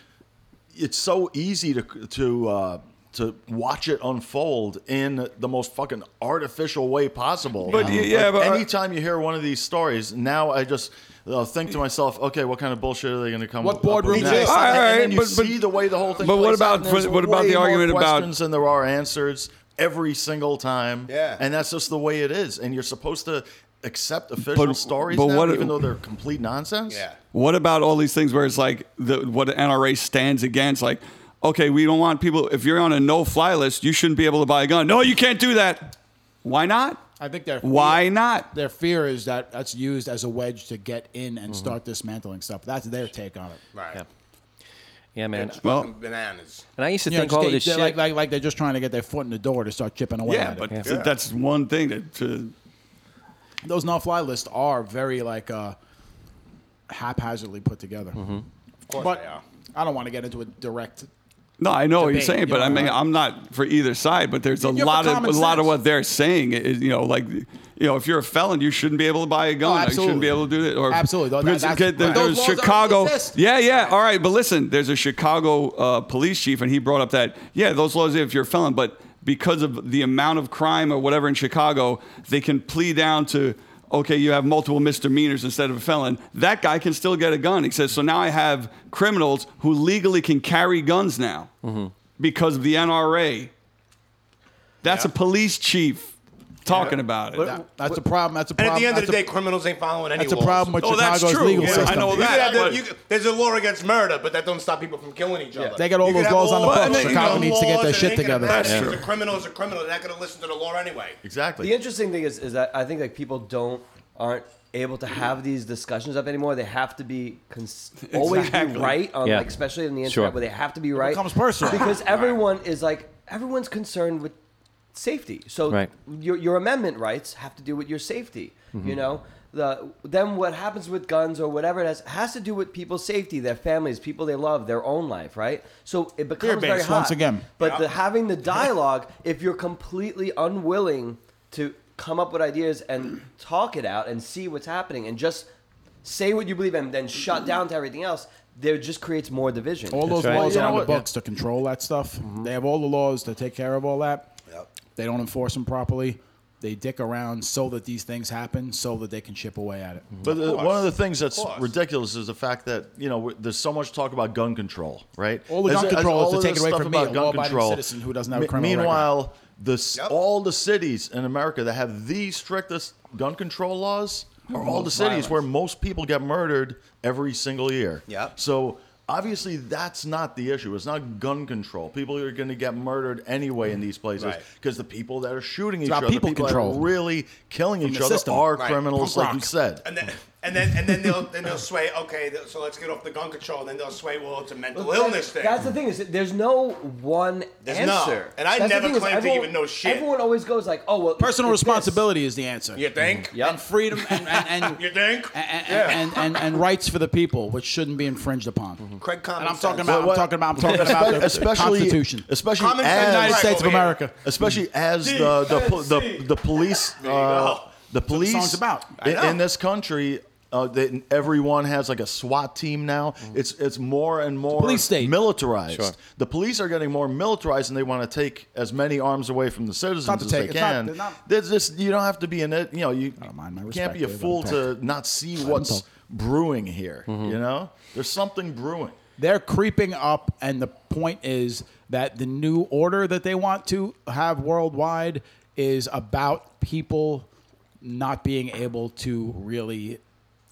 [SPEAKER 5] it's so easy to to uh, to watch it unfold in the most fucking artificial way possible.
[SPEAKER 3] But, yeah, yeah,
[SPEAKER 5] Like,
[SPEAKER 3] but- uh,
[SPEAKER 5] anytime you hear one of these stories, now I just. uh think to myself, okay, what kind of bullshit are they going to come?
[SPEAKER 4] What
[SPEAKER 5] up
[SPEAKER 4] boardroom
[SPEAKER 5] with
[SPEAKER 4] is
[SPEAKER 5] next?
[SPEAKER 4] this?
[SPEAKER 5] And,
[SPEAKER 3] All right,
[SPEAKER 5] and then you
[SPEAKER 3] but- but-
[SPEAKER 5] see the way the whole thing.
[SPEAKER 3] but what
[SPEAKER 5] plays out,
[SPEAKER 3] about-
[SPEAKER 5] and there's
[SPEAKER 3] what about the
[SPEAKER 5] way more
[SPEAKER 3] argument about-
[SPEAKER 5] questions than there are answers every single time?
[SPEAKER 2] Yeah.
[SPEAKER 5] and that's just the way it is. And you're supposed to accept official
[SPEAKER 3] But-
[SPEAKER 5] stories
[SPEAKER 3] but
[SPEAKER 5] now,
[SPEAKER 3] what-
[SPEAKER 5] even though they're complete nonsense.
[SPEAKER 2] Yeah.
[SPEAKER 3] What about all these things where it's like the, what the NRA stands against? Like, okay, we don't want people. If you're on a no-fly list, you shouldn't be able to buy a gun. No, you can't do that. Why not?
[SPEAKER 4] I think they're
[SPEAKER 3] Why not?
[SPEAKER 4] Their fear is that that's used as a wedge to get in and start dismantling stuff. That's their take on it.
[SPEAKER 2] right.
[SPEAKER 1] yeah, man.
[SPEAKER 3] Well-
[SPEAKER 2] Fucking bananas.
[SPEAKER 1] And I used to
[SPEAKER 4] You know,
[SPEAKER 1] think
[SPEAKER 4] just
[SPEAKER 1] all
[SPEAKER 4] get-
[SPEAKER 1] of this
[SPEAKER 4] they're
[SPEAKER 1] shit.
[SPEAKER 4] Like, like, like they're just trying to get their foot in the door to start chipping away.
[SPEAKER 3] Yeah,
[SPEAKER 4] at it.
[SPEAKER 3] but th- that's one thing that to,
[SPEAKER 4] those no-fly lists are very like uh, haphazardly put together. Of
[SPEAKER 2] course
[SPEAKER 4] but
[SPEAKER 2] they are.
[SPEAKER 4] I don't want to get into a direct.
[SPEAKER 3] no, I know what you're
[SPEAKER 4] Debate,
[SPEAKER 3] saying,
[SPEAKER 4] you
[SPEAKER 3] but I
[SPEAKER 4] know,
[SPEAKER 3] mean,
[SPEAKER 4] right?
[SPEAKER 3] I'm not for either side. But there's a
[SPEAKER 4] You're for
[SPEAKER 3] lot of a
[SPEAKER 4] common
[SPEAKER 3] lot of
[SPEAKER 4] sense.
[SPEAKER 3] what they're saying is, you know, like, you know, if you're a felon, you shouldn't be able to buy a gun. you
[SPEAKER 4] absolutely.
[SPEAKER 3] shouldn't be able to do that. Or
[SPEAKER 4] Absolutely. That-
[SPEAKER 3] because
[SPEAKER 4] that's-
[SPEAKER 3] get the-
[SPEAKER 4] right.
[SPEAKER 3] there's
[SPEAKER 4] Those laws already
[SPEAKER 3] Chicago.
[SPEAKER 4] exist.
[SPEAKER 3] Yeah, yeah. All right, but listen, there's a Chicago uh, police chief, and he brought up that yeah, those laws if you're a felon, but because of the amount of crime or whatever in Chicago, they can plea down to okay, you have multiple misdemeanors instead of a felon. That guy can still get a gun. He says so now I have criminals who legally can carry guns now because of the NRA. That's a police chief. talking about it.
[SPEAKER 4] That- that's a problem. That's a
[SPEAKER 2] And
[SPEAKER 4] problem.
[SPEAKER 2] at the end of
[SPEAKER 4] that's
[SPEAKER 2] the day, criminals ain't following
[SPEAKER 4] a,
[SPEAKER 2] any
[SPEAKER 4] that's a
[SPEAKER 2] laws.
[SPEAKER 4] problem with
[SPEAKER 3] Oh, that's
[SPEAKER 4] Chicago's
[SPEAKER 3] true.
[SPEAKER 4] legal
[SPEAKER 3] Yeah, I
[SPEAKER 4] system.
[SPEAKER 3] know
[SPEAKER 2] You
[SPEAKER 3] that.
[SPEAKER 2] could have the-
[SPEAKER 3] but-
[SPEAKER 2] you could- there's a law against murder, but that don't stop people from killing each other.
[SPEAKER 4] They got all
[SPEAKER 2] You
[SPEAKER 4] those
[SPEAKER 2] could have
[SPEAKER 4] laws on the
[SPEAKER 2] laws,
[SPEAKER 4] books.
[SPEAKER 2] but you
[SPEAKER 4] Chicago
[SPEAKER 2] got
[SPEAKER 4] needs to get
[SPEAKER 2] laws
[SPEAKER 4] their
[SPEAKER 2] and
[SPEAKER 4] shit
[SPEAKER 2] they ain't
[SPEAKER 4] together.
[SPEAKER 2] gonna pass
[SPEAKER 4] That's
[SPEAKER 2] it.
[SPEAKER 4] true.
[SPEAKER 2] The criminal's a criminal. They're not going to listen to the law anyway.
[SPEAKER 5] Exactly.
[SPEAKER 6] The interesting thing is, is that I think that people don't aren't able to have these discussions up anymore. They have to be cons- always be
[SPEAKER 3] Exactly.
[SPEAKER 6] right on,
[SPEAKER 1] Yeah.
[SPEAKER 6] like, especially in the internet,
[SPEAKER 1] Sure.
[SPEAKER 6] where they have to be right.
[SPEAKER 4] becomes personal.
[SPEAKER 6] because everyone is like everyone's concerned with safety. So
[SPEAKER 1] Right. Mm-hmm.
[SPEAKER 6] your your amendment rights have to do with your safety. You know. The, then what happens with guns or whatever it has has to do with people's safety, their families, people they love, their own life, right? So it becomes very
[SPEAKER 4] Fear-based,
[SPEAKER 6] hot.
[SPEAKER 4] once again.
[SPEAKER 6] But the, having the dialogue, if you're completely unwilling to come up with ideas and talk it out and see what's happening and just say what you believe and then shut down to everything else, there just creates more division.
[SPEAKER 4] All those
[SPEAKER 1] right.
[SPEAKER 4] laws
[SPEAKER 1] You
[SPEAKER 4] are
[SPEAKER 1] know
[SPEAKER 4] on the
[SPEAKER 1] what?
[SPEAKER 4] books to control that stuff. They have all the laws to take care of all that. They don't enforce them properly. They dick around so that these things happen, so that they can chip away at it.
[SPEAKER 5] But uh, one of the things that's
[SPEAKER 2] course.
[SPEAKER 5] ridiculous is the fact that you know we- there's so much talk about gun control, right?
[SPEAKER 4] All the gun
[SPEAKER 5] As- as
[SPEAKER 4] control is
[SPEAKER 5] all
[SPEAKER 4] to
[SPEAKER 5] of
[SPEAKER 4] take
[SPEAKER 5] this
[SPEAKER 4] it away
[SPEAKER 5] stuff
[SPEAKER 4] from me,
[SPEAKER 5] about
[SPEAKER 4] a
[SPEAKER 5] gun
[SPEAKER 4] law-abiding
[SPEAKER 5] control.
[SPEAKER 4] citizen who doesn't have a
[SPEAKER 5] Me-
[SPEAKER 4] criminal record.
[SPEAKER 5] Meanwhile, the s all the cities in America that have the strictest gun control laws are all the cities
[SPEAKER 6] violence.
[SPEAKER 5] where most people get murdered every single year.
[SPEAKER 2] Yep.
[SPEAKER 5] So. Obviously, that's not the issue. It's not gun control. People are going to get murdered anyway in these places
[SPEAKER 2] Right.
[SPEAKER 5] because the people that are shooting each
[SPEAKER 4] Mm-hmm. about
[SPEAKER 5] other,
[SPEAKER 4] people
[SPEAKER 5] that are
[SPEAKER 4] control.
[SPEAKER 5] really killing each
[SPEAKER 4] the
[SPEAKER 5] other,
[SPEAKER 4] system.
[SPEAKER 5] are
[SPEAKER 2] Right.
[SPEAKER 5] criminals,
[SPEAKER 4] Punk
[SPEAKER 5] like you
[SPEAKER 4] rock.
[SPEAKER 5] said.
[SPEAKER 2] And then, and then, and then they'll then they'll sway. Okay, th- so let's get off the gun control. And then they'll sway. Well, it's a mental
[SPEAKER 6] Well,
[SPEAKER 2] illness
[SPEAKER 6] that-
[SPEAKER 2] thing.
[SPEAKER 6] That's the thing is that there's no one
[SPEAKER 2] There's no-
[SPEAKER 6] answer.
[SPEAKER 2] and I
[SPEAKER 6] That's the
[SPEAKER 2] never
[SPEAKER 6] thing is
[SPEAKER 2] claim to
[SPEAKER 6] everyone-
[SPEAKER 2] even know shit.
[SPEAKER 6] Everyone always goes like, "Oh well, it's-
[SPEAKER 4] Personal
[SPEAKER 6] it's this.
[SPEAKER 4] responsibility is the answer.
[SPEAKER 2] you think?
[SPEAKER 6] Yep.
[SPEAKER 4] And freedom and and, and,
[SPEAKER 2] You think?
[SPEAKER 4] and, and, and, and rights for the people, which shouldn't be infringed upon.
[SPEAKER 2] Craig, common
[SPEAKER 4] And I'm
[SPEAKER 2] sense.
[SPEAKER 4] talking about, I'm talking about, I'm talking about the
[SPEAKER 5] especially,
[SPEAKER 4] Constitution,
[SPEAKER 5] especially
[SPEAKER 2] Common sense
[SPEAKER 5] as,
[SPEAKER 2] is
[SPEAKER 4] United
[SPEAKER 2] right
[SPEAKER 4] States of
[SPEAKER 2] over here.
[SPEAKER 4] America.
[SPEAKER 5] especially as the the pol- the, the police
[SPEAKER 2] you
[SPEAKER 5] uh,
[SPEAKER 2] go.
[SPEAKER 5] the police
[SPEAKER 4] song's about.
[SPEAKER 2] I
[SPEAKER 5] in,
[SPEAKER 2] know.
[SPEAKER 5] in this country uh, that everyone has like a SWAT team now. It's it's more and more
[SPEAKER 4] Mm. police state.
[SPEAKER 5] militarized.
[SPEAKER 1] Sure.
[SPEAKER 5] The police are getting more militarized, and they want to take as many arms away from the citizens
[SPEAKER 4] to
[SPEAKER 5] as
[SPEAKER 4] take.
[SPEAKER 5] they
[SPEAKER 4] It's not-
[SPEAKER 5] can.
[SPEAKER 4] they're not-
[SPEAKER 5] There's just you don't have to be in it. You know, you
[SPEAKER 4] don't mind my
[SPEAKER 5] can't be a
[SPEAKER 4] respect, Dave,
[SPEAKER 5] fool
[SPEAKER 4] I Mm-hmm.
[SPEAKER 5] to
[SPEAKER 4] don't
[SPEAKER 5] not see what's
[SPEAKER 4] talk.
[SPEAKER 5] brewing here. You know, there's something brewing.
[SPEAKER 4] they're creeping up and the point is that the new order that they want to have worldwide is about people not being able to really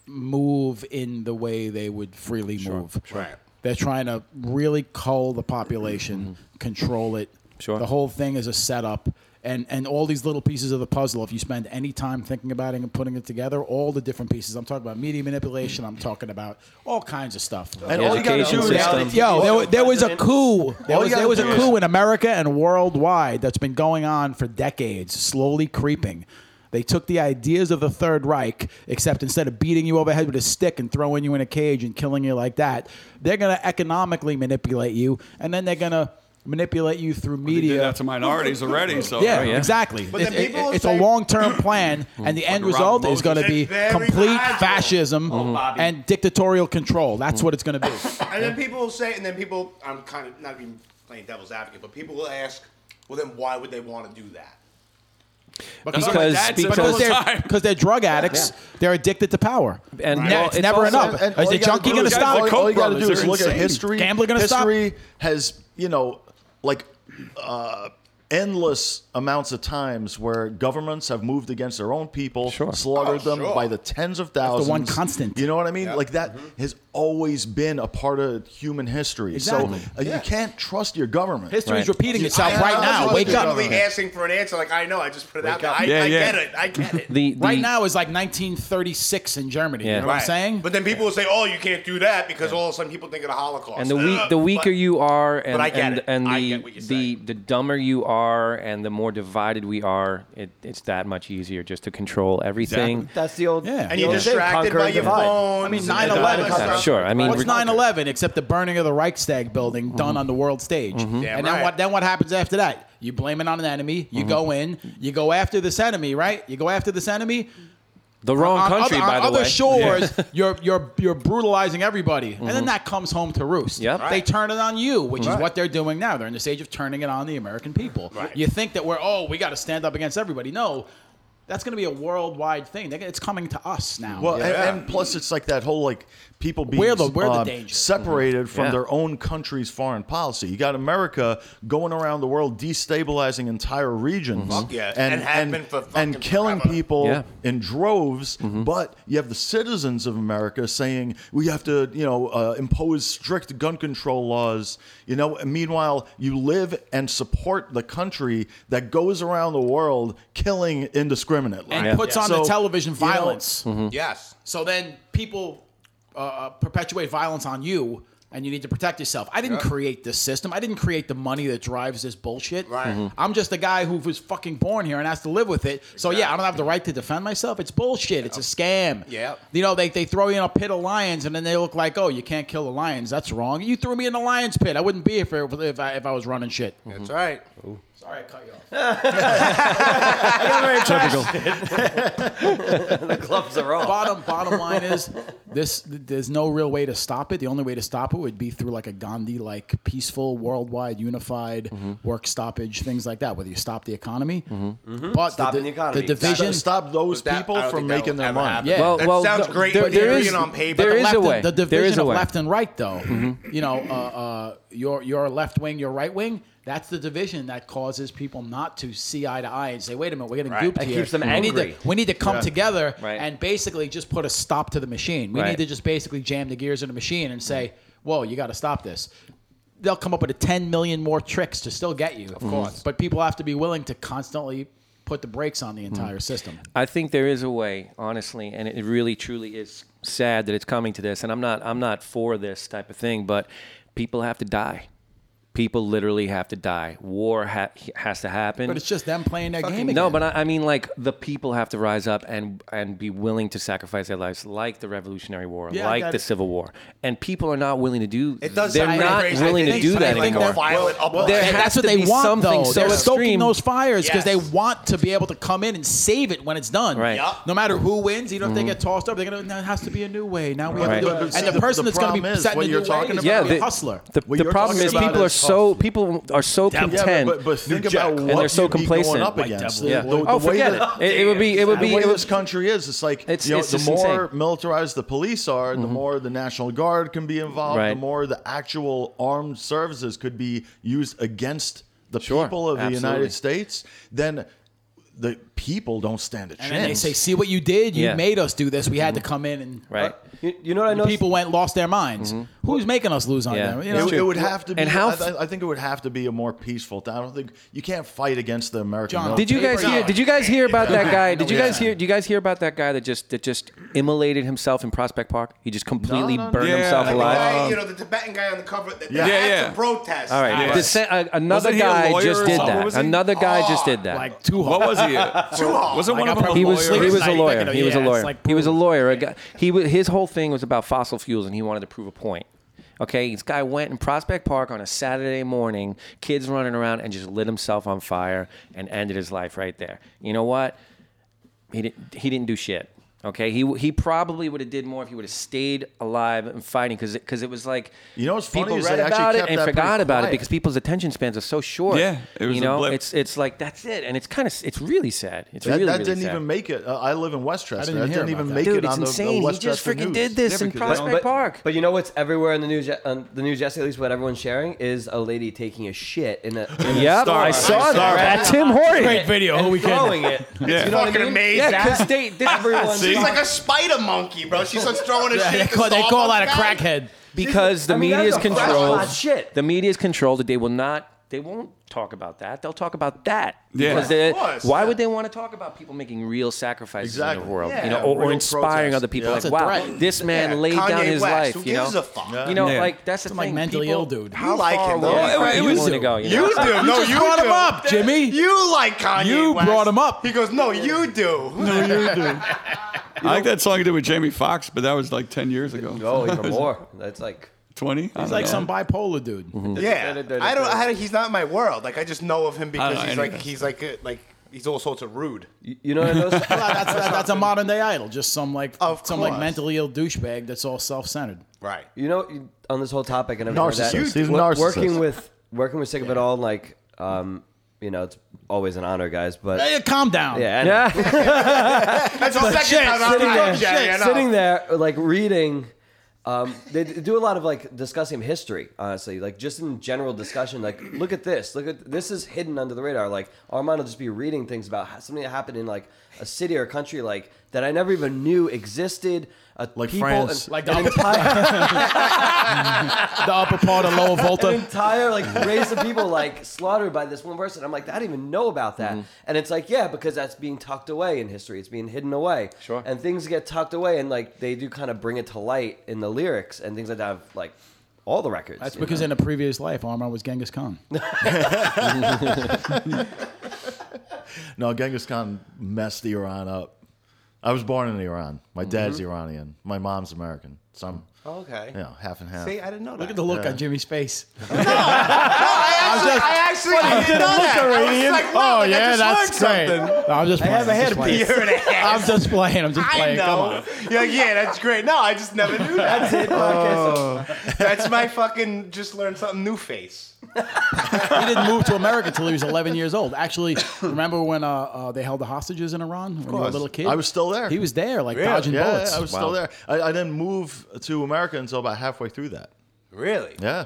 [SPEAKER 4] move in the way they would freely move
[SPEAKER 2] Right.
[SPEAKER 4] they're trying to really cull the population control it
[SPEAKER 1] Mm-hmm. Sure.
[SPEAKER 4] the whole thing is a setup and and all these little pieces of the puzzle if you spend any time thinking about it and putting it together all the different pieces i'm talking about media manipulation i'm talking about all kinds of stuff
[SPEAKER 5] And
[SPEAKER 1] The
[SPEAKER 5] all you gotta
[SPEAKER 1] education
[SPEAKER 5] do is-
[SPEAKER 1] system.
[SPEAKER 4] Yo, there, wa- there was a coup. There
[SPEAKER 5] All
[SPEAKER 4] was,
[SPEAKER 5] you
[SPEAKER 4] there was a
[SPEAKER 5] gotta do
[SPEAKER 4] coup in America and worldwide that's been going on for decades, slowly creeping. They took the ideas of the Third Reich, except instead of beating you over the head with a stick and throwing you in a cage and killing you like that, they're going to economically manipulate you, and then they're going to manipulate you through
[SPEAKER 3] They did
[SPEAKER 4] media.
[SPEAKER 3] that to minorities already. So
[SPEAKER 4] Yeah,
[SPEAKER 1] yeah.
[SPEAKER 4] exactly.
[SPEAKER 2] then
[SPEAKER 4] It- it-
[SPEAKER 2] people
[SPEAKER 4] it's
[SPEAKER 2] say-
[SPEAKER 4] a long-term plan, and the end
[SPEAKER 3] Robert
[SPEAKER 4] result is
[SPEAKER 3] Mm. Moses. Mm-hmm.
[SPEAKER 4] going to be
[SPEAKER 2] It's very
[SPEAKER 4] complete
[SPEAKER 2] fragile.
[SPEAKER 4] fascism
[SPEAKER 6] Bobby.
[SPEAKER 4] and dictatorial control. That's what it's going to be.
[SPEAKER 2] And then people will say, and then people, I'm kind of not even playing devil's advocate, but people will ask, well, then why would they want to do that?
[SPEAKER 1] Because- because
[SPEAKER 4] because
[SPEAKER 1] all
[SPEAKER 4] they're, because they're drug addicts. They're addicted to power.
[SPEAKER 1] And
[SPEAKER 4] Right.
[SPEAKER 1] well,
[SPEAKER 4] it's, never
[SPEAKER 5] also-
[SPEAKER 4] enough.
[SPEAKER 5] and- and
[SPEAKER 4] is
[SPEAKER 5] all
[SPEAKER 4] the
[SPEAKER 5] you gotta
[SPEAKER 4] junkie
[SPEAKER 5] do
[SPEAKER 4] going to
[SPEAKER 5] is-
[SPEAKER 4] stop?
[SPEAKER 5] All, all you got to do
[SPEAKER 3] Brothers
[SPEAKER 5] is
[SPEAKER 3] are
[SPEAKER 5] look at
[SPEAKER 3] insane.
[SPEAKER 5] history.
[SPEAKER 4] Gambler gonna stop?
[SPEAKER 5] History has, you know, like uh, endless amounts of times where governments have moved against their own people, slaughtered
[SPEAKER 2] Oh,
[SPEAKER 5] them
[SPEAKER 2] sure.
[SPEAKER 5] by the tens of thousands.
[SPEAKER 4] one constant.
[SPEAKER 5] You know what I mean? Like that
[SPEAKER 3] Mm-hmm.
[SPEAKER 5] has always been a part of human history.
[SPEAKER 4] Exactly.
[SPEAKER 5] So uh, you can't trust your government.
[SPEAKER 4] History's
[SPEAKER 1] Right.
[SPEAKER 4] repeating itself
[SPEAKER 2] I-
[SPEAKER 4] right
[SPEAKER 2] I'm
[SPEAKER 4] now.
[SPEAKER 2] just
[SPEAKER 4] Wake up.
[SPEAKER 2] legitimately asking for an answer, like, I know, I just put it out there. I,
[SPEAKER 3] Yeah,
[SPEAKER 2] I
[SPEAKER 3] yeah.
[SPEAKER 2] get it. I get it.
[SPEAKER 1] the, the,
[SPEAKER 4] Right now is like 1936 in Germany.
[SPEAKER 1] Yeah.
[SPEAKER 4] You know what I'm
[SPEAKER 2] Right.
[SPEAKER 4] saying?
[SPEAKER 2] But then people will say, oh, you can't do that because all of a sudden people think of the Holocaust.
[SPEAKER 1] and the
[SPEAKER 2] Ugh,
[SPEAKER 1] weak, the weaker
[SPEAKER 2] but-
[SPEAKER 1] you are, and
[SPEAKER 2] but I get
[SPEAKER 1] and,
[SPEAKER 2] it.
[SPEAKER 1] and the
[SPEAKER 2] I get what you're
[SPEAKER 1] the
[SPEAKER 2] saying.
[SPEAKER 1] the dumber you are, and the more divided we are, it, it's that much easier just to control everything.
[SPEAKER 6] That's the old.
[SPEAKER 4] Yeah.
[SPEAKER 2] And
[SPEAKER 6] the
[SPEAKER 2] you're
[SPEAKER 6] old saying,
[SPEAKER 2] distracted
[SPEAKER 6] conquer
[SPEAKER 2] by
[SPEAKER 6] and
[SPEAKER 2] your
[SPEAKER 6] divide.
[SPEAKER 2] phone.
[SPEAKER 4] I mean, 9/11
[SPEAKER 1] Yeah, sure, I mean,
[SPEAKER 4] What's
[SPEAKER 1] we're-
[SPEAKER 4] 9/11 except the burning of the Reichstag building
[SPEAKER 5] Mm-hmm.
[SPEAKER 4] done on the world stage?
[SPEAKER 2] Damn
[SPEAKER 4] and
[SPEAKER 2] right.
[SPEAKER 4] then what? Then what happens after that? You blame it on an enemy. You
[SPEAKER 5] Mm-hmm.
[SPEAKER 4] go in. You go after this enemy, right? You go after this enemy.
[SPEAKER 1] the wrong
[SPEAKER 4] on
[SPEAKER 1] country,
[SPEAKER 4] other,
[SPEAKER 1] by
[SPEAKER 4] on
[SPEAKER 1] the
[SPEAKER 4] other
[SPEAKER 1] way.
[SPEAKER 4] shores, you're you're you're brutalizing everybody, and then that comes home to roost.
[SPEAKER 1] Mm-hmm. Yep.
[SPEAKER 4] They turn it on you, which is what they're doing now. They're in the stage of turning it on the American people. You think that we're oh we got to stand up against everybody? No, that's going to be a worldwide thing. They're gonna- It's coming to us now.
[SPEAKER 5] Well, and, and plus it's like that whole like people being
[SPEAKER 4] We're the- we're the
[SPEAKER 5] um,
[SPEAKER 4] danger.
[SPEAKER 2] Mm-hmm.
[SPEAKER 5] separated from
[SPEAKER 1] Yeah.
[SPEAKER 5] their own country's foreign policy. You got America going around the world destabilizing entire regions
[SPEAKER 2] Mm-hmm. Fuck yeah, and
[SPEAKER 5] and
[SPEAKER 2] have
[SPEAKER 5] and,
[SPEAKER 2] been for fucking
[SPEAKER 5] and killing
[SPEAKER 2] forever.
[SPEAKER 5] people
[SPEAKER 1] Yeah.
[SPEAKER 5] in droves.
[SPEAKER 4] Mm-hmm.
[SPEAKER 5] But you have the citizens of America saying we have to, you know, uh, impose strict gun control laws. You know, and meanwhile you live and support the country that goes around the world killing indiscriminately
[SPEAKER 4] and
[SPEAKER 1] Yeah.
[SPEAKER 4] puts on
[SPEAKER 5] So,
[SPEAKER 4] the television
[SPEAKER 5] you know,
[SPEAKER 4] violence.
[SPEAKER 2] Yes.
[SPEAKER 4] So then people uh, uh, perpetuate violence on you, and you need to protect yourself. I didn't create this system. I didn't create the money that drives this bullshit. Mm-hmm.
[SPEAKER 2] Right. Mhm.
[SPEAKER 4] I'm just a guy who was fucking born here and has to live with it. So yeah, I don't have the right to defend myself. It's bullshit. It's a scam.
[SPEAKER 2] Yeah.
[SPEAKER 4] You know, they, they throw you in a pit of lions, and then they look like, oh, you can't kill the lions. That's wrong. You threw me in the lion's pit. I wouldn't be here if, if, I, if I was running shit.
[SPEAKER 2] That's right.
[SPEAKER 4] Sorry, I cut you off.
[SPEAKER 6] the gloves are off.
[SPEAKER 4] bottom bottom line is this there's no real way to stop it the only way to stop it would be through like a gandhi like peaceful worldwide unified work stoppage things like that whether you stop the economy but
[SPEAKER 6] Stopping
[SPEAKER 4] the,
[SPEAKER 6] the economy.
[SPEAKER 4] the division
[SPEAKER 5] to stop those
[SPEAKER 2] That-
[SPEAKER 5] people
[SPEAKER 2] I don't think
[SPEAKER 5] from
[SPEAKER 2] that
[SPEAKER 5] making
[SPEAKER 2] will
[SPEAKER 5] their
[SPEAKER 2] ever
[SPEAKER 5] money.
[SPEAKER 2] happen.
[SPEAKER 4] Yeah.
[SPEAKER 1] Well,
[SPEAKER 2] That
[SPEAKER 1] well,
[SPEAKER 2] sounds
[SPEAKER 1] th-
[SPEAKER 2] great
[SPEAKER 1] there-
[SPEAKER 2] in theory
[SPEAKER 1] there is
[SPEAKER 2] and on paper.
[SPEAKER 1] There
[SPEAKER 4] the
[SPEAKER 1] is
[SPEAKER 4] left
[SPEAKER 1] a
[SPEAKER 4] and-
[SPEAKER 1] way.
[SPEAKER 4] the
[SPEAKER 1] There is
[SPEAKER 4] division
[SPEAKER 1] a
[SPEAKER 4] of
[SPEAKER 1] way. Mm-hmm.
[SPEAKER 4] left and right though you know uh, uh, your your left wing your right wing that's the division that causes people not to see eye to eye and say, "Wait a minute, we're getting
[SPEAKER 2] Right.
[SPEAKER 4] duped
[SPEAKER 6] That
[SPEAKER 4] here."
[SPEAKER 6] keeps them
[SPEAKER 4] we need to-
[SPEAKER 6] angry.
[SPEAKER 4] we need to come together
[SPEAKER 1] Right.
[SPEAKER 4] and basically just put a stop to the machine. We
[SPEAKER 1] Right.
[SPEAKER 4] need to just basically jam the gears in the machine and say, "Whoa, you got to stop this." They'll come up with a 10 million more tricks to still get you, of
[SPEAKER 1] Mm-hmm.
[SPEAKER 4] course. But people have to be willing to constantly put the brakes on the entire system.
[SPEAKER 1] I think there is a way, honestly, and it really truly is sad that it's coming to this. And I'm not I'm not for this type of thing, but people have to die. People literally have to die. War ha- has to happen.
[SPEAKER 4] But it's just them playing their game again.
[SPEAKER 1] no, but I, I mean, like the people have to rise up and and be willing to sacrifice their lives, like the Revolutionary War,
[SPEAKER 4] Yeah, I
[SPEAKER 1] like
[SPEAKER 4] got
[SPEAKER 1] the
[SPEAKER 4] it.
[SPEAKER 1] Civil War, and people are not willing to do.
[SPEAKER 2] It does
[SPEAKER 1] They're
[SPEAKER 2] sound
[SPEAKER 1] not
[SPEAKER 2] crazy.
[SPEAKER 1] willing
[SPEAKER 2] I
[SPEAKER 1] to
[SPEAKER 2] think
[SPEAKER 1] do that
[SPEAKER 2] something like
[SPEAKER 1] anymore.
[SPEAKER 2] a violent uprising.
[SPEAKER 1] there
[SPEAKER 4] And
[SPEAKER 1] has
[SPEAKER 4] that's what
[SPEAKER 1] to
[SPEAKER 4] they
[SPEAKER 1] be
[SPEAKER 4] want,
[SPEAKER 1] something
[SPEAKER 4] though.
[SPEAKER 1] so
[SPEAKER 4] They're
[SPEAKER 1] extreme.
[SPEAKER 4] stoking those fires because they
[SPEAKER 2] Yes.
[SPEAKER 4] want to be able to come in and save it when it's done.
[SPEAKER 1] Right. Mm-hmm.
[SPEAKER 2] Yup.
[SPEAKER 4] No matter who wins, even if they get tossed up, they're gonna. There has to be a new way. Now we
[SPEAKER 1] Right.
[SPEAKER 4] have to do
[SPEAKER 1] But-
[SPEAKER 4] it.
[SPEAKER 5] but see,
[SPEAKER 4] And the
[SPEAKER 5] the-
[SPEAKER 4] person
[SPEAKER 5] the
[SPEAKER 4] that's gonna be
[SPEAKER 5] problem is
[SPEAKER 4] setting
[SPEAKER 5] what
[SPEAKER 4] the
[SPEAKER 5] you're
[SPEAKER 4] new
[SPEAKER 5] talking
[SPEAKER 4] way is
[SPEAKER 5] about
[SPEAKER 4] gonna be
[SPEAKER 1] the-
[SPEAKER 4] a hustler.
[SPEAKER 1] The,
[SPEAKER 5] What
[SPEAKER 1] the
[SPEAKER 5] you're
[SPEAKER 1] problem
[SPEAKER 5] talking
[SPEAKER 1] is
[SPEAKER 5] about
[SPEAKER 1] people are
[SPEAKER 5] is
[SPEAKER 1] so
[SPEAKER 5] hustle.
[SPEAKER 1] people are so
[SPEAKER 5] Yeah,
[SPEAKER 1] content.
[SPEAKER 5] but- but, but think about what
[SPEAKER 1] And they're so
[SPEAKER 5] you'd be
[SPEAKER 1] complacent.
[SPEAKER 5] going up
[SPEAKER 1] Like
[SPEAKER 5] against.
[SPEAKER 4] devil.
[SPEAKER 1] yeah.
[SPEAKER 5] The,
[SPEAKER 4] Well,
[SPEAKER 5] the
[SPEAKER 1] oh,
[SPEAKER 5] way
[SPEAKER 1] forget
[SPEAKER 5] that-
[SPEAKER 1] it. it. It would be. It would
[SPEAKER 5] the
[SPEAKER 1] be.
[SPEAKER 5] way
[SPEAKER 1] It
[SPEAKER 5] this
[SPEAKER 1] would,
[SPEAKER 5] country is, it's like
[SPEAKER 1] It's-
[SPEAKER 5] you know,
[SPEAKER 1] it's
[SPEAKER 5] the
[SPEAKER 1] just
[SPEAKER 5] more
[SPEAKER 1] insane. Mm-hmm.
[SPEAKER 5] militarized the police are, the more the National Guard can be involved,
[SPEAKER 1] Right.
[SPEAKER 5] the more the actual armed services could be used against the
[SPEAKER 1] Sure,
[SPEAKER 5] people of the
[SPEAKER 1] absolutely.
[SPEAKER 5] United States. Then the people don't stand a chance.
[SPEAKER 4] And then they say, "See what you did? You
[SPEAKER 1] Yeah. Mm-hmm.
[SPEAKER 4] made us do this. We had to come in and."
[SPEAKER 1] right. Mm-hmm.
[SPEAKER 6] You, you know what I
[SPEAKER 4] The
[SPEAKER 6] know?
[SPEAKER 4] people went lost their minds. Who's making us lose on
[SPEAKER 1] Yeah.
[SPEAKER 4] them? You
[SPEAKER 1] It's
[SPEAKER 4] know?
[SPEAKER 5] It, it would have to be.
[SPEAKER 1] And how
[SPEAKER 5] I,
[SPEAKER 1] f-
[SPEAKER 5] I think it would have to be a more peaceful. thing. I don't think you can't fight against the American.
[SPEAKER 4] John,
[SPEAKER 5] military.
[SPEAKER 1] Did you guys
[SPEAKER 4] Paper
[SPEAKER 1] hear?
[SPEAKER 4] dollars.
[SPEAKER 1] Did you guys hear about that guy? Did you guys hear? Do you guys hear about that guy that just that just immolated himself in Prospect Park? He just completely
[SPEAKER 5] No, no, no.
[SPEAKER 1] burned
[SPEAKER 3] Yeah,
[SPEAKER 1] himself
[SPEAKER 3] I think
[SPEAKER 1] alive.
[SPEAKER 2] Guy, you
[SPEAKER 4] um,
[SPEAKER 2] know, the Tibetan guy on the cover. That, yeah,
[SPEAKER 3] Yeah,
[SPEAKER 2] that's a
[SPEAKER 3] yeah.
[SPEAKER 2] protest.
[SPEAKER 1] All right,
[SPEAKER 3] Yeah.
[SPEAKER 1] this- uh, another
[SPEAKER 3] Wasn't he a
[SPEAKER 1] guy
[SPEAKER 3] lawyer
[SPEAKER 1] just
[SPEAKER 3] or
[SPEAKER 1] did
[SPEAKER 3] something?
[SPEAKER 1] that.
[SPEAKER 3] Was he-
[SPEAKER 1] Another guy just
[SPEAKER 5] Oh
[SPEAKER 1] did that.
[SPEAKER 4] like too hard.
[SPEAKER 3] What was he?
[SPEAKER 2] Too hard.
[SPEAKER 3] Wasn't one
[SPEAKER 4] Like, I
[SPEAKER 3] of them a
[SPEAKER 4] probably-
[SPEAKER 1] he was
[SPEAKER 3] lawyer?
[SPEAKER 1] he was a
[SPEAKER 4] Thinking
[SPEAKER 1] lawyer.
[SPEAKER 4] of-
[SPEAKER 1] He was a
[SPEAKER 4] yeah, it's
[SPEAKER 1] lawyer.
[SPEAKER 4] like
[SPEAKER 1] He was a
[SPEAKER 4] brutal.
[SPEAKER 1] lawyer. A guy, he was, his whole thing was about fossil fuels, and he wanted to prove a point. Okay, this guy went in Prospect Park on a Saturday morning, kids running around, and just lit himself on fire and ended his life right there. You know what? He didn't. He didn't do shit. Okay, he he probably would have did more if he would have stayed alive and fighting because because it was like
[SPEAKER 5] You know what's funny
[SPEAKER 1] people
[SPEAKER 5] is
[SPEAKER 1] read
[SPEAKER 5] they actually
[SPEAKER 1] about it
[SPEAKER 5] kept
[SPEAKER 1] and
[SPEAKER 5] that
[SPEAKER 1] forgot
[SPEAKER 5] pretty
[SPEAKER 1] about it
[SPEAKER 5] quiet.
[SPEAKER 1] because people's attention spans are so short.
[SPEAKER 3] Yeah, it was
[SPEAKER 1] you
[SPEAKER 3] a
[SPEAKER 1] know
[SPEAKER 3] blip.
[SPEAKER 1] it's it's like that's it, and it's kind of it's really sad. It's
[SPEAKER 5] That,
[SPEAKER 1] really
[SPEAKER 5] that
[SPEAKER 1] really
[SPEAKER 5] didn't
[SPEAKER 1] sad.
[SPEAKER 5] even make it. Uh, I live in Westchester.
[SPEAKER 4] didn't
[SPEAKER 5] that
[SPEAKER 4] hear
[SPEAKER 5] didn't
[SPEAKER 4] about
[SPEAKER 5] even
[SPEAKER 4] that.
[SPEAKER 5] make
[SPEAKER 1] Dude,
[SPEAKER 5] it
[SPEAKER 1] it's
[SPEAKER 5] on the,
[SPEAKER 1] insane.
[SPEAKER 5] the
[SPEAKER 1] he just
[SPEAKER 5] Westchester
[SPEAKER 1] freaking
[SPEAKER 5] news.
[SPEAKER 1] did this
[SPEAKER 3] Yeah,
[SPEAKER 1] in
[SPEAKER 3] because they don't-
[SPEAKER 1] Prospect
[SPEAKER 3] But-
[SPEAKER 1] Park.
[SPEAKER 6] But you know what's everywhere in the news? On the news yesterday, at least what everyone's sharing is a lady taking a shit in a. In a
[SPEAKER 1] yep,
[SPEAKER 3] Star.
[SPEAKER 1] I saw
[SPEAKER 3] Star.
[SPEAKER 1] that. At Tim Horton.
[SPEAKER 4] video.
[SPEAKER 6] and
[SPEAKER 4] Who Oh, we kidding?
[SPEAKER 6] throwing it.
[SPEAKER 3] Yeah.
[SPEAKER 6] You know what I
[SPEAKER 2] Fucking
[SPEAKER 6] mean?
[SPEAKER 2] amazing.
[SPEAKER 1] Yeah, because they, they
[SPEAKER 6] Everyone.
[SPEAKER 3] See?
[SPEAKER 2] She's like a spider monkey, bro. She starts throwing her shit.
[SPEAKER 4] They
[SPEAKER 2] at the
[SPEAKER 4] call, they call that a
[SPEAKER 2] Starbucks guy.
[SPEAKER 4] crackhead.
[SPEAKER 1] because the
[SPEAKER 6] I mean, that's
[SPEAKER 1] media is
[SPEAKER 6] a fresh
[SPEAKER 1] controlled.
[SPEAKER 6] hot shit.
[SPEAKER 1] The media is controlled. that They will not. They won't talk about that. They'll talk about that.
[SPEAKER 3] Yeah.
[SPEAKER 1] Because
[SPEAKER 2] Of course,
[SPEAKER 1] why
[SPEAKER 2] yeah.
[SPEAKER 1] would they want to talk about people making real sacrifices in
[SPEAKER 5] Exactly.
[SPEAKER 1] the world? you
[SPEAKER 5] Yeah,
[SPEAKER 1] know, or, or
[SPEAKER 5] real
[SPEAKER 1] inspiring
[SPEAKER 5] protest.
[SPEAKER 1] other people.
[SPEAKER 5] Yeah.
[SPEAKER 1] Like,
[SPEAKER 4] It's a
[SPEAKER 1] wow,
[SPEAKER 4] threat.
[SPEAKER 1] this man
[SPEAKER 2] Yeah,
[SPEAKER 1] laid
[SPEAKER 2] Kanye
[SPEAKER 1] down his
[SPEAKER 2] West,
[SPEAKER 1] life.
[SPEAKER 2] who
[SPEAKER 1] you know,
[SPEAKER 2] gives a fuck?
[SPEAKER 1] you know,
[SPEAKER 3] Yeah.
[SPEAKER 1] like that's the
[SPEAKER 4] like
[SPEAKER 1] thing.
[SPEAKER 4] mentally
[SPEAKER 1] people,
[SPEAKER 4] ill dude.
[SPEAKER 1] How
[SPEAKER 2] I like
[SPEAKER 1] far
[SPEAKER 2] him,
[SPEAKER 1] away
[SPEAKER 2] though.
[SPEAKER 1] are
[SPEAKER 3] It
[SPEAKER 1] you
[SPEAKER 3] was-
[SPEAKER 1] willing to go? You know?
[SPEAKER 2] You do. no,
[SPEAKER 4] just
[SPEAKER 2] you
[SPEAKER 4] brought
[SPEAKER 2] do.
[SPEAKER 4] him up, Jimmy.
[SPEAKER 2] You like Kanye
[SPEAKER 4] You
[SPEAKER 2] West.
[SPEAKER 4] brought him up.
[SPEAKER 2] He goes, no, you do.
[SPEAKER 3] I like that song he did with Jamie Foxx, but that was like 10 years ago.
[SPEAKER 6] Oh, even more. That's like.
[SPEAKER 3] 20?
[SPEAKER 4] He's like some bipolar dude.
[SPEAKER 1] Mm-hmm.
[SPEAKER 2] yeah, I don't. I, he's not in my world. Like I just know of him
[SPEAKER 3] I
[SPEAKER 2] because
[SPEAKER 3] don't know
[SPEAKER 2] he's like
[SPEAKER 3] anything.
[SPEAKER 2] he's like uh, like he's all sorts of rude.
[SPEAKER 6] You you know what I know?
[SPEAKER 4] Well, that's, that- that's a modern day idol. Just some like
[SPEAKER 2] Of
[SPEAKER 4] some like
[SPEAKER 2] course.
[SPEAKER 4] mentally ill douchebag that's all self centered.
[SPEAKER 2] Right.
[SPEAKER 6] You know, you- on this whole topic and everything like that,
[SPEAKER 5] Narcissist. He's a
[SPEAKER 6] wo-
[SPEAKER 5] narcissist.
[SPEAKER 6] working with working with Sick of It All, like, um, you know, it's always an honor, guys. But
[SPEAKER 4] Hey, calm down.
[SPEAKER 6] yeah, and
[SPEAKER 1] Yeah.
[SPEAKER 2] That's the second
[SPEAKER 4] shit,
[SPEAKER 2] time
[SPEAKER 4] sitting
[SPEAKER 2] I'm
[SPEAKER 4] there,
[SPEAKER 2] not Jerry. I know.
[SPEAKER 6] sitting there like reading Um, they d- do a lot of like discussing history, honestly, like just in general discussion. Like, look at this. Look at this is hidden under the radar. Like Armand will just be reading things about ho- something that happened in like a city or a country like that I never even knew existed. A
[SPEAKER 5] Like
[SPEAKER 6] people
[SPEAKER 5] France.
[SPEAKER 6] and- an entire,
[SPEAKER 4] the upper part of Lower
[SPEAKER 6] an
[SPEAKER 4] Volta.
[SPEAKER 6] entire like race of people like slaughtered by this one person. I'm like, I didn't even know about that. And it's like, yeah, because that's being tucked away in history. It's being hidden away.
[SPEAKER 1] Sure.
[SPEAKER 6] And things get tucked away, and like they do kind of bring it to light in the lyrics and things like that. Of, like all the records.
[SPEAKER 4] That's
[SPEAKER 6] you know?
[SPEAKER 4] because in a previous life, Armand was Genghis Khan.
[SPEAKER 5] No, Genghis Khan messed Iran up. I was born in Iran. My dad's Iranian. My mom's American. So I'm,
[SPEAKER 2] Mm-hmm. Okay.
[SPEAKER 5] you know, half and half.
[SPEAKER 2] See, I didn't know
[SPEAKER 4] Look at
[SPEAKER 2] that.
[SPEAKER 4] the look on Jimmy's face.
[SPEAKER 2] I actually I didn't know that. I was like, wow,
[SPEAKER 4] oh
[SPEAKER 2] like, I
[SPEAKER 4] yeah,
[SPEAKER 2] just
[SPEAKER 4] that's
[SPEAKER 2] learned
[SPEAKER 4] great.
[SPEAKER 2] something.
[SPEAKER 4] No, I'm just. I
[SPEAKER 6] have a head
[SPEAKER 4] playing.
[SPEAKER 2] You're an ass.
[SPEAKER 4] I'm just playing. I'm just
[SPEAKER 2] I
[SPEAKER 4] playing. Come on.
[SPEAKER 2] know. You're like, yeah, that's great. No, I just never knew that.
[SPEAKER 6] That's it, podcast.
[SPEAKER 2] that's my fucking just learned something new face.
[SPEAKER 4] he didn't move to America until he was 11 years old. Actually, remember when uh, uh, they held the hostages in Iran when you were a
[SPEAKER 5] course.
[SPEAKER 4] little kid?
[SPEAKER 5] I was still there.
[SPEAKER 4] He was there, like
[SPEAKER 2] Really?
[SPEAKER 4] dodging
[SPEAKER 5] yeah,
[SPEAKER 4] bullets.
[SPEAKER 5] I was still there. I, I didn't move to America until about halfway through that.
[SPEAKER 2] Really?
[SPEAKER 5] Yeah.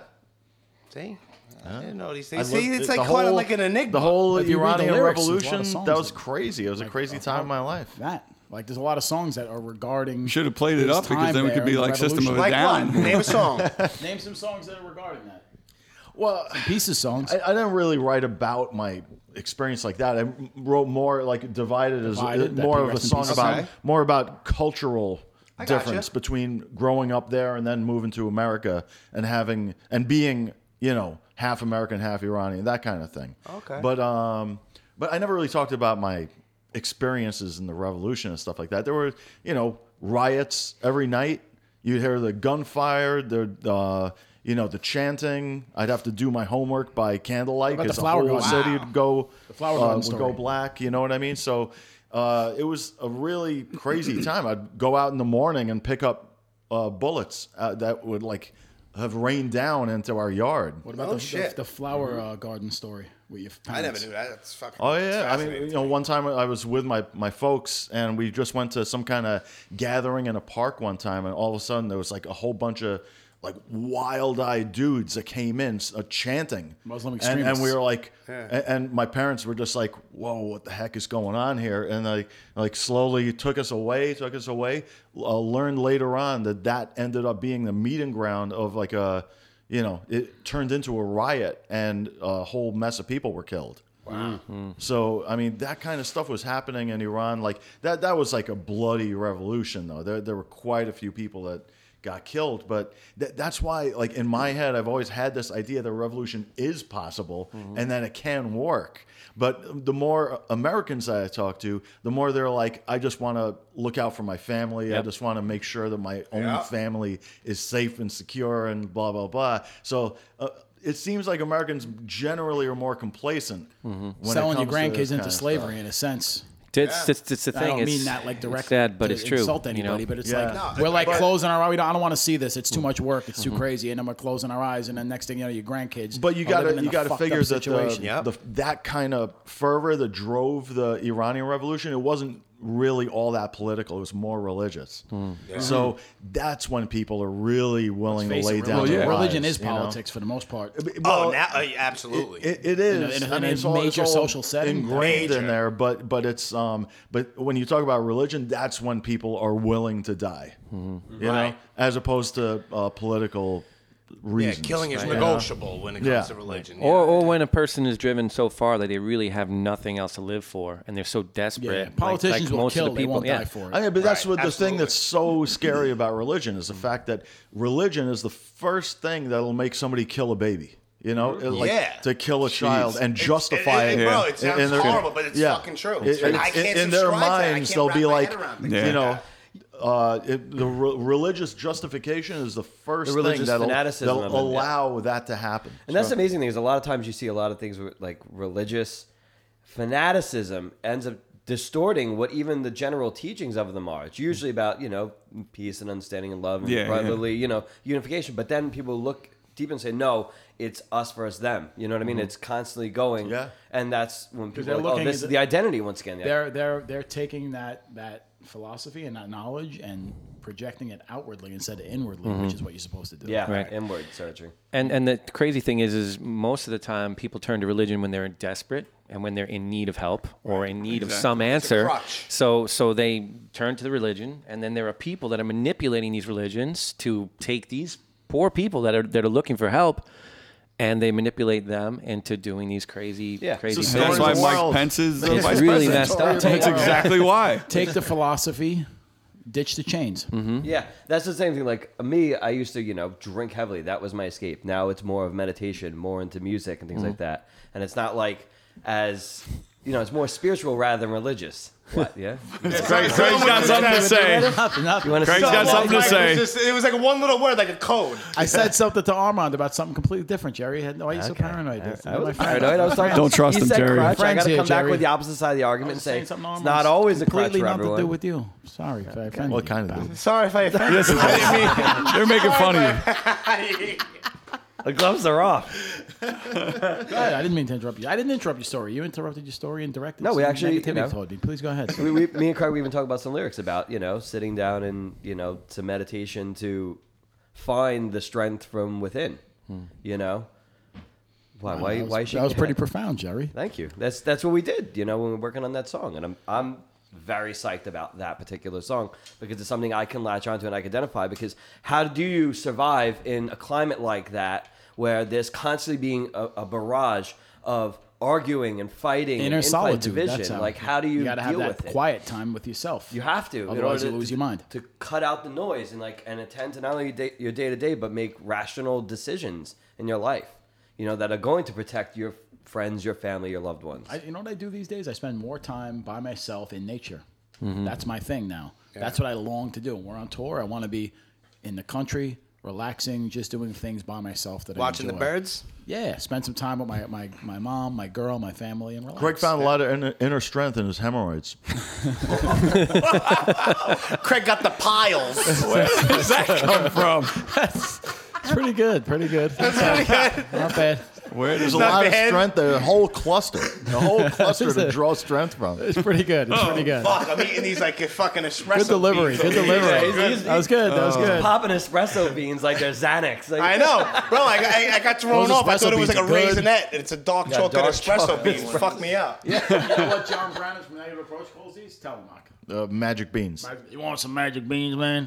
[SPEAKER 2] See? I didn't know these
[SPEAKER 5] I
[SPEAKER 2] things. See,
[SPEAKER 5] lived-
[SPEAKER 2] it's
[SPEAKER 5] the
[SPEAKER 2] like caught in
[SPEAKER 5] whole-
[SPEAKER 2] like an enigma.
[SPEAKER 5] The whole
[SPEAKER 4] If you read the
[SPEAKER 5] Iranian
[SPEAKER 4] lyrics, there's a lot of
[SPEAKER 5] Revolution,
[SPEAKER 4] songs
[SPEAKER 5] that was
[SPEAKER 4] in it.
[SPEAKER 5] crazy. It was a crazy time in my life.
[SPEAKER 4] That. Like, there's a lot of songs that are regarding.
[SPEAKER 3] Should have played it
[SPEAKER 4] his
[SPEAKER 3] up because
[SPEAKER 4] time
[SPEAKER 3] then we
[SPEAKER 4] there
[SPEAKER 3] could be
[SPEAKER 4] and the
[SPEAKER 3] like System of
[SPEAKER 4] revolution.
[SPEAKER 3] a
[SPEAKER 2] like
[SPEAKER 3] Down.
[SPEAKER 2] one. Name a song.
[SPEAKER 4] Name some songs that are regarding that.
[SPEAKER 5] Well,
[SPEAKER 4] Pieces songs.
[SPEAKER 5] I, I didn't really write about my experience like that. I wrote more like divided, as
[SPEAKER 4] Divided,
[SPEAKER 5] more
[SPEAKER 4] that'd be
[SPEAKER 5] of a
[SPEAKER 4] rest in
[SPEAKER 5] song
[SPEAKER 4] peace.
[SPEAKER 5] about
[SPEAKER 2] Okay.
[SPEAKER 5] more about cultural
[SPEAKER 2] gotcha.
[SPEAKER 5] difference between growing up there and then moving to America and having and being you know half American, half Iranian, that kind of thing.
[SPEAKER 2] Okay.
[SPEAKER 5] but um, but I never really talked about my experiences in the revolution and stuff like that. There were you know riots every night. You'd hear the gunfire, the uh, you know the chanting. I'd have to do my homework by candlelight
[SPEAKER 4] About the
[SPEAKER 5] because the,
[SPEAKER 4] flower
[SPEAKER 5] whole
[SPEAKER 4] garden.
[SPEAKER 5] city would go
[SPEAKER 4] flower
[SPEAKER 5] uh,
[SPEAKER 4] garden
[SPEAKER 5] would
[SPEAKER 4] story.
[SPEAKER 5] go black. You know what I mean? So uh, it was a really crazy time. I'd go out in the morning and pick up uh, bullets uh, that would like have rained down into our yard.
[SPEAKER 4] What about
[SPEAKER 2] Oh,
[SPEAKER 4] the,
[SPEAKER 2] shit.
[SPEAKER 4] the, the flower uh, garden story with your
[SPEAKER 2] I never
[SPEAKER 4] parents?
[SPEAKER 2] knew that. That's fucking.
[SPEAKER 5] Oh
[SPEAKER 2] it's
[SPEAKER 5] yeah, I mean,
[SPEAKER 2] fascinating.
[SPEAKER 5] you know, one time I was with my my folks and we just went to some kind of gathering in a park one time, and all of a sudden there was like a whole bunch of like wild-eyed dudes that came in uh, chanting
[SPEAKER 4] Muslim
[SPEAKER 5] And- and, we
[SPEAKER 4] extremists.
[SPEAKER 5] were like, and, and my parents were just like, "Whoa, what the heck is going on here?" And they like slowly took us away, took us away. Uh, learned later on that that ended up being the meeting ground of like a, you know, it turned into a riot and a whole mess of people were killed. So I mean, that kind of stuff was happening in Iran. Like that, that was like a bloody revolution, though. There, there were quite a few people that got killed, but th- that's why, like in my head, I've always had this idea that revolution is possible and that it can work. But the more Americans that I talk to, the more they're like, I just want to look out for my family. I just want to make sure that my own
[SPEAKER 2] Yeah.
[SPEAKER 5] family is safe and secure and blah blah blah. So. Uh, it seems like Americans generally are more complacent when it
[SPEAKER 4] Selling your
[SPEAKER 5] comes to this
[SPEAKER 4] grandkids
[SPEAKER 5] kind
[SPEAKER 4] into
[SPEAKER 5] of
[SPEAKER 4] slavery, in a sense.
[SPEAKER 1] It's, it's, it's the thing.
[SPEAKER 4] I don't
[SPEAKER 1] it's,
[SPEAKER 4] mean that like
[SPEAKER 1] it's
[SPEAKER 4] directly.
[SPEAKER 1] sad, but
[SPEAKER 4] to
[SPEAKER 1] it's true.
[SPEAKER 4] Insult
[SPEAKER 1] you know?
[SPEAKER 4] anybody, but it's
[SPEAKER 5] Yeah.
[SPEAKER 4] like
[SPEAKER 2] No,
[SPEAKER 4] we're like
[SPEAKER 2] but-
[SPEAKER 4] closing our. We don't. I don't want to see this. It's
[SPEAKER 5] Mm-hmm.
[SPEAKER 4] too much work. It's too crazy. And then we're closing our eyes. And then next thing you know, your grandkids.
[SPEAKER 5] But you
[SPEAKER 4] are
[SPEAKER 5] got
[SPEAKER 4] living
[SPEAKER 5] to
[SPEAKER 4] in
[SPEAKER 5] you
[SPEAKER 4] a
[SPEAKER 5] got to
[SPEAKER 4] fucked up
[SPEAKER 5] figure that the,
[SPEAKER 4] situation.
[SPEAKER 2] Yep.
[SPEAKER 5] the that kind of fervor that drove the Iranian Revolution it wasn't really all that political. It was more religious.
[SPEAKER 4] Hmm.
[SPEAKER 5] So that's when people are really willing to
[SPEAKER 4] Face it,
[SPEAKER 5] lay down.
[SPEAKER 4] religion,
[SPEAKER 3] yeah.
[SPEAKER 5] their
[SPEAKER 4] religion
[SPEAKER 5] lives,
[SPEAKER 4] is
[SPEAKER 5] you know?
[SPEAKER 4] politics for the most part.
[SPEAKER 2] Oh, now uh, absolutely.
[SPEAKER 5] It, it is.
[SPEAKER 4] in a-
[SPEAKER 5] I
[SPEAKER 4] in
[SPEAKER 5] mean,
[SPEAKER 4] a
[SPEAKER 5] it's all, it's
[SPEAKER 4] major
[SPEAKER 5] all
[SPEAKER 4] social setting.
[SPEAKER 5] ingrained
[SPEAKER 2] Major.
[SPEAKER 5] in there. But but it's um. But when you talk about religion, that's when people are willing to die.
[SPEAKER 4] Hmm.
[SPEAKER 5] You know,
[SPEAKER 2] Right.
[SPEAKER 5] as opposed to uh, political
[SPEAKER 2] yeah,
[SPEAKER 5] reasons.
[SPEAKER 2] killing is
[SPEAKER 5] you know?
[SPEAKER 2] negotiable when it comes
[SPEAKER 5] Yeah.
[SPEAKER 2] to religion.
[SPEAKER 1] Or,
[SPEAKER 2] yeah.
[SPEAKER 1] or when a person is driven so far that they really have nothing else to live for, and they're so desperate.
[SPEAKER 4] Yeah,
[SPEAKER 1] like-
[SPEAKER 4] politicians
[SPEAKER 1] like
[SPEAKER 4] will
[SPEAKER 1] most of
[SPEAKER 4] kill.
[SPEAKER 1] the
[SPEAKER 4] they
[SPEAKER 1] people,
[SPEAKER 4] won't
[SPEAKER 1] yeah.
[SPEAKER 4] die for it.
[SPEAKER 5] I mean, but that's
[SPEAKER 2] Right,
[SPEAKER 5] what the
[SPEAKER 2] absolutely.
[SPEAKER 5] thing that's so scary about religion is the
[SPEAKER 6] Mm-hmm.
[SPEAKER 5] fact that religion is the first thing that'll make somebody kill a baby. You know,
[SPEAKER 6] Mm-hmm.
[SPEAKER 5] It- like
[SPEAKER 2] Yeah.
[SPEAKER 5] to kill a child and justify
[SPEAKER 2] it-
[SPEAKER 5] it.
[SPEAKER 2] it- bro, it
[SPEAKER 5] in-
[SPEAKER 2] sounds
[SPEAKER 5] in their-
[SPEAKER 2] horrible, but it's fucking true.
[SPEAKER 5] It-
[SPEAKER 2] And I
[SPEAKER 5] it's-
[SPEAKER 2] can't
[SPEAKER 5] in their
[SPEAKER 2] subscribe to that. I
[SPEAKER 5] minds,
[SPEAKER 2] can't
[SPEAKER 5] they'll
[SPEAKER 2] wrap
[SPEAKER 5] be
[SPEAKER 2] my
[SPEAKER 5] like,
[SPEAKER 2] head around things
[SPEAKER 3] like
[SPEAKER 5] you know,
[SPEAKER 2] that.
[SPEAKER 5] uh, it, the re- religious justification is the first
[SPEAKER 6] The
[SPEAKER 5] thing
[SPEAKER 6] religious
[SPEAKER 5] that'll,
[SPEAKER 6] fanaticism
[SPEAKER 5] that'll
[SPEAKER 6] of it, yeah.
[SPEAKER 5] allow that to happen.
[SPEAKER 6] And that's the amazing thing is a lot of times you see a lot of things where like religious fanaticism ends up distorting what even the general teachings of them are. It's usually about, you know, peace and understanding and love and
[SPEAKER 3] Yeah, yeah.
[SPEAKER 6] brotherly, you know, unification. But then people look deep and say, no, it's us versus them. You know what I mean? It's constantly going.
[SPEAKER 5] Yeah.
[SPEAKER 6] And that's when people
[SPEAKER 4] Mm-hmm. they're
[SPEAKER 6] are like, oh,
[SPEAKER 4] looking
[SPEAKER 6] this
[SPEAKER 4] at
[SPEAKER 6] is
[SPEAKER 4] the-
[SPEAKER 6] the identity once again. Yeah.
[SPEAKER 4] They're they're they're taking that that philosophy and that knowledge and projecting it outwardly instead of inwardly,
[SPEAKER 1] Mm-hmm.
[SPEAKER 4] which is what you're supposed to do.
[SPEAKER 6] Yeah,
[SPEAKER 1] Right.
[SPEAKER 6] inward searching.
[SPEAKER 1] And and the crazy thing is, is most of the time people turn to religion when they're desperate and when they're in need of help or in need of some answer.
[SPEAKER 2] crutch.
[SPEAKER 1] So so they turn to the religion, and then there are people that are manipulating these religions to take these poor people that are that are looking for help, and they manipulate them into doing these crazy
[SPEAKER 6] Yeah.
[SPEAKER 1] crazy
[SPEAKER 5] So
[SPEAKER 1] things.
[SPEAKER 3] That's why
[SPEAKER 5] Stories
[SPEAKER 3] Mike
[SPEAKER 5] wild.
[SPEAKER 3] Pence is the
[SPEAKER 1] It's
[SPEAKER 3] vice
[SPEAKER 1] really
[SPEAKER 3] president.
[SPEAKER 1] messed up.
[SPEAKER 3] That's exactly why.
[SPEAKER 4] Take the philosophy, ditch the chains.
[SPEAKER 6] Yeah, that's the same thing. Like me, I used to, you know, drink heavily. That was my escape. Now it's more of meditation, more into music and things like
[SPEAKER 4] Mm-hmm.
[SPEAKER 6] that. And it's not like as you know, it's more spiritual rather than religious. What? Yeah.
[SPEAKER 3] Craig's got something to say.
[SPEAKER 4] Nothing, nothing.
[SPEAKER 6] wanna
[SPEAKER 3] Craig's
[SPEAKER 6] see-
[SPEAKER 3] got something to
[SPEAKER 2] Like,
[SPEAKER 3] say.
[SPEAKER 2] It was, just, it was like one little word, like a code.
[SPEAKER 4] I said something to Armand about something completely different, Jerry. Why are you so paranoid? That's
[SPEAKER 6] I
[SPEAKER 4] not my
[SPEAKER 6] was
[SPEAKER 4] friend.
[SPEAKER 6] paranoid. I was talking.
[SPEAKER 3] Don't trust
[SPEAKER 6] you
[SPEAKER 3] him,
[SPEAKER 6] said
[SPEAKER 3] Jerry.
[SPEAKER 6] Crutch. I
[SPEAKER 4] Friends
[SPEAKER 6] got to
[SPEAKER 4] here,
[SPEAKER 6] come back
[SPEAKER 4] Jerry.
[SPEAKER 6] with the opposite side of the argument and say
[SPEAKER 4] Saying
[SPEAKER 6] it's
[SPEAKER 4] something Armand's
[SPEAKER 6] not always a crutch
[SPEAKER 4] completely
[SPEAKER 6] for
[SPEAKER 4] nothing to do
[SPEAKER 6] everyone.
[SPEAKER 4] with you. Sorry if I offended
[SPEAKER 5] Well,
[SPEAKER 4] you,
[SPEAKER 5] kind of
[SPEAKER 4] pal.
[SPEAKER 5] did.
[SPEAKER 2] Sorry if I offended
[SPEAKER 3] Yes, they're making fun of you.
[SPEAKER 6] The gloves are off.
[SPEAKER 4] I I didn't mean to interrupt you. I didn't interrupt your story. You interrupted your story and directed.
[SPEAKER 6] No, we
[SPEAKER 4] some
[SPEAKER 6] actually, you
[SPEAKER 4] negativity
[SPEAKER 6] know-
[SPEAKER 4] toward me. Please go ahead.
[SPEAKER 6] We, we, me and Craig, we even talked about some lyrics about you know sitting down and you know to meditation to find the strength from within. You know. Why? Why?
[SPEAKER 4] Hmm. That was,
[SPEAKER 6] why is she?
[SPEAKER 4] that was pretty
[SPEAKER 6] yeah.
[SPEAKER 4] profound, Jerry.
[SPEAKER 6] Thank you. That's that's what we did, you know, when we were working on that song. And I'm I'm very psyched about that particular song because it's something I can latch onto and I can identify because how do you survive in a climate like that where there's constantly being a, a barrage of arguing and fighting and
[SPEAKER 4] Inner
[SPEAKER 6] infight
[SPEAKER 4] solitude.
[SPEAKER 6] division?
[SPEAKER 4] That's how.
[SPEAKER 6] like how do you,
[SPEAKER 4] You gotta
[SPEAKER 6] deal
[SPEAKER 4] have
[SPEAKER 6] with
[SPEAKER 4] that
[SPEAKER 6] it?
[SPEAKER 4] quiet time with yourself.
[SPEAKER 6] You have to. in
[SPEAKER 4] Otherwise,
[SPEAKER 6] order
[SPEAKER 4] you lose
[SPEAKER 6] to-
[SPEAKER 4] your mind.
[SPEAKER 6] To cut out the noise and like and attend to not only your day- your day to day, but make rational decisions in your life. You know that are going to protect your friends, your family, your loved ones.
[SPEAKER 4] I, you know what I do these days? I spend more time by myself in nature. That's my thing now. That's what I long to do. When we're on tour, I want to be in the country, relaxing, just doing things by myself that
[SPEAKER 2] Watching
[SPEAKER 4] I
[SPEAKER 2] the
[SPEAKER 4] enjoy.
[SPEAKER 2] birds.
[SPEAKER 4] Yeah, spend some time with my, my, my mom, my girl, my family, and relax.
[SPEAKER 5] Craig found a lot of inner, inner strength in his hemorrhoids.
[SPEAKER 2] Craig got the piles.
[SPEAKER 3] Where's that come from?
[SPEAKER 4] It's pretty good, pretty good. Not bad.
[SPEAKER 3] Where does
[SPEAKER 5] There's a lot of
[SPEAKER 2] bad.
[SPEAKER 5] strength there, a whole cluster, a whole cluster to draw strength from.
[SPEAKER 4] It's pretty good. It's pretty good.
[SPEAKER 2] Oh, Fuck, I'm eating these like fucking espresso.
[SPEAKER 4] Good delivery.
[SPEAKER 2] beans
[SPEAKER 4] Good
[SPEAKER 2] over here.
[SPEAKER 4] delivery.
[SPEAKER 6] Yeah, he's- Oh. he's-
[SPEAKER 4] that was good. That was good.
[SPEAKER 6] popping espresso beans like they're Xanax. Like,
[SPEAKER 2] I know, bro. I, I, I got thrown
[SPEAKER 4] Those
[SPEAKER 2] off. I thought
[SPEAKER 4] espresso
[SPEAKER 2] it was like a
[SPEAKER 4] beans are good.
[SPEAKER 2] raisinette. and It's a dark
[SPEAKER 6] Yeah,
[SPEAKER 2] chocolate
[SPEAKER 6] dark
[SPEAKER 2] espresso
[SPEAKER 6] chocolate
[SPEAKER 2] bean. Fuck me up. Yeah.
[SPEAKER 4] You know what John Brown from Negative Approach calls these? Telemark.
[SPEAKER 5] Uh, magic beans.
[SPEAKER 4] You want some magic beans, man?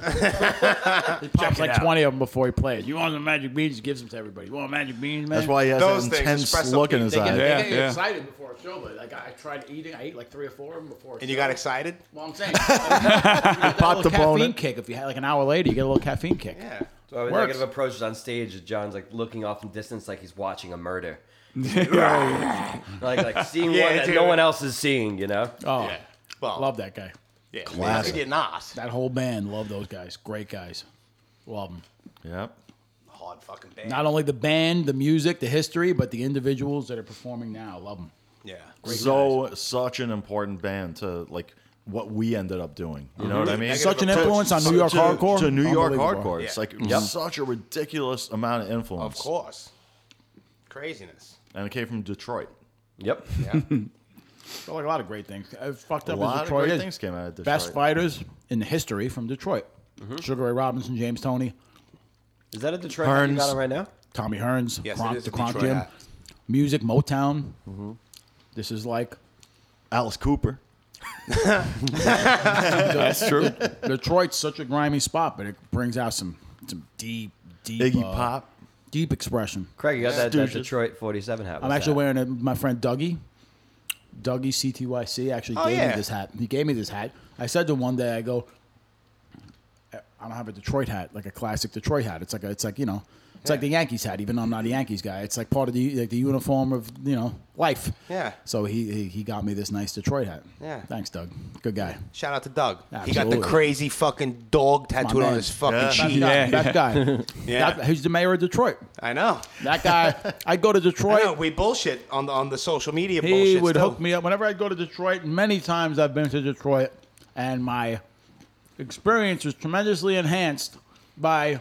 [SPEAKER 4] he pops like 20 of them before he plays. You want some magic beans? He gives them to everybody. You want magic beans, man?
[SPEAKER 5] That's why he has
[SPEAKER 2] Those
[SPEAKER 5] an
[SPEAKER 2] things,
[SPEAKER 5] intense
[SPEAKER 2] espresso
[SPEAKER 5] look in
[SPEAKER 2] beans,
[SPEAKER 5] his
[SPEAKER 2] they
[SPEAKER 5] eye.
[SPEAKER 4] They
[SPEAKER 3] Yeah,
[SPEAKER 4] get
[SPEAKER 3] yeah.
[SPEAKER 4] excited before a show, but like I I tried eating, I ate like three or four of them before. a
[SPEAKER 2] And you
[SPEAKER 4] show.
[SPEAKER 2] got excited?
[SPEAKER 4] Well, I'm saying, you got
[SPEAKER 5] Pop
[SPEAKER 4] a
[SPEAKER 5] the
[SPEAKER 4] little
[SPEAKER 5] bone.
[SPEAKER 4] caffeine kick. If you had like an hour later, you get a little caffeine kick.
[SPEAKER 2] Yeah.
[SPEAKER 6] So our
[SPEAKER 4] Works.
[SPEAKER 6] negative approaches on stage. John's like looking off in distance, like he's watching a murder. like like seeing
[SPEAKER 2] Yeah,
[SPEAKER 6] one that
[SPEAKER 2] dude.
[SPEAKER 6] no one else is seeing. You know.
[SPEAKER 4] Oh,
[SPEAKER 2] Yeah. Well,
[SPEAKER 4] love that guy.
[SPEAKER 2] Yeah.
[SPEAKER 5] Classic.
[SPEAKER 2] You're not.
[SPEAKER 4] That whole band, love those guys. Great guys. Love them.
[SPEAKER 5] Yep.
[SPEAKER 2] Hard fucking band.
[SPEAKER 4] Not only the band, the music, the history, but the individuals that are performing now. Love them.
[SPEAKER 2] yeah.
[SPEAKER 5] So such an important band to like what we ended up doing. You know what I mean?
[SPEAKER 2] Negative
[SPEAKER 4] Mhm. Such an
[SPEAKER 2] approach.
[SPEAKER 4] influence on New York
[SPEAKER 5] to,
[SPEAKER 4] hardcore.
[SPEAKER 5] To New York
[SPEAKER 4] Unbelievable.
[SPEAKER 5] hardcore. It's
[SPEAKER 2] Yeah.
[SPEAKER 5] like such a ridiculous amount of
[SPEAKER 2] Of
[SPEAKER 5] influence.
[SPEAKER 2] course. Craziness.
[SPEAKER 5] And it came from Detroit.
[SPEAKER 6] Yep.
[SPEAKER 4] Well, like a lot of great things. Uh, fucked
[SPEAKER 5] A
[SPEAKER 4] up
[SPEAKER 5] lot
[SPEAKER 4] as
[SPEAKER 5] of
[SPEAKER 4] Detroit
[SPEAKER 5] great
[SPEAKER 4] is.
[SPEAKER 5] things came out of Detroit. Mm-hmm.
[SPEAKER 4] Best fighters in history from Detroit. Sugar Ray Robinson, James Tony,
[SPEAKER 6] Is that a Detroit? hat You
[SPEAKER 5] Burns.
[SPEAKER 6] got on right now.
[SPEAKER 4] Tommy Hearns,
[SPEAKER 2] Yes, it
[SPEAKER 4] Kronk,
[SPEAKER 2] is
[SPEAKER 4] the
[SPEAKER 2] a
[SPEAKER 4] Kronk
[SPEAKER 2] Detroit
[SPEAKER 4] Gym.
[SPEAKER 2] hat.
[SPEAKER 4] Music, Motown.
[SPEAKER 5] Mm-hmm.
[SPEAKER 4] This is like
[SPEAKER 5] Alice Cooper.
[SPEAKER 3] That's true.
[SPEAKER 4] Detroit's such a grimy spot, but it brings out some some deep, deep,
[SPEAKER 5] Iggy
[SPEAKER 4] uh,
[SPEAKER 5] Pop.
[SPEAKER 4] deep expression.
[SPEAKER 6] Craig, you got that, that
[SPEAKER 5] Stooges.
[SPEAKER 6] Detroit '47 hat.
[SPEAKER 4] I'm
[SPEAKER 6] What's
[SPEAKER 4] actually
[SPEAKER 6] that?
[SPEAKER 4] wearing a, my friend Dougie. Dougie CTYC actually
[SPEAKER 2] Oh,
[SPEAKER 4] gave
[SPEAKER 2] yeah.
[SPEAKER 4] me this hat. He gave me this hat. I said to him one day, I go, I don't have a Detroit hat, like a classic Detroit hat. It's like a, it's like you know, it's like the Yankees hat. Even though I'm not a Yankees guy, it's like part of the like the uniform of you know life.
[SPEAKER 2] Yeah.
[SPEAKER 4] So he he, he got me this nice Detroit hat.
[SPEAKER 2] Yeah.
[SPEAKER 4] Thanks, Doug. Good guy.
[SPEAKER 2] Shout out to Doug. He got
[SPEAKER 4] Absolutely.
[SPEAKER 2] the crazy fucking dog tattooed
[SPEAKER 4] man.
[SPEAKER 2] on his fucking
[SPEAKER 5] Yeah.
[SPEAKER 2] cheek.
[SPEAKER 4] Yeah. That guy.
[SPEAKER 2] Yeah.
[SPEAKER 4] That- he's the mayor of Detroit.
[SPEAKER 2] I know.
[SPEAKER 4] That guy. I'd go to
[SPEAKER 2] I know.
[SPEAKER 4] Detroit.
[SPEAKER 2] We bullshit on the on the social media
[SPEAKER 4] He
[SPEAKER 2] bullshit.
[SPEAKER 4] would
[SPEAKER 2] still.
[SPEAKER 4] hook me up whenever I go to Detroit. Many times I've been to Detroit, and my experience was tremendously enhanced by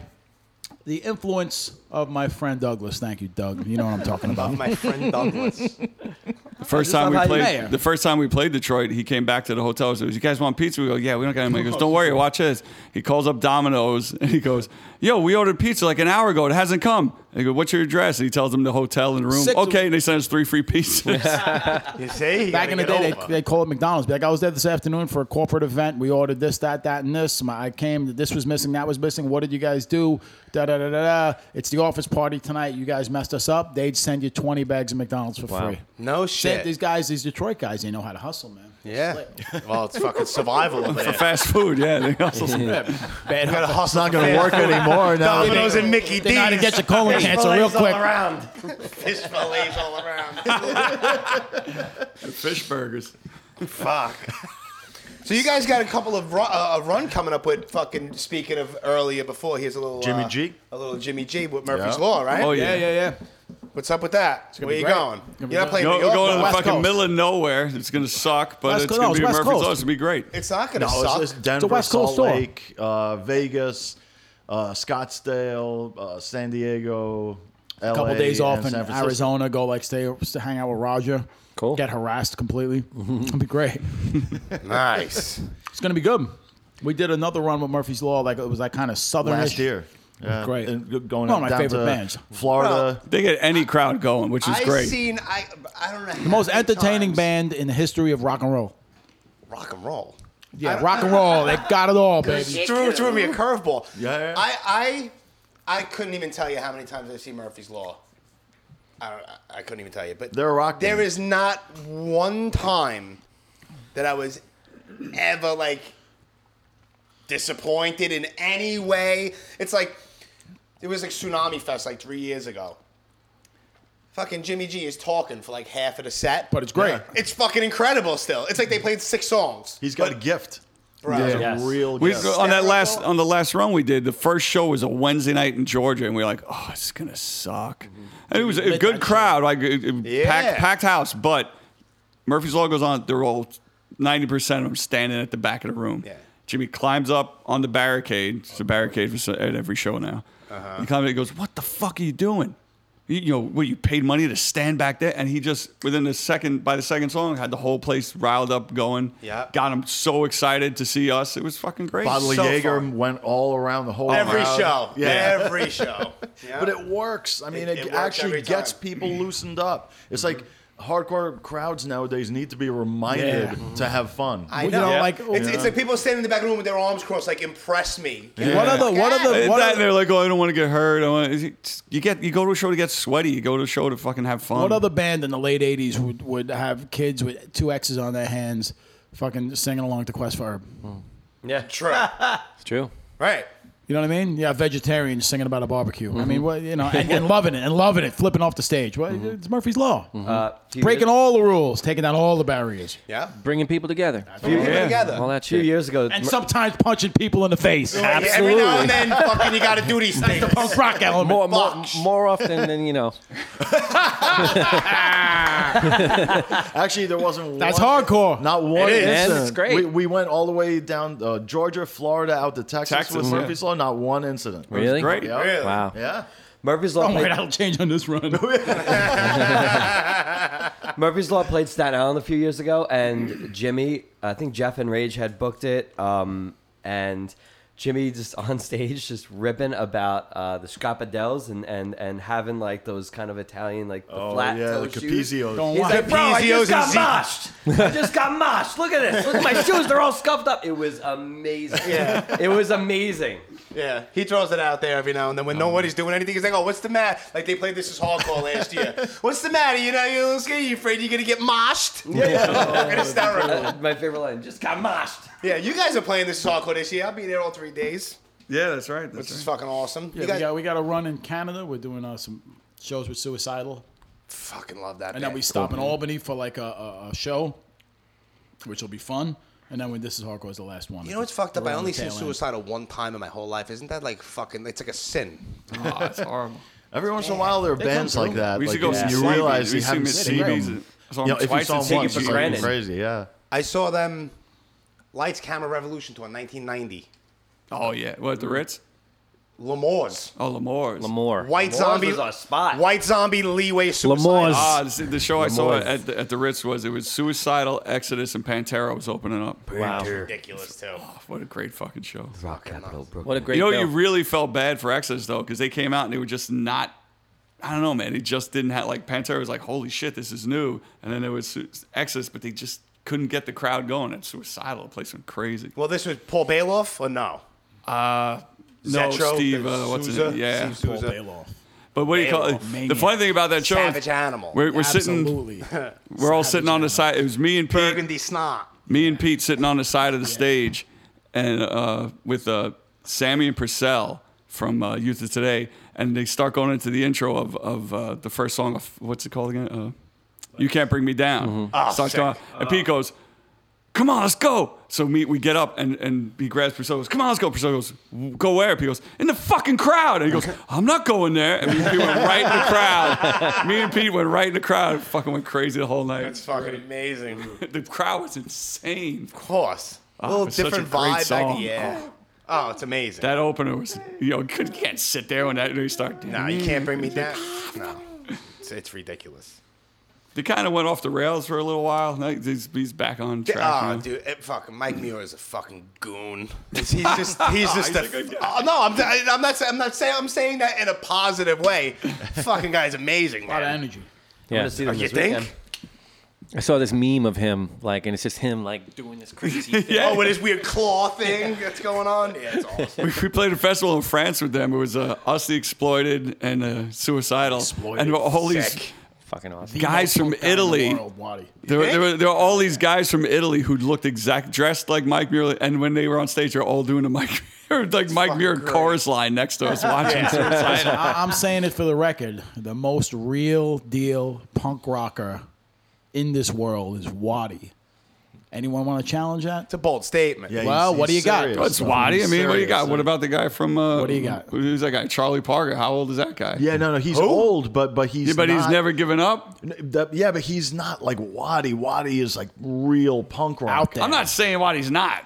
[SPEAKER 4] the influence of my friend Douglas. Thank you, Doug. You know what I'm talking about.
[SPEAKER 2] My friend Douglas.
[SPEAKER 3] The first
[SPEAKER 6] I just
[SPEAKER 3] time we
[SPEAKER 6] love how you-
[SPEAKER 3] played,
[SPEAKER 4] Mayor.
[SPEAKER 3] the first time we played Detroit, he came back to the hotel. and says, "You guys want pizza?" We go, "Yeah, we don't got any money." He goes, "Don't worry, watch this." He calls up Domino's and he goes, "Yo, we ordered pizza like an hour ago. It hasn't come." They go, "What's your address?" And he tells them the hotel and room.
[SPEAKER 4] Six-
[SPEAKER 3] okay, and they sent us three free pizzas.
[SPEAKER 2] You see? You
[SPEAKER 4] Back
[SPEAKER 2] gotta
[SPEAKER 4] in the
[SPEAKER 2] get
[SPEAKER 4] day,
[SPEAKER 2] over.
[SPEAKER 4] they, they called McDonald's. Be like, I was there this afternoon for a corporate event. We ordered this, that, that, and this. My, I came. This was missing. That was missing. What did you guys do? Da da da da da. It's the office party tonight. You guys messed us up. They'd send you 20 bags of McDonald's for
[SPEAKER 1] Wow.
[SPEAKER 4] free.
[SPEAKER 2] no
[SPEAKER 4] Shit,
[SPEAKER 2] shit.
[SPEAKER 4] these guys, these Detroit guys, they know how to hustle, man.
[SPEAKER 2] yeah. Well, it's fucking survival over there.
[SPEAKER 3] Fast food, yeah. They also
[SPEAKER 2] You gotta
[SPEAKER 5] It's
[SPEAKER 2] hustle.
[SPEAKER 5] not going to work anymore now.
[SPEAKER 2] Domino's and Mickey
[SPEAKER 4] They know how to
[SPEAKER 2] D's.
[SPEAKER 4] get your colon cancer real
[SPEAKER 6] Fillets all
[SPEAKER 4] quick.
[SPEAKER 6] around.
[SPEAKER 2] Fish fillets all around.
[SPEAKER 3] fish burgers.
[SPEAKER 2] Fuck. So you guys got a couple of ru- uh, a run coming up with fucking. Speaking of earlier, before here's a little
[SPEAKER 5] Jimmy
[SPEAKER 2] uh,
[SPEAKER 5] G?
[SPEAKER 2] a little Jimmy G with Murphy's
[SPEAKER 5] Yeah.
[SPEAKER 2] Law, right?
[SPEAKER 3] Oh yeah.
[SPEAKER 4] yeah.
[SPEAKER 2] What's up with that? Where
[SPEAKER 4] be
[SPEAKER 2] you
[SPEAKER 4] great.
[SPEAKER 2] going?
[SPEAKER 4] It's
[SPEAKER 2] You're
[SPEAKER 4] gonna be
[SPEAKER 2] not
[SPEAKER 4] great.
[SPEAKER 2] playing
[SPEAKER 3] No,
[SPEAKER 2] New York.
[SPEAKER 3] we're going to the
[SPEAKER 2] right?
[SPEAKER 4] West
[SPEAKER 3] fucking
[SPEAKER 4] Coast.
[SPEAKER 3] middle of nowhere. It's going to suck, but
[SPEAKER 4] West
[SPEAKER 3] it's
[SPEAKER 4] Coast,
[SPEAKER 3] going to be
[SPEAKER 4] West
[SPEAKER 3] Murphy's
[SPEAKER 4] Coast.
[SPEAKER 3] Law. It's going to be great.
[SPEAKER 2] It's not gonna
[SPEAKER 5] No,
[SPEAKER 2] suck.
[SPEAKER 5] it's, it's Denver,
[SPEAKER 4] West Coast
[SPEAKER 5] Salt
[SPEAKER 4] store.
[SPEAKER 5] Lake, uh, Vegas, uh, Scottsdale, uh, San Diego, LA,
[SPEAKER 4] A couple days off
[SPEAKER 5] and
[SPEAKER 4] in
[SPEAKER 5] San Francisco.
[SPEAKER 4] Arizona. Go like stay, stay hang out with Roger.
[SPEAKER 1] Cool.
[SPEAKER 4] Get harassed completely. It'll be great.
[SPEAKER 2] nice.
[SPEAKER 4] It's gonna be good. We did another run with Murphy's Law. Like it was like kind of southern
[SPEAKER 5] last year. Yeah.
[SPEAKER 4] Great.
[SPEAKER 5] And go- going
[SPEAKER 4] One
[SPEAKER 5] up
[SPEAKER 4] of my
[SPEAKER 5] down
[SPEAKER 4] favorite
[SPEAKER 5] to
[SPEAKER 4] bands.
[SPEAKER 5] Florida.
[SPEAKER 3] They get any crowd going, which is
[SPEAKER 2] I
[SPEAKER 3] great.
[SPEAKER 2] seen. I I don't know.
[SPEAKER 4] The most entertaining band in the history of rock and roll.
[SPEAKER 2] Rock and roll.
[SPEAKER 4] Yeah, rock and roll. They got it all, baby.
[SPEAKER 2] Threw threw me a curveball.
[SPEAKER 5] Yeah, yeah.
[SPEAKER 2] I I I couldn't even tell you how many times I've seen Murphy's Law. I don't, I- I couldn't even tell you, but
[SPEAKER 5] They're a rock
[SPEAKER 2] There
[SPEAKER 5] band.
[SPEAKER 2] is not one time that I was ever like disappointed in any way. It's like it was like Tsunami Fest like three years ago. Fucking Jimmy G is talking for like half of the set,
[SPEAKER 4] But it's great.
[SPEAKER 2] It's fucking incredible. Still, it's like they played six songs.
[SPEAKER 5] He's got
[SPEAKER 2] But-
[SPEAKER 5] a gift.
[SPEAKER 2] Right.
[SPEAKER 5] He's
[SPEAKER 6] Yes.
[SPEAKER 5] a real
[SPEAKER 3] We
[SPEAKER 5] gift.
[SPEAKER 3] on that
[SPEAKER 2] Hysterical.
[SPEAKER 3] last on the last run we did. The first show was a Wednesday night in Georgia, and we were like, "Oh, it's gonna suck." And it was a good crowd, like it- it-
[SPEAKER 2] Mm-hmm. Yeah.
[SPEAKER 3] packed, packed house. But Murphy's Law goes on; they're all ninety percent of them standing at the back of the room.
[SPEAKER 2] Yeah.
[SPEAKER 3] Jimmy climbs up on the barricade. It's a barricade for, so- at every show now.
[SPEAKER 2] Uh-huh.
[SPEAKER 3] He climbs. up, He goes, "What the fuck are you doing?" You, you know, what you paid money to stand back there, and he just within the second by the second song had the whole place riled up, going.
[SPEAKER 2] Yeah.
[SPEAKER 3] got him so excited to see us. It was fucking great.
[SPEAKER 5] Bottle of
[SPEAKER 2] so
[SPEAKER 5] Jaeger
[SPEAKER 2] fun.
[SPEAKER 5] went all around the whole
[SPEAKER 4] Oh
[SPEAKER 2] Every
[SPEAKER 5] crowd.
[SPEAKER 2] show.
[SPEAKER 5] Yeah.
[SPEAKER 2] Every show. Yeah.
[SPEAKER 5] But it works. I mean,
[SPEAKER 2] It-
[SPEAKER 5] it,
[SPEAKER 2] it works every
[SPEAKER 5] actually
[SPEAKER 2] time.
[SPEAKER 5] gets people loosened up. It's like hardcore crowds nowadays need to be reminded
[SPEAKER 4] Yeah.
[SPEAKER 5] to have fun.
[SPEAKER 2] I
[SPEAKER 4] You
[SPEAKER 2] know.
[SPEAKER 4] know, like
[SPEAKER 2] it's, it's like people standing in the back of the room with their arms crossed, like impress me.
[SPEAKER 4] what are the what are the
[SPEAKER 3] And
[SPEAKER 4] what
[SPEAKER 3] that,
[SPEAKER 4] are
[SPEAKER 3] and they're like, "Oh, I don't want to get hurt. I want you get you go to a show to get sweaty. You go to a show to fucking have fun."
[SPEAKER 4] What other band in the late '80s would, would have kids with two X's on their hands, fucking singing along to Quest for Herb?
[SPEAKER 6] Yeah.
[SPEAKER 2] True.
[SPEAKER 1] It's true.
[SPEAKER 2] right.
[SPEAKER 4] You know what I mean? Yeah, vegetarians singing about a barbecue. I
[SPEAKER 5] Mm-hmm.
[SPEAKER 4] mean, what you know, and, and loving it, and loving it, flipping off the stage. What, It's Murphy's Law,
[SPEAKER 5] Mm-hmm.
[SPEAKER 6] Uh, few
[SPEAKER 4] breaking
[SPEAKER 6] years-
[SPEAKER 4] all the rules, taking down all the barriers,
[SPEAKER 2] Yeah.
[SPEAKER 1] Bringing people together.
[SPEAKER 2] People together.
[SPEAKER 1] All that
[SPEAKER 6] Few
[SPEAKER 1] shit.
[SPEAKER 6] years ago,
[SPEAKER 4] and
[SPEAKER 6] Mur-
[SPEAKER 4] sometimes punching people in the face.
[SPEAKER 2] Yeah, Every now and then, fucking, you gotta do these things.
[SPEAKER 4] Punk rock element.
[SPEAKER 1] More, more,
[SPEAKER 2] Fuck.
[SPEAKER 1] more often than you know.
[SPEAKER 5] Actually, there wasn't.
[SPEAKER 4] That's
[SPEAKER 5] one,
[SPEAKER 4] hardcore.
[SPEAKER 5] Not one.
[SPEAKER 2] It is.
[SPEAKER 1] And
[SPEAKER 5] Incident.
[SPEAKER 1] it's great.
[SPEAKER 5] We, we went all the way down uh, Georgia, Florida, out to Texas,
[SPEAKER 3] Texas,
[SPEAKER 5] with
[SPEAKER 3] yeah.
[SPEAKER 5] Murphy's Law. Not one incident.
[SPEAKER 1] Really?
[SPEAKER 3] Great.
[SPEAKER 5] Yeah.
[SPEAKER 2] Really?
[SPEAKER 1] Wow.
[SPEAKER 5] Yeah.
[SPEAKER 6] Murphy's Law.
[SPEAKER 4] Oh my
[SPEAKER 6] played,
[SPEAKER 4] God, I'll change on this run.
[SPEAKER 6] Murphy's Law played Staten Island a few years ago, and Jimmy, I think Jeff and Rage had booked it, um, and Jimmy just on stage just ripping about uh, the scapadelles and, and and having like those kind of Italian like the
[SPEAKER 5] Oh,
[SPEAKER 6] flat
[SPEAKER 5] yeah,
[SPEAKER 6] toe
[SPEAKER 5] the
[SPEAKER 6] shoes.
[SPEAKER 5] Capizios.
[SPEAKER 4] Don't
[SPEAKER 6] He's
[SPEAKER 4] lie.
[SPEAKER 6] like, bro, I just
[SPEAKER 2] Capizios and
[SPEAKER 6] got
[SPEAKER 2] Zeke."
[SPEAKER 6] moshed. I just got moshed. Look at this. Look at my shoes. They're all scuffed up. It was amazing.
[SPEAKER 2] Yeah.
[SPEAKER 6] It was amazing.
[SPEAKER 2] Yeah. He throws it out there every now and then when nobody's doing anything. He's like, oh, what's the matter? Like, they played This Is Hardcore last year. what's the matter? You know, you're a little scared. You afraid you're gonna get moshed? Yeah. and it's terrible.
[SPEAKER 6] That's Uh, my favorite line. Just got moshed.
[SPEAKER 2] Yeah, you guys are playing This Is Hardcore this year. I'll be there all three days,
[SPEAKER 3] Yeah, that's right. That's
[SPEAKER 2] which is fucking awesome. you
[SPEAKER 4] Yeah,
[SPEAKER 2] guys
[SPEAKER 4] we, got, we got a run in Canada. We're doing uh, some shows with Suicidal.
[SPEAKER 2] fucking love that.
[SPEAKER 4] And
[SPEAKER 2] band.
[SPEAKER 4] then we stop
[SPEAKER 2] Mm-hmm.
[SPEAKER 4] in Albany for like a, a, a show, which will be fun. And then when This Is Hardcore is the last one.
[SPEAKER 2] You know what's fucked up?
[SPEAKER 4] We're
[SPEAKER 2] I
[SPEAKER 4] on
[SPEAKER 2] only
[SPEAKER 4] the
[SPEAKER 2] seen
[SPEAKER 4] tail end.
[SPEAKER 2] Suicidal one time in my whole life. Isn't that like fucking? It's like a sin.
[SPEAKER 4] Oh,
[SPEAKER 3] that's horrible.
[SPEAKER 5] Every once in a while, there are bands like that.
[SPEAKER 3] We
[SPEAKER 5] like,
[SPEAKER 3] should go
[SPEAKER 5] you-
[SPEAKER 3] see
[SPEAKER 5] You realize
[SPEAKER 3] CBs.
[SPEAKER 5] you
[SPEAKER 3] We
[SPEAKER 5] haven't
[SPEAKER 3] see
[SPEAKER 5] seen
[SPEAKER 3] CBs.
[SPEAKER 5] them.
[SPEAKER 3] I saw
[SPEAKER 5] You know,
[SPEAKER 3] them
[SPEAKER 5] if you
[SPEAKER 3] twice
[SPEAKER 5] saw
[SPEAKER 3] at
[SPEAKER 5] them
[SPEAKER 3] CBs.
[SPEAKER 5] once, it's
[SPEAKER 6] for
[SPEAKER 5] like
[SPEAKER 6] granted.
[SPEAKER 5] crazy. Yeah.
[SPEAKER 2] I saw them, Lights Camera Revolution tour in 1990.
[SPEAKER 3] Oh yeah, what the Ritz?
[SPEAKER 2] Lemoore's.
[SPEAKER 3] Oh, Lemoore's.
[SPEAKER 1] Lamore.
[SPEAKER 2] White
[SPEAKER 6] Lemoore's
[SPEAKER 2] Zombie
[SPEAKER 6] was our spot.
[SPEAKER 2] White Zombie Leeway Suicide.
[SPEAKER 1] Lemoore's.
[SPEAKER 3] Ah, this- the show I saw
[SPEAKER 1] Lemoore's.
[SPEAKER 3] at the, at the Ritz was it was Suicidal, Exodus, and Pantera was opening up. Oh,
[SPEAKER 2] Wow, Oh, ridiculous too.
[SPEAKER 3] What a great fucking show.
[SPEAKER 6] Rock Capital Brooklyn.
[SPEAKER 1] What a great
[SPEAKER 3] you know,
[SPEAKER 1] bill.
[SPEAKER 3] you really felt bad for Exodus though, because they came out and they were just not. I don't know, man. It just didn't have like Pantera was like, "Holy shit, this is new," and then there was Su- Exodus, but they just couldn't get the crowd going. And Suicidal, the place went crazy.
[SPEAKER 2] Well, this was Paul Bailoff or no?
[SPEAKER 3] No,
[SPEAKER 2] Zetro,
[SPEAKER 3] Steve,
[SPEAKER 2] the
[SPEAKER 3] uh, what's his
[SPEAKER 2] Sousa,
[SPEAKER 3] name? Yeah,
[SPEAKER 2] Steve Sousa.
[SPEAKER 3] but what do you call it?
[SPEAKER 4] Bailoff.
[SPEAKER 3] The funny thing about that show,
[SPEAKER 2] Savage Animal.
[SPEAKER 3] We're, we're sitting,
[SPEAKER 4] Absolutely.
[SPEAKER 3] we're all sitting on the side. It was me and Pete.
[SPEAKER 2] Burgundy Snot.
[SPEAKER 3] me and Pete sitting on the side of the stage, and uh, with uh, Sammy and Purcell from uh, Youth of Today, and they start going into the intro of, of uh, the first song of what's it called again? Uh, you can't bring me down.
[SPEAKER 2] Oh,
[SPEAKER 3] Starts
[SPEAKER 2] sick.
[SPEAKER 3] going- and Pete goes, "Come on, let's go." So me, we get up, and and he grabs Purcell. Goes, "Come on, let's go." Purcell goes, "Go where?" Pete goes, "In the fucking crowd." And he goes, "I'm not going there." And me and Pete went right in the crowd. me and Pete went right in the crowd. Fucking went crazy the whole night.
[SPEAKER 2] That's fucking amazing. Of
[SPEAKER 3] the crowd was insane.
[SPEAKER 2] course. a little
[SPEAKER 3] Ah, it's such a
[SPEAKER 2] different
[SPEAKER 3] great
[SPEAKER 2] vibe back
[SPEAKER 3] song.
[SPEAKER 2] yeah. Oh, it's amazing.
[SPEAKER 3] That opener was, you know, you can't sit there when that they start.
[SPEAKER 2] no, you can't bring me down. No. It's, it's ridiculous.
[SPEAKER 3] They kind of went off the rails for a little while. Now He's, he's back on track.
[SPEAKER 2] Oh,
[SPEAKER 3] now.
[SPEAKER 2] dude, it, fucking Mike Muir is a fucking goon. He's just, he's just a.
[SPEAKER 3] a good
[SPEAKER 2] Oh, no, I'm, I'm not. I'm not saying. I'm saying that in a positive way. fucking guy's amazing.
[SPEAKER 4] A lot of
[SPEAKER 2] Man.
[SPEAKER 4] energy.
[SPEAKER 1] yeah.
[SPEAKER 6] see them
[SPEAKER 2] You
[SPEAKER 6] this
[SPEAKER 2] think?
[SPEAKER 6] weekend.
[SPEAKER 1] I saw this meme of him, like, and it's just him, like, doing this crazy thing.
[SPEAKER 3] Yeah.
[SPEAKER 2] Oh, with his weird claw thing that's going on. Yeah, it's awesome.
[SPEAKER 3] we, we played a festival in France with them. It was uh, Us the Exploited and uh, Suicidal.
[SPEAKER 4] Exploited.
[SPEAKER 3] And all these
[SPEAKER 2] Sick.
[SPEAKER 1] Fucking awesome.
[SPEAKER 3] guys
[SPEAKER 4] Most
[SPEAKER 3] from
[SPEAKER 4] lockdown in the
[SPEAKER 3] Italy.
[SPEAKER 4] world, Waddy.
[SPEAKER 3] There were,
[SPEAKER 2] think?
[SPEAKER 3] there, were, there were all these guys from Italy who looked exact, dressed like Mike Muir, and when they were on stage, they're all doing a Mike, Muir- like Mike
[SPEAKER 2] fucking
[SPEAKER 3] Muir
[SPEAKER 2] great.
[SPEAKER 3] chorus line next to us watching. Suicidal.
[SPEAKER 4] I, I'm saying it for the record. The most real deal punk rocker in this world is Waddy. Anyone want to challenge that?
[SPEAKER 2] It's a bold statement.
[SPEAKER 5] Yeah,
[SPEAKER 4] Well,
[SPEAKER 5] he's-
[SPEAKER 4] what
[SPEAKER 5] he's
[SPEAKER 4] do you got?
[SPEAKER 5] serious.
[SPEAKER 4] Oh,
[SPEAKER 3] It's Waddy. I mean, what do you
[SPEAKER 5] Serious.
[SPEAKER 3] got? What about the guy from? Uh,
[SPEAKER 4] What do you got?
[SPEAKER 3] Who's that guy? Charlie Parker. How old is that guy?
[SPEAKER 5] Yeah, no, no, he's old, but but he's
[SPEAKER 3] Yeah, but he's
[SPEAKER 5] not-
[SPEAKER 3] never given up.
[SPEAKER 5] N- that- yeah, but he's not like Waddy. Waddy is like real punk rock.
[SPEAKER 4] Out there.
[SPEAKER 3] I'm not saying Waddy's not.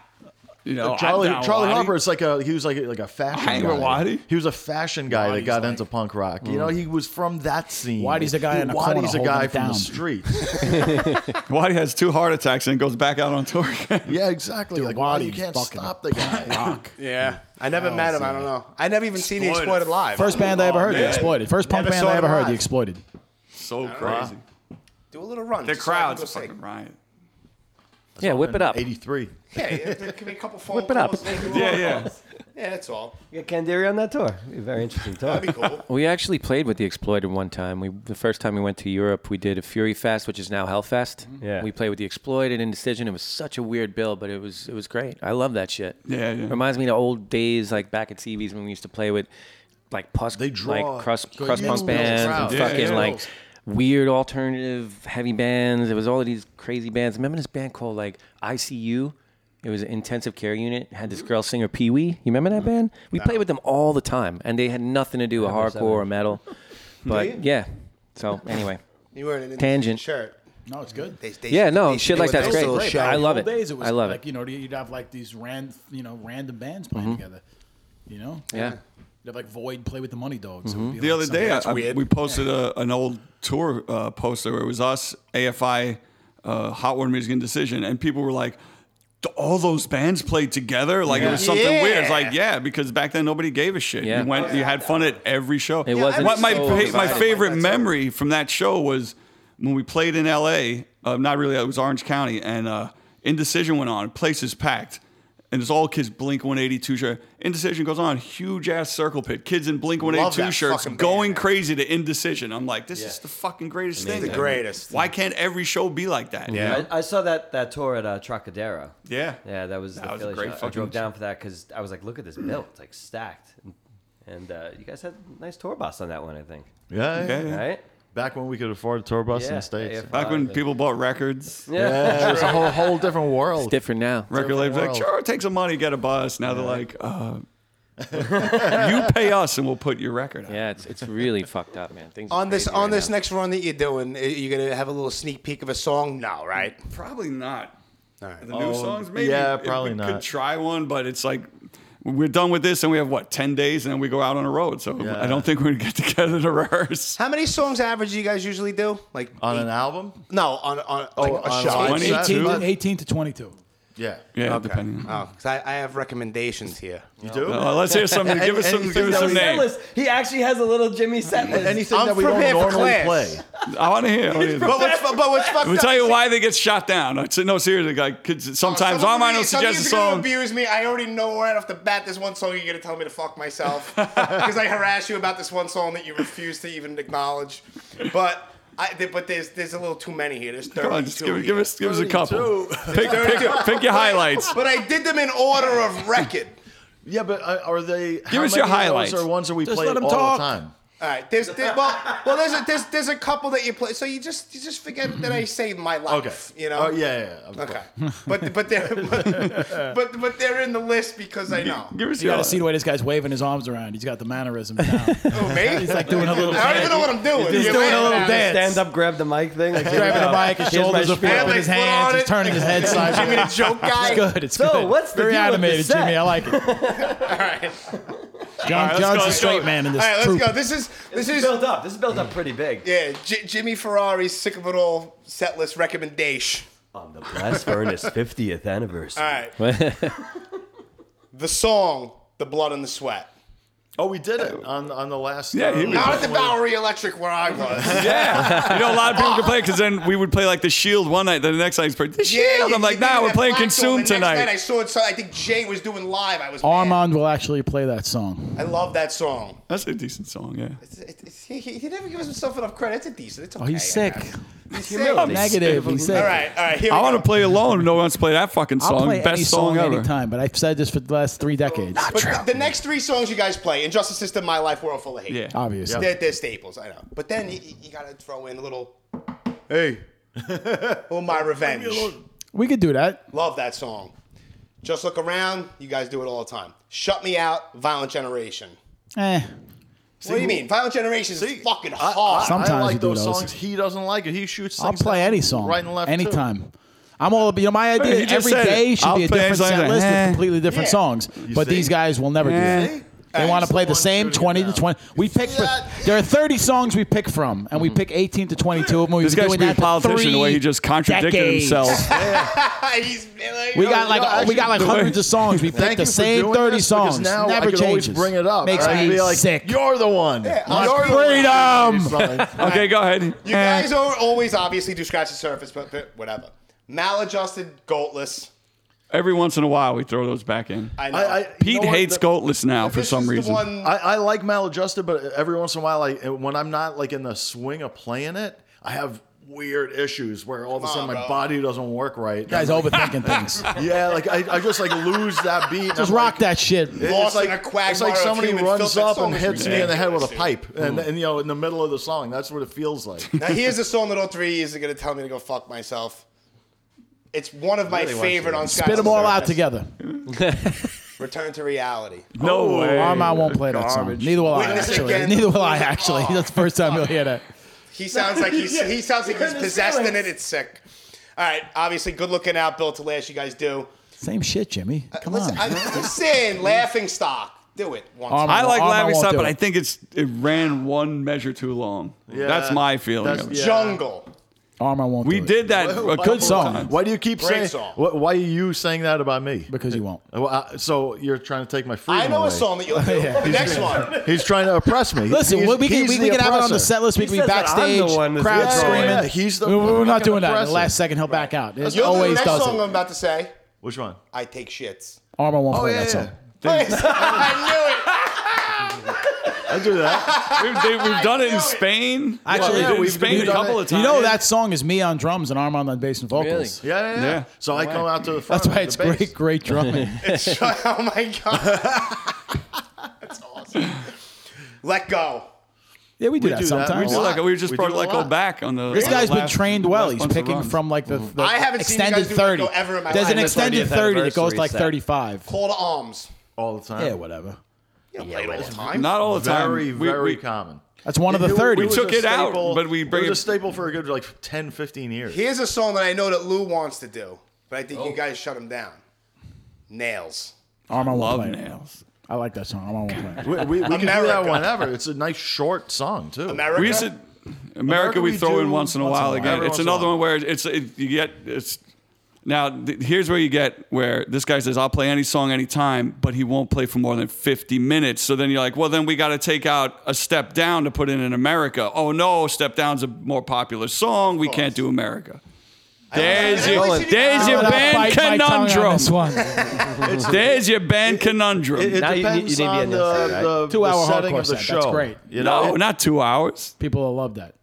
[SPEAKER 3] You
[SPEAKER 4] Oh,
[SPEAKER 3] know,
[SPEAKER 5] Charlie
[SPEAKER 3] I'm down with
[SPEAKER 5] Charlie
[SPEAKER 3] Waddy.
[SPEAKER 5] Harper is like a he was like a, like a fashion
[SPEAKER 3] hang
[SPEAKER 5] guy.
[SPEAKER 3] with Waddy.
[SPEAKER 5] He was a fashion guy
[SPEAKER 4] Waddy's
[SPEAKER 5] that got
[SPEAKER 4] like-
[SPEAKER 5] into punk rock. You know, he was from that scene.
[SPEAKER 4] Waddy's the guy
[SPEAKER 5] He-
[SPEAKER 4] in the corner
[SPEAKER 5] Waddy's a
[SPEAKER 4] holding
[SPEAKER 5] guy
[SPEAKER 4] it
[SPEAKER 5] from
[SPEAKER 4] down.
[SPEAKER 5] the street.
[SPEAKER 3] Waddy has two heart attacks and goes back out on tour. again.
[SPEAKER 5] yeah, exactly. like Waddy, you
[SPEAKER 4] Waddy's
[SPEAKER 5] can't
[SPEAKER 4] fucking
[SPEAKER 5] stop the guy.
[SPEAKER 2] Yeah. I never met him. I don't know. I never even seen the
[SPEAKER 3] Exploited.
[SPEAKER 2] Exploited live.
[SPEAKER 4] First band I ever heard, The
[SPEAKER 3] man.
[SPEAKER 4] Exploited. First punk
[SPEAKER 2] Never
[SPEAKER 4] band
[SPEAKER 2] saw
[SPEAKER 4] I ever
[SPEAKER 2] him
[SPEAKER 4] heard,
[SPEAKER 2] live.
[SPEAKER 4] The Exploited.
[SPEAKER 3] so crazy.
[SPEAKER 2] Do a little run.
[SPEAKER 3] The
[SPEAKER 2] just so I can
[SPEAKER 3] crowd's
[SPEAKER 2] go
[SPEAKER 3] a
[SPEAKER 2] see.
[SPEAKER 3] fucking riot.
[SPEAKER 1] Yeah, whip it up.
[SPEAKER 5] Eighty three.
[SPEAKER 2] Yeah, yeah, there could be a couple phone
[SPEAKER 1] Whip it up.
[SPEAKER 2] calls, maybe a
[SPEAKER 3] Yeah,
[SPEAKER 2] little-
[SPEAKER 3] yeah.
[SPEAKER 2] Yeah, that's all.
[SPEAKER 6] You got Candiri on that tour. It'd be a very interesting tour.
[SPEAKER 2] That'd be cool.
[SPEAKER 1] We actually played with the Exploited one time. We the first time we went to Europe, we did a Fury Fest, which is now Hellfest.
[SPEAKER 3] Mm-hmm.
[SPEAKER 6] Yeah.
[SPEAKER 1] We played with the Exploited and Decision. It was such a weird bill, but it was it was great. I love that shit.
[SPEAKER 3] Yeah, yeah.
[SPEAKER 1] Reminds me of the old days, like back at CV's when we used to play with like pus,
[SPEAKER 5] They draw
[SPEAKER 1] like crust
[SPEAKER 5] good
[SPEAKER 1] crust punk
[SPEAKER 5] bills.
[SPEAKER 1] bands
[SPEAKER 5] Crowds.
[SPEAKER 1] and
[SPEAKER 3] Yeah,
[SPEAKER 1] fucking
[SPEAKER 3] yeah.
[SPEAKER 1] like weird alternative heavy bands. It was all of these crazy bands. Remember this band called like ICU? It was an intensive care unit. Had this girl singer Pee Wee. You remember that band? We played with them all the time, and they had nothing to do with hardcore or metal. But yeah. So anyway,
[SPEAKER 2] You wearing an
[SPEAKER 1] Tangent.
[SPEAKER 2] Tangent shirt.
[SPEAKER 4] No, it's good.
[SPEAKER 2] They, they,
[SPEAKER 1] yeah, no,
[SPEAKER 2] they-
[SPEAKER 1] shit
[SPEAKER 2] they
[SPEAKER 1] like
[SPEAKER 2] were
[SPEAKER 1] that's
[SPEAKER 2] nice
[SPEAKER 1] great.
[SPEAKER 2] little
[SPEAKER 4] Great.
[SPEAKER 2] show.
[SPEAKER 1] I love
[SPEAKER 4] Old
[SPEAKER 1] it.
[SPEAKER 4] Days, it was
[SPEAKER 1] I love it.
[SPEAKER 4] like,
[SPEAKER 1] Mm-hmm.
[SPEAKER 4] You know, you'd have like these ran, you know, random bands playing together. You know,
[SPEAKER 1] Yeah.
[SPEAKER 4] You'd have like Void play with the Money Dogs. It would be
[SPEAKER 3] Mm-hmm. The
[SPEAKER 4] like
[SPEAKER 3] other
[SPEAKER 4] something
[SPEAKER 3] day, I,
[SPEAKER 4] that's
[SPEAKER 3] I-
[SPEAKER 4] weird.
[SPEAKER 3] we posted a, an old tour uh, poster where it was us, AFI, uh, Hot One Music and Decision, and people were like, "D- all those bands played together? Like it was something
[SPEAKER 2] Yeah.
[SPEAKER 3] weird. It's like, yeah, because back then nobody gave a shit.
[SPEAKER 1] Yeah.
[SPEAKER 3] You went, you had fun at every show.
[SPEAKER 1] It wasn't
[SPEAKER 3] What my,
[SPEAKER 1] so
[SPEAKER 3] pa- my
[SPEAKER 1] divided like
[SPEAKER 3] favorite
[SPEAKER 2] that, too.
[SPEAKER 3] memory from that show was when we played in LA, uh, not really, it was Orange County, and uh, Indecision went on, places packed. And it's all kids Blink 182 shirt. Indecision goes on, huge ass circle pit. Kids in Blink
[SPEAKER 2] Love
[SPEAKER 3] 182
[SPEAKER 2] that
[SPEAKER 3] shirts
[SPEAKER 2] fucking band,
[SPEAKER 3] going
[SPEAKER 2] man.
[SPEAKER 3] crazy to indecision. I'm like, this is the fucking greatest thing.
[SPEAKER 2] The greatest.
[SPEAKER 3] Why can't every show be like that?
[SPEAKER 2] Yeah.
[SPEAKER 6] I, I saw that that tour at uh, Trocadero.
[SPEAKER 3] Yeah.
[SPEAKER 6] Yeah, that was
[SPEAKER 3] That
[SPEAKER 6] the
[SPEAKER 3] was a
[SPEAKER 6] Philly
[SPEAKER 3] great
[SPEAKER 6] show. I
[SPEAKER 3] fucking-
[SPEAKER 6] drove down for that because I was like, look at this bill. It's like stacked. And uh, you guys had a nice tour bus on that one, I think.
[SPEAKER 5] Yeah, yeah.
[SPEAKER 3] Yeah, yeah.
[SPEAKER 6] Right?
[SPEAKER 5] Back when we could afford a tour bus in
[SPEAKER 6] Yeah,
[SPEAKER 5] the states.
[SPEAKER 6] AFI.
[SPEAKER 3] Back when people bought records,
[SPEAKER 5] Yeah, it's a whole whole different world.
[SPEAKER 1] Different now.
[SPEAKER 3] record labels like,
[SPEAKER 5] world.
[SPEAKER 3] sure, take some money, get a bus. Now they're like, uh, you pay us and we'll put your record out.
[SPEAKER 1] Yeah, it's it's really fucked up, man. Things are
[SPEAKER 2] On this
[SPEAKER 1] crazy
[SPEAKER 2] on
[SPEAKER 1] right
[SPEAKER 2] this
[SPEAKER 1] now.
[SPEAKER 2] next run that you're doing, are you gonna have a little sneak peek of a song? No, right?
[SPEAKER 3] Probably not.
[SPEAKER 2] All right.
[SPEAKER 3] The new songs, maybe.
[SPEAKER 5] yeah,
[SPEAKER 3] If
[SPEAKER 5] probably
[SPEAKER 3] we
[SPEAKER 5] not.
[SPEAKER 3] Could try one, but it's like we're done with this, and we have what ten days, and then we go out on the road. So
[SPEAKER 5] Yeah.
[SPEAKER 3] I don't think we're gonna get together to rehearse.
[SPEAKER 2] How many songs average do you guys usually do? Like
[SPEAKER 5] on
[SPEAKER 2] eight-
[SPEAKER 5] an album.
[SPEAKER 2] No, on on like
[SPEAKER 5] on
[SPEAKER 2] a
[SPEAKER 5] a
[SPEAKER 2] shot.
[SPEAKER 5] one
[SPEAKER 4] 18,
[SPEAKER 5] Two?
[SPEAKER 4] to- 18 to 22.
[SPEAKER 5] Yeah,
[SPEAKER 3] Yeah,
[SPEAKER 2] Okay.
[SPEAKER 3] depending.
[SPEAKER 2] Oh, 'cause I, I have recommendations here.
[SPEAKER 5] you do.
[SPEAKER 3] Uh, let's hear some. Give us some.
[SPEAKER 5] Anything
[SPEAKER 3] Give us
[SPEAKER 5] that
[SPEAKER 3] some
[SPEAKER 5] we-
[SPEAKER 3] names.
[SPEAKER 6] He actually has a little Jimmy set list.
[SPEAKER 5] Anything
[SPEAKER 2] I'm
[SPEAKER 5] that we don't
[SPEAKER 2] prepared for
[SPEAKER 5] normally
[SPEAKER 2] class.
[SPEAKER 5] play.
[SPEAKER 3] I want to hear. I wanna hear.
[SPEAKER 2] But what's, but what's fucked
[SPEAKER 3] We'll
[SPEAKER 2] up?
[SPEAKER 3] tell you why they get shot down. I said, no, seriously, like, kids, sometimes all mine will
[SPEAKER 2] Some
[SPEAKER 3] suggest a
[SPEAKER 2] music will
[SPEAKER 3] song.
[SPEAKER 2] abuse me. I already know right off the bat this one song you're gonna tell me to fuck myself because I harass you about this one song that you refuse to even acknowledge. But I th- but there's there's a little too many here. There's 32
[SPEAKER 3] Come on, just give,
[SPEAKER 2] here.
[SPEAKER 3] give us give us a couple.
[SPEAKER 5] 32.
[SPEAKER 3] Pick, pick, pick your highlights.
[SPEAKER 2] But I did them in order of record.
[SPEAKER 5] Yeah, but uh, are they? Give
[SPEAKER 3] us your highlights.
[SPEAKER 5] Or ones that we
[SPEAKER 4] Just
[SPEAKER 5] play
[SPEAKER 4] let 'em
[SPEAKER 5] all
[SPEAKER 4] talk.
[SPEAKER 5] the time.
[SPEAKER 2] All right, there's, there- well, well, there's a there's, there's a couple that you play, so you just you just forget that I saved my
[SPEAKER 5] Okay,
[SPEAKER 2] life. You know.
[SPEAKER 5] Oh yeah, yeah. yeah, of
[SPEAKER 2] Okay,
[SPEAKER 5] course.
[SPEAKER 2] but but they're but, but they're in the list because I know.
[SPEAKER 3] Give us
[SPEAKER 4] You
[SPEAKER 3] your.
[SPEAKER 4] got to see the way this guy's waving his arms around. He's got the mannerisms down.
[SPEAKER 2] Oh, me? He's like
[SPEAKER 4] doing a little
[SPEAKER 2] I don't even know what I'm doing.
[SPEAKER 4] He's
[SPEAKER 2] You're
[SPEAKER 4] doing a
[SPEAKER 2] laughing
[SPEAKER 4] little
[SPEAKER 2] at
[SPEAKER 4] dance.
[SPEAKER 6] Stand up, grab the mic thing. Like, here we
[SPEAKER 4] grabbing
[SPEAKER 6] go.
[SPEAKER 4] the mic, his
[SPEAKER 6] Here's my
[SPEAKER 4] shoulders are
[SPEAKER 2] me. I
[SPEAKER 6] spiel.
[SPEAKER 2] have
[SPEAKER 4] flipping,
[SPEAKER 2] my
[SPEAKER 4] his
[SPEAKER 2] foot on
[SPEAKER 4] hands, he's
[SPEAKER 2] it.
[SPEAKER 4] turning his head
[SPEAKER 2] Jimmy
[SPEAKER 4] sideways.
[SPEAKER 2] the joke guy.
[SPEAKER 4] It's good. It's
[SPEAKER 6] So,
[SPEAKER 4] good.
[SPEAKER 6] what's the
[SPEAKER 4] very
[SPEAKER 6] deal with
[SPEAKER 4] animated,
[SPEAKER 6] this set?
[SPEAKER 4] Jimmy? I like it. John,
[SPEAKER 3] let's go,
[SPEAKER 4] John's a
[SPEAKER 3] let's
[SPEAKER 4] straight
[SPEAKER 3] go.
[SPEAKER 4] man in
[SPEAKER 2] All
[SPEAKER 4] this
[SPEAKER 2] right, let's
[SPEAKER 4] troupe.
[SPEAKER 2] go. This is this
[SPEAKER 6] This is
[SPEAKER 2] is
[SPEAKER 6] built up. This is built up pretty big.
[SPEAKER 2] yeah. J- Jimmy Ferrari's sick of it all set list recommendation.
[SPEAKER 6] On the Blast Furnace 50th anniversary.
[SPEAKER 2] All right. the song, the blood and the sweat.
[SPEAKER 5] Oh, we did it on on the last. uh,
[SPEAKER 3] Yeah, he was-
[SPEAKER 2] Not at the Bowery Electric where I was.
[SPEAKER 3] Yeah, you know, a lot of people complain because then we would play like the Shield one night, then the next night it's played the Shield.
[SPEAKER 2] you-
[SPEAKER 3] I'm like,
[SPEAKER 2] you
[SPEAKER 3] nah,
[SPEAKER 2] did
[SPEAKER 3] we're
[SPEAKER 2] that
[SPEAKER 3] playing
[SPEAKER 2] black song.
[SPEAKER 3] Consume
[SPEAKER 2] The next night I
[SPEAKER 3] tonight.
[SPEAKER 2] saw it. So I think Jay was doing live. I was. mad.
[SPEAKER 4] Armand will actually play that song.
[SPEAKER 2] I love that song.
[SPEAKER 3] That's a decent song, yeah.
[SPEAKER 2] It's, it's, it's- he, he he never gives himself enough credit. It's a decent. It's okay.
[SPEAKER 4] Oh, he's
[SPEAKER 2] I
[SPEAKER 4] sick.
[SPEAKER 2] guess. He's sick.
[SPEAKER 3] I'm
[SPEAKER 4] Negative.
[SPEAKER 3] sick.
[SPEAKER 4] He's sick.
[SPEAKER 2] All right. All right. Here
[SPEAKER 3] I
[SPEAKER 2] we
[SPEAKER 3] want
[SPEAKER 2] go.
[SPEAKER 3] to play alone. No one wants to play that fucking
[SPEAKER 4] I'll
[SPEAKER 3] song.
[SPEAKER 4] play
[SPEAKER 3] Best
[SPEAKER 4] any
[SPEAKER 3] song,
[SPEAKER 4] song,
[SPEAKER 3] ever.
[SPEAKER 4] anytime, but I've said this for the last three decades.
[SPEAKER 2] But the- the next three songs you guys play, Injustice System, My Life, World Full of Hate.
[SPEAKER 3] Yeah.
[SPEAKER 4] Obviously.
[SPEAKER 2] They're, they're staples, I know. But then you, you gotta throw in a little, hey, oh my revenge.
[SPEAKER 4] We could do that.
[SPEAKER 2] Love that song. Just look around. You guys do it all the time. Shut me out. Violent Generation.
[SPEAKER 4] Eh.
[SPEAKER 2] what do you mean? Violent Generation is
[SPEAKER 5] See,
[SPEAKER 2] fucking
[SPEAKER 5] I-
[SPEAKER 2] hard.
[SPEAKER 5] I,
[SPEAKER 4] Sometimes
[SPEAKER 5] I
[SPEAKER 4] you
[SPEAKER 5] like
[SPEAKER 4] do
[SPEAKER 5] those
[SPEAKER 4] those.
[SPEAKER 5] songs. He doesn't like it. He shoots.
[SPEAKER 4] I'll
[SPEAKER 5] things
[SPEAKER 4] play
[SPEAKER 5] down
[SPEAKER 4] any song.
[SPEAKER 5] Right and left. too.
[SPEAKER 4] anytime. I'm all you know. My
[SPEAKER 3] Hey,
[SPEAKER 4] idea
[SPEAKER 3] you just
[SPEAKER 4] every
[SPEAKER 3] said it.
[SPEAKER 4] day should
[SPEAKER 3] I'll
[SPEAKER 4] be a
[SPEAKER 3] play
[SPEAKER 4] different
[SPEAKER 3] songs
[SPEAKER 4] set
[SPEAKER 3] like,
[SPEAKER 4] list
[SPEAKER 3] eh.
[SPEAKER 4] with completely different
[SPEAKER 2] Yeah.
[SPEAKER 4] songs. But
[SPEAKER 5] see?
[SPEAKER 4] these guys will never
[SPEAKER 3] Eh.
[SPEAKER 4] do that.
[SPEAKER 2] Uh,
[SPEAKER 4] They want
[SPEAKER 2] he's
[SPEAKER 4] to play
[SPEAKER 5] the
[SPEAKER 4] the
[SPEAKER 5] one
[SPEAKER 4] same
[SPEAKER 5] shooting
[SPEAKER 4] 20 to
[SPEAKER 5] down.
[SPEAKER 4] 20. We pick for,
[SPEAKER 2] that?
[SPEAKER 4] there are 30 songs we pick from, and
[SPEAKER 5] Mm-hmm.
[SPEAKER 4] we pick 18 to 22 of them. We've
[SPEAKER 3] This
[SPEAKER 4] been
[SPEAKER 3] guy
[SPEAKER 4] doing
[SPEAKER 3] should be a
[SPEAKER 4] that for
[SPEAKER 3] politician the way
[SPEAKER 4] three
[SPEAKER 3] he just contradicted
[SPEAKER 4] decades.
[SPEAKER 3] himself.
[SPEAKER 2] he's,
[SPEAKER 4] We got like
[SPEAKER 5] no, actually,
[SPEAKER 4] we got like
[SPEAKER 3] the way-
[SPEAKER 4] hundreds of songs. We picked
[SPEAKER 5] Thank
[SPEAKER 4] the
[SPEAKER 5] you for
[SPEAKER 4] same
[SPEAKER 5] doing
[SPEAKER 4] thirty
[SPEAKER 5] this, because
[SPEAKER 4] songs.
[SPEAKER 5] Now
[SPEAKER 4] Never
[SPEAKER 5] I can always
[SPEAKER 4] changes.
[SPEAKER 5] bring it up.
[SPEAKER 4] Makes
[SPEAKER 5] All right?
[SPEAKER 4] me
[SPEAKER 5] be like,
[SPEAKER 4] sick.
[SPEAKER 5] You're the one.
[SPEAKER 2] on
[SPEAKER 5] You're
[SPEAKER 4] freedom.
[SPEAKER 5] The one.
[SPEAKER 3] okay, go ahead.
[SPEAKER 2] You guys are always obviously do scratch the surface, but, but whatever. Maladjusted, goatless.
[SPEAKER 3] Every once in a while, we throw those back in.
[SPEAKER 2] I know.
[SPEAKER 5] I, I,
[SPEAKER 3] Pete
[SPEAKER 5] you know what?
[SPEAKER 3] hates
[SPEAKER 5] The-
[SPEAKER 3] goatless now for
[SPEAKER 2] This
[SPEAKER 3] some
[SPEAKER 2] is the
[SPEAKER 3] reason.
[SPEAKER 2] one-
[SPEAKER 5] I, I like maladjusted, but every once in a while, like when I'm not like in the swing of playing it, I have weird issues where all of a
[SPEAKER 2] Come
[SPEAKER 5] sudden
[SPEAKER 2] on,
[SPEAKER 5] my
[SPEAKER 2] bro.
[SPEAKER 5] body doesn't work right.
[SPEAKER 4] Guys, overthinking things.
[SPEAKER 5] yeah, like I, I just like lose that beat. and
[SPEAKER 4] Just
[SPEAKER 5] I'm
[SPEAKER 4] rock
[SPEAKER 5] like,
[SPEAKER 4] that shit.
[SPEAKER 2] Lost
[SPEAKER 5] It's
[SPEAKER 2] in
[SPEAKER 5] like,
[SPEAKER 2] a
[SPEAKER 5] it's
[SPEAKER 2] quagmire
[SPEAKER 5] like
[SPEAKER 2] of
[SPEAKER 5] somebody
[SPEAKER 2] human filth.
[SPEAKER 5] runs
[SPEAKER 2] That
[SPEAKER 5] up
[SPEAKER 2] song
[SPEAKER 5] and
[SPEAKER 2] is Hmm.
[SPEAKER 5] hits me in the head with a
[SPEAKER 2] ridiculous,
[SPEAKER 5] pipe, and, and you know, in the middle of the song, that's what it feels like.
[SPEAKER 2] Now here's the song that all three is gonna tell me to go fuck myself. It's one of my
[SPEAKER 5] Really wants
[SPEAKER 2] favorite
[SPEAKER 5] you.
[SPEAKER 2] on Scott.
[SPEAKER 4] Spit them all out together.
[SPEAKER 2] Return to reality.
[SPEAKER 3] no way.
[SPEAKER 4] Armand Oh, won't play that song.
[SPEAKER 3] Garbage.
[SPEAKER 4] Neither will I
[SPEAKER 2] Witness
[SPEAKER 4] actually.
[SPEAKER 2] again.
[SPEAKER 4] Neither will I actually. That's the first time you'll hear that.
[SPEAKER 2] He sounds like he's he sounds like he's possessed in it. It's sick. All right, obviously, good looking out, built to last. You guys do.
[SPEAKER 4] Same shit, Jimmy.
[SPEAKER 5] Uh,
[SPEAKER 4] Come
[SPEAKER 2] Listen,
[SPEAKER 4] on.
[SPEAKER 2] I'm just saying, laughing stock. Do it once.
[SPEAKER 4] Armand-
[SPEAKER 3] I like
[SPEAKER 4] Armand
[SPEAKER 3] laughing
[SPEAKER 4] won't
[SPEAKER 3] stock,
[SPEAKER 4] do
[SPEAKER 3] but
[SPEAKER 4] it.
[SPEAKER 3] I think it's it ran one measure too long.
[SPEAKER 5] Yeah.
[SPEAKER 3] That's my feeling.
[SPEAKER 5] That's-
[SPEAKER 3] of it.
[SPEAKER 5] yeah.
[SPEAKER 2] Jungle.
[SPEAKER 4] Armand won't.
[SPEAKER 3] We
[SPEAKER 4] do it.
[SPEAKER 3] did that. a couple
[SPEAKER 4] Good song.
[SPEAKER 3] times.
[SPEAKER 5] Why do you keep
[SPEAKER 2] Great
[SPEAKER 5] saying?
[SPEAKER 2] song.
[SPEAKER 5] Why, why are you saying that about me?
[SPEAKER 4] because you won't.
[SPEAKER 5] Well, I- so you're trying to take my freedom.
[SPEAKER 2] I know a
[SPEAKER 5] away.
[SPEAKER 2] song that you'll do. The next one.
[SPEAKER 5] He's trying to oppress me.
[SPEAKER 4] Listen,
[SPEAKER 5] He's-
[SPEAKER 4] we can
[SPEAKER 5] he's
[SPEAKER 4] we,
[SPEAKER 5] the
[SPEAKER 4] can have it on the
[SPEAKER 5] oppressor.
[SPEAKER 4] set list. We
[SPEAKER 6] He
[SPEAKER 4] can be
[SPEAKER 6] says that
[SPEAKER 4] backstage,
[SPEAKER 6] I'm the one that's
[SPEAKER 4] crowd
[SPEAKER 5] Yeah,
[SPEAKER 4] screaming.
[SPEAKER 5] yeah, he's the
[SPEAKER 4] We're not
[SPEAKER 5] fucking
[SPEAKER 4] doing that. The
[SPEAKER 5] oppressor.
[SPEAKER 4] last second, he'll back out. It
[SPEAKER 2] You'll do the
[SPEAKER 4] always
[SPEAKER 2] next
[SPEAKER 4] does
[SPEAKER 2] song
[SPEAKER 4] it.
[SPEAKER 2] I'm about to say.
[SPEAKER 5] Which one?
[SPEAKER 2] I take shits.
[SPEAKER 4] Armand won't play
[SPEAKER 5] Oh, yeah,
[SPEAKER 4] that
[SPEAKER 5] yeah.
[SPEAKER 4] song.
[SPEAKER 2] I
[SPEAKER 5] I do that.
[SPEAKER 3] We've, they, we've done it
[SPEAKER 2] knew
[SPEAKER 3] in
[SPEAKER 2] it.
[SPEAKER 3] Spain.
[SPEAKER 4] Actually,
[SPEAKER 3] we
[SPEAKER 4] yeah,
[SPEAKER 3] did it in
[SPEAKER 5] we've-
[SPEAKER 3] Spain
[SPEAKER 5] we've
[SPEAKER 3] a
[SPEAKER 5] done
[SPEAKER 3] couple
[SPEAKER 5] it.
[SPEAKER 3] of times.
[SPEAKER 4] You know that song is me on drums and Armand on bass and vocals.
[SPEAKER 1] Really?
[SPEAKER 5] Yeah, yeah.
[SPEAKER 3] Yeah.
[SPEAKER 5] yeah. So I come out to the front.
[SPEAKER 4] That's why
[SPEAKER 5] with
[SPEAKER 4] it's
[SPEAKER 5] the bass.
[SPEAKER 4] great, great drumming.
[SPEAKER 2] knew it. oh my god. That's awesome. Let go.
[SPEAKER 4] yeah, we do
[SPEAKER 5] We
[SPEAKER 4] that
[SPEAKER 5] do that.
[SPEAKER 4] sometimes.
[SPEAKER 3] We, do
[SPEAKER 5] lot.
[SPEAKER 3] like, we just
[SPEAKER 5] We
[SPEAKER 3] brought
[SPEAKER 5] do a
[SPEAKER 3] like go
[SPEAKER 5] lot.
[SPEAKER 3] back on the.
[SPEAKER 4] This
[SPEAKER 3] on
[SPEAKER 4] guy's
[SPEAKER 3] the
[SPEAKER 4] been
[SPEAKER 3] last-
[SPEAKER 4] trained well.
[SPEAKER 3] last
[SPEAKER 4] He's
[SPEAKER 3] bunch of
[SPEAKER 4] picking
[SPEAKER 3] runs.
[SPEAKER 4] from like the, the
[SPEAKER 2] Mm-hmm. I haven't seen you guys
[SPEAKER 4] extended
[SPEAKER 2] do
[SPEAKER 4] 30.
[SPEAKER 2] Lego ever in my
[SPEAKER 4] There's
[SPEAKER 2] life.
[SPEAKER 4] an
[SPEAKER 2] That's
[SPEAKER 4] extended
[SPEAKER 6] 20th
[SPEAKER 4] 30 that goes to like
[SPEAKER 6] anniversary set.
[SPEAKER 4] 35.
[SPEAKER 2] Call to arms.
[SPEAKER 5] all the time.
[SPEAKER 4] Yeah, whatever.
[SPEAKER 2] You don't play it all the time.
[SPEAKER 3] Not all the time.
[SPEAKER 5] Very,
[SPEAKER 3] We-
[SPEAKER 5] very
[SPEAKER 3] we-
[SPEAKER 5] common.
[SPEAKER 4] That's one of the
[SPEAKER 5] It- it
[SPEAKER 4] 30.
[SPEAKER 5] was
[SPEAKER 3] took
[SPEAKER 5] a
[SPEAKER 3] it out,
[SPEAKER 5] staple-
[SPEAKER 3] but we bring
[SPEAKER 5] it
[SPEAKER 3] it-
[SPEAKER 5] was a staple for a good like 10, 15 years.
[SPEAKER 2] Here's a song that I know that Lou wants to do, but I think you guys shut him down. Nails.
[SPEAKER 4] Arm on
[SPEAKER 3] Love
[SPEAKER 4] one planet.
[SPEAKER 3] nails.
[SPEAKER 4] I like that song. Arm on one planet.
[SPEAKER 5] We, we, we can do that
[SPEAKER 2] America.
[SPEAKER 5] whenever. It's a nice short song too.
[SPEAKER 2] America.
[SPEAKER 3] We used to. America,
[SPEAKER 5] America
[SPEAKER 3] we
[SPEAKER 5] we
[SPEAKER 3] throw in
[SPEAKER 5] do
[SPEAKER 3] once in a
[SPEAKER 5] once in a
[SPEAKER 3] while
[SPEAKER 5] while.
[SPEAKER 3] again.
[SPEAKER 5] Every
[SPEAKER 3] It's
[SPEAKER 5] once in a
[SPEAKER 3] another
[SPEAKER 5] while.
[SPEAKER 3] one where it's it, you get it's. Now th- here's where you get where this guy says I'll play any song anytime, but he won't play for more than 50 minutes. So then you're like, well, then we got to take out a step down to put in in America. Oh no, step down's a more popular song. We can't do America. There's
[SPEAKER 2] I- I-
[SPEAKER 3] your
[SPEAKER 2] I-
[SPEAKER 3] there's
[SPEAKER 2] I'm
[SPEAKER 3] your
[SPEAKER 2] gonna
[SPEAKER 3] band
[SPEAKER 7] This
[SPEAKER 3] conundrum.
[SPEAKER 7] one.
[SPEAKER 3] There's your band
[SPEAKER 5] It,
[SPEAKER 3] conundrum.
[SPEAKER 5] it
[SPEAKER 6] Now you- you- you
[SPEAKER 5] depends
[SPEAKER 6] need to be
[SPEAKER 5] on
[SPEAKER 6] an
[SPEAKER 5] the,
[SPEAKER 6] inside, right?
[SPEAKER 5] the,
[SPEAKER 4] Two-hour
[SPEAKER 5] the setting
[SPEAKER 4] hardcore
[SPEAKER 5] of the
[SPEAKER 4] set,
[SPEAKER 5] show.
[SPEAKER 4] that's great.
[SPEAKER 5] You know,
[SPEAKER 3] No,
[SPEAKER 5] it-
[SPEAKER 3] not two hours.
[SPEAKER 4] People will love that.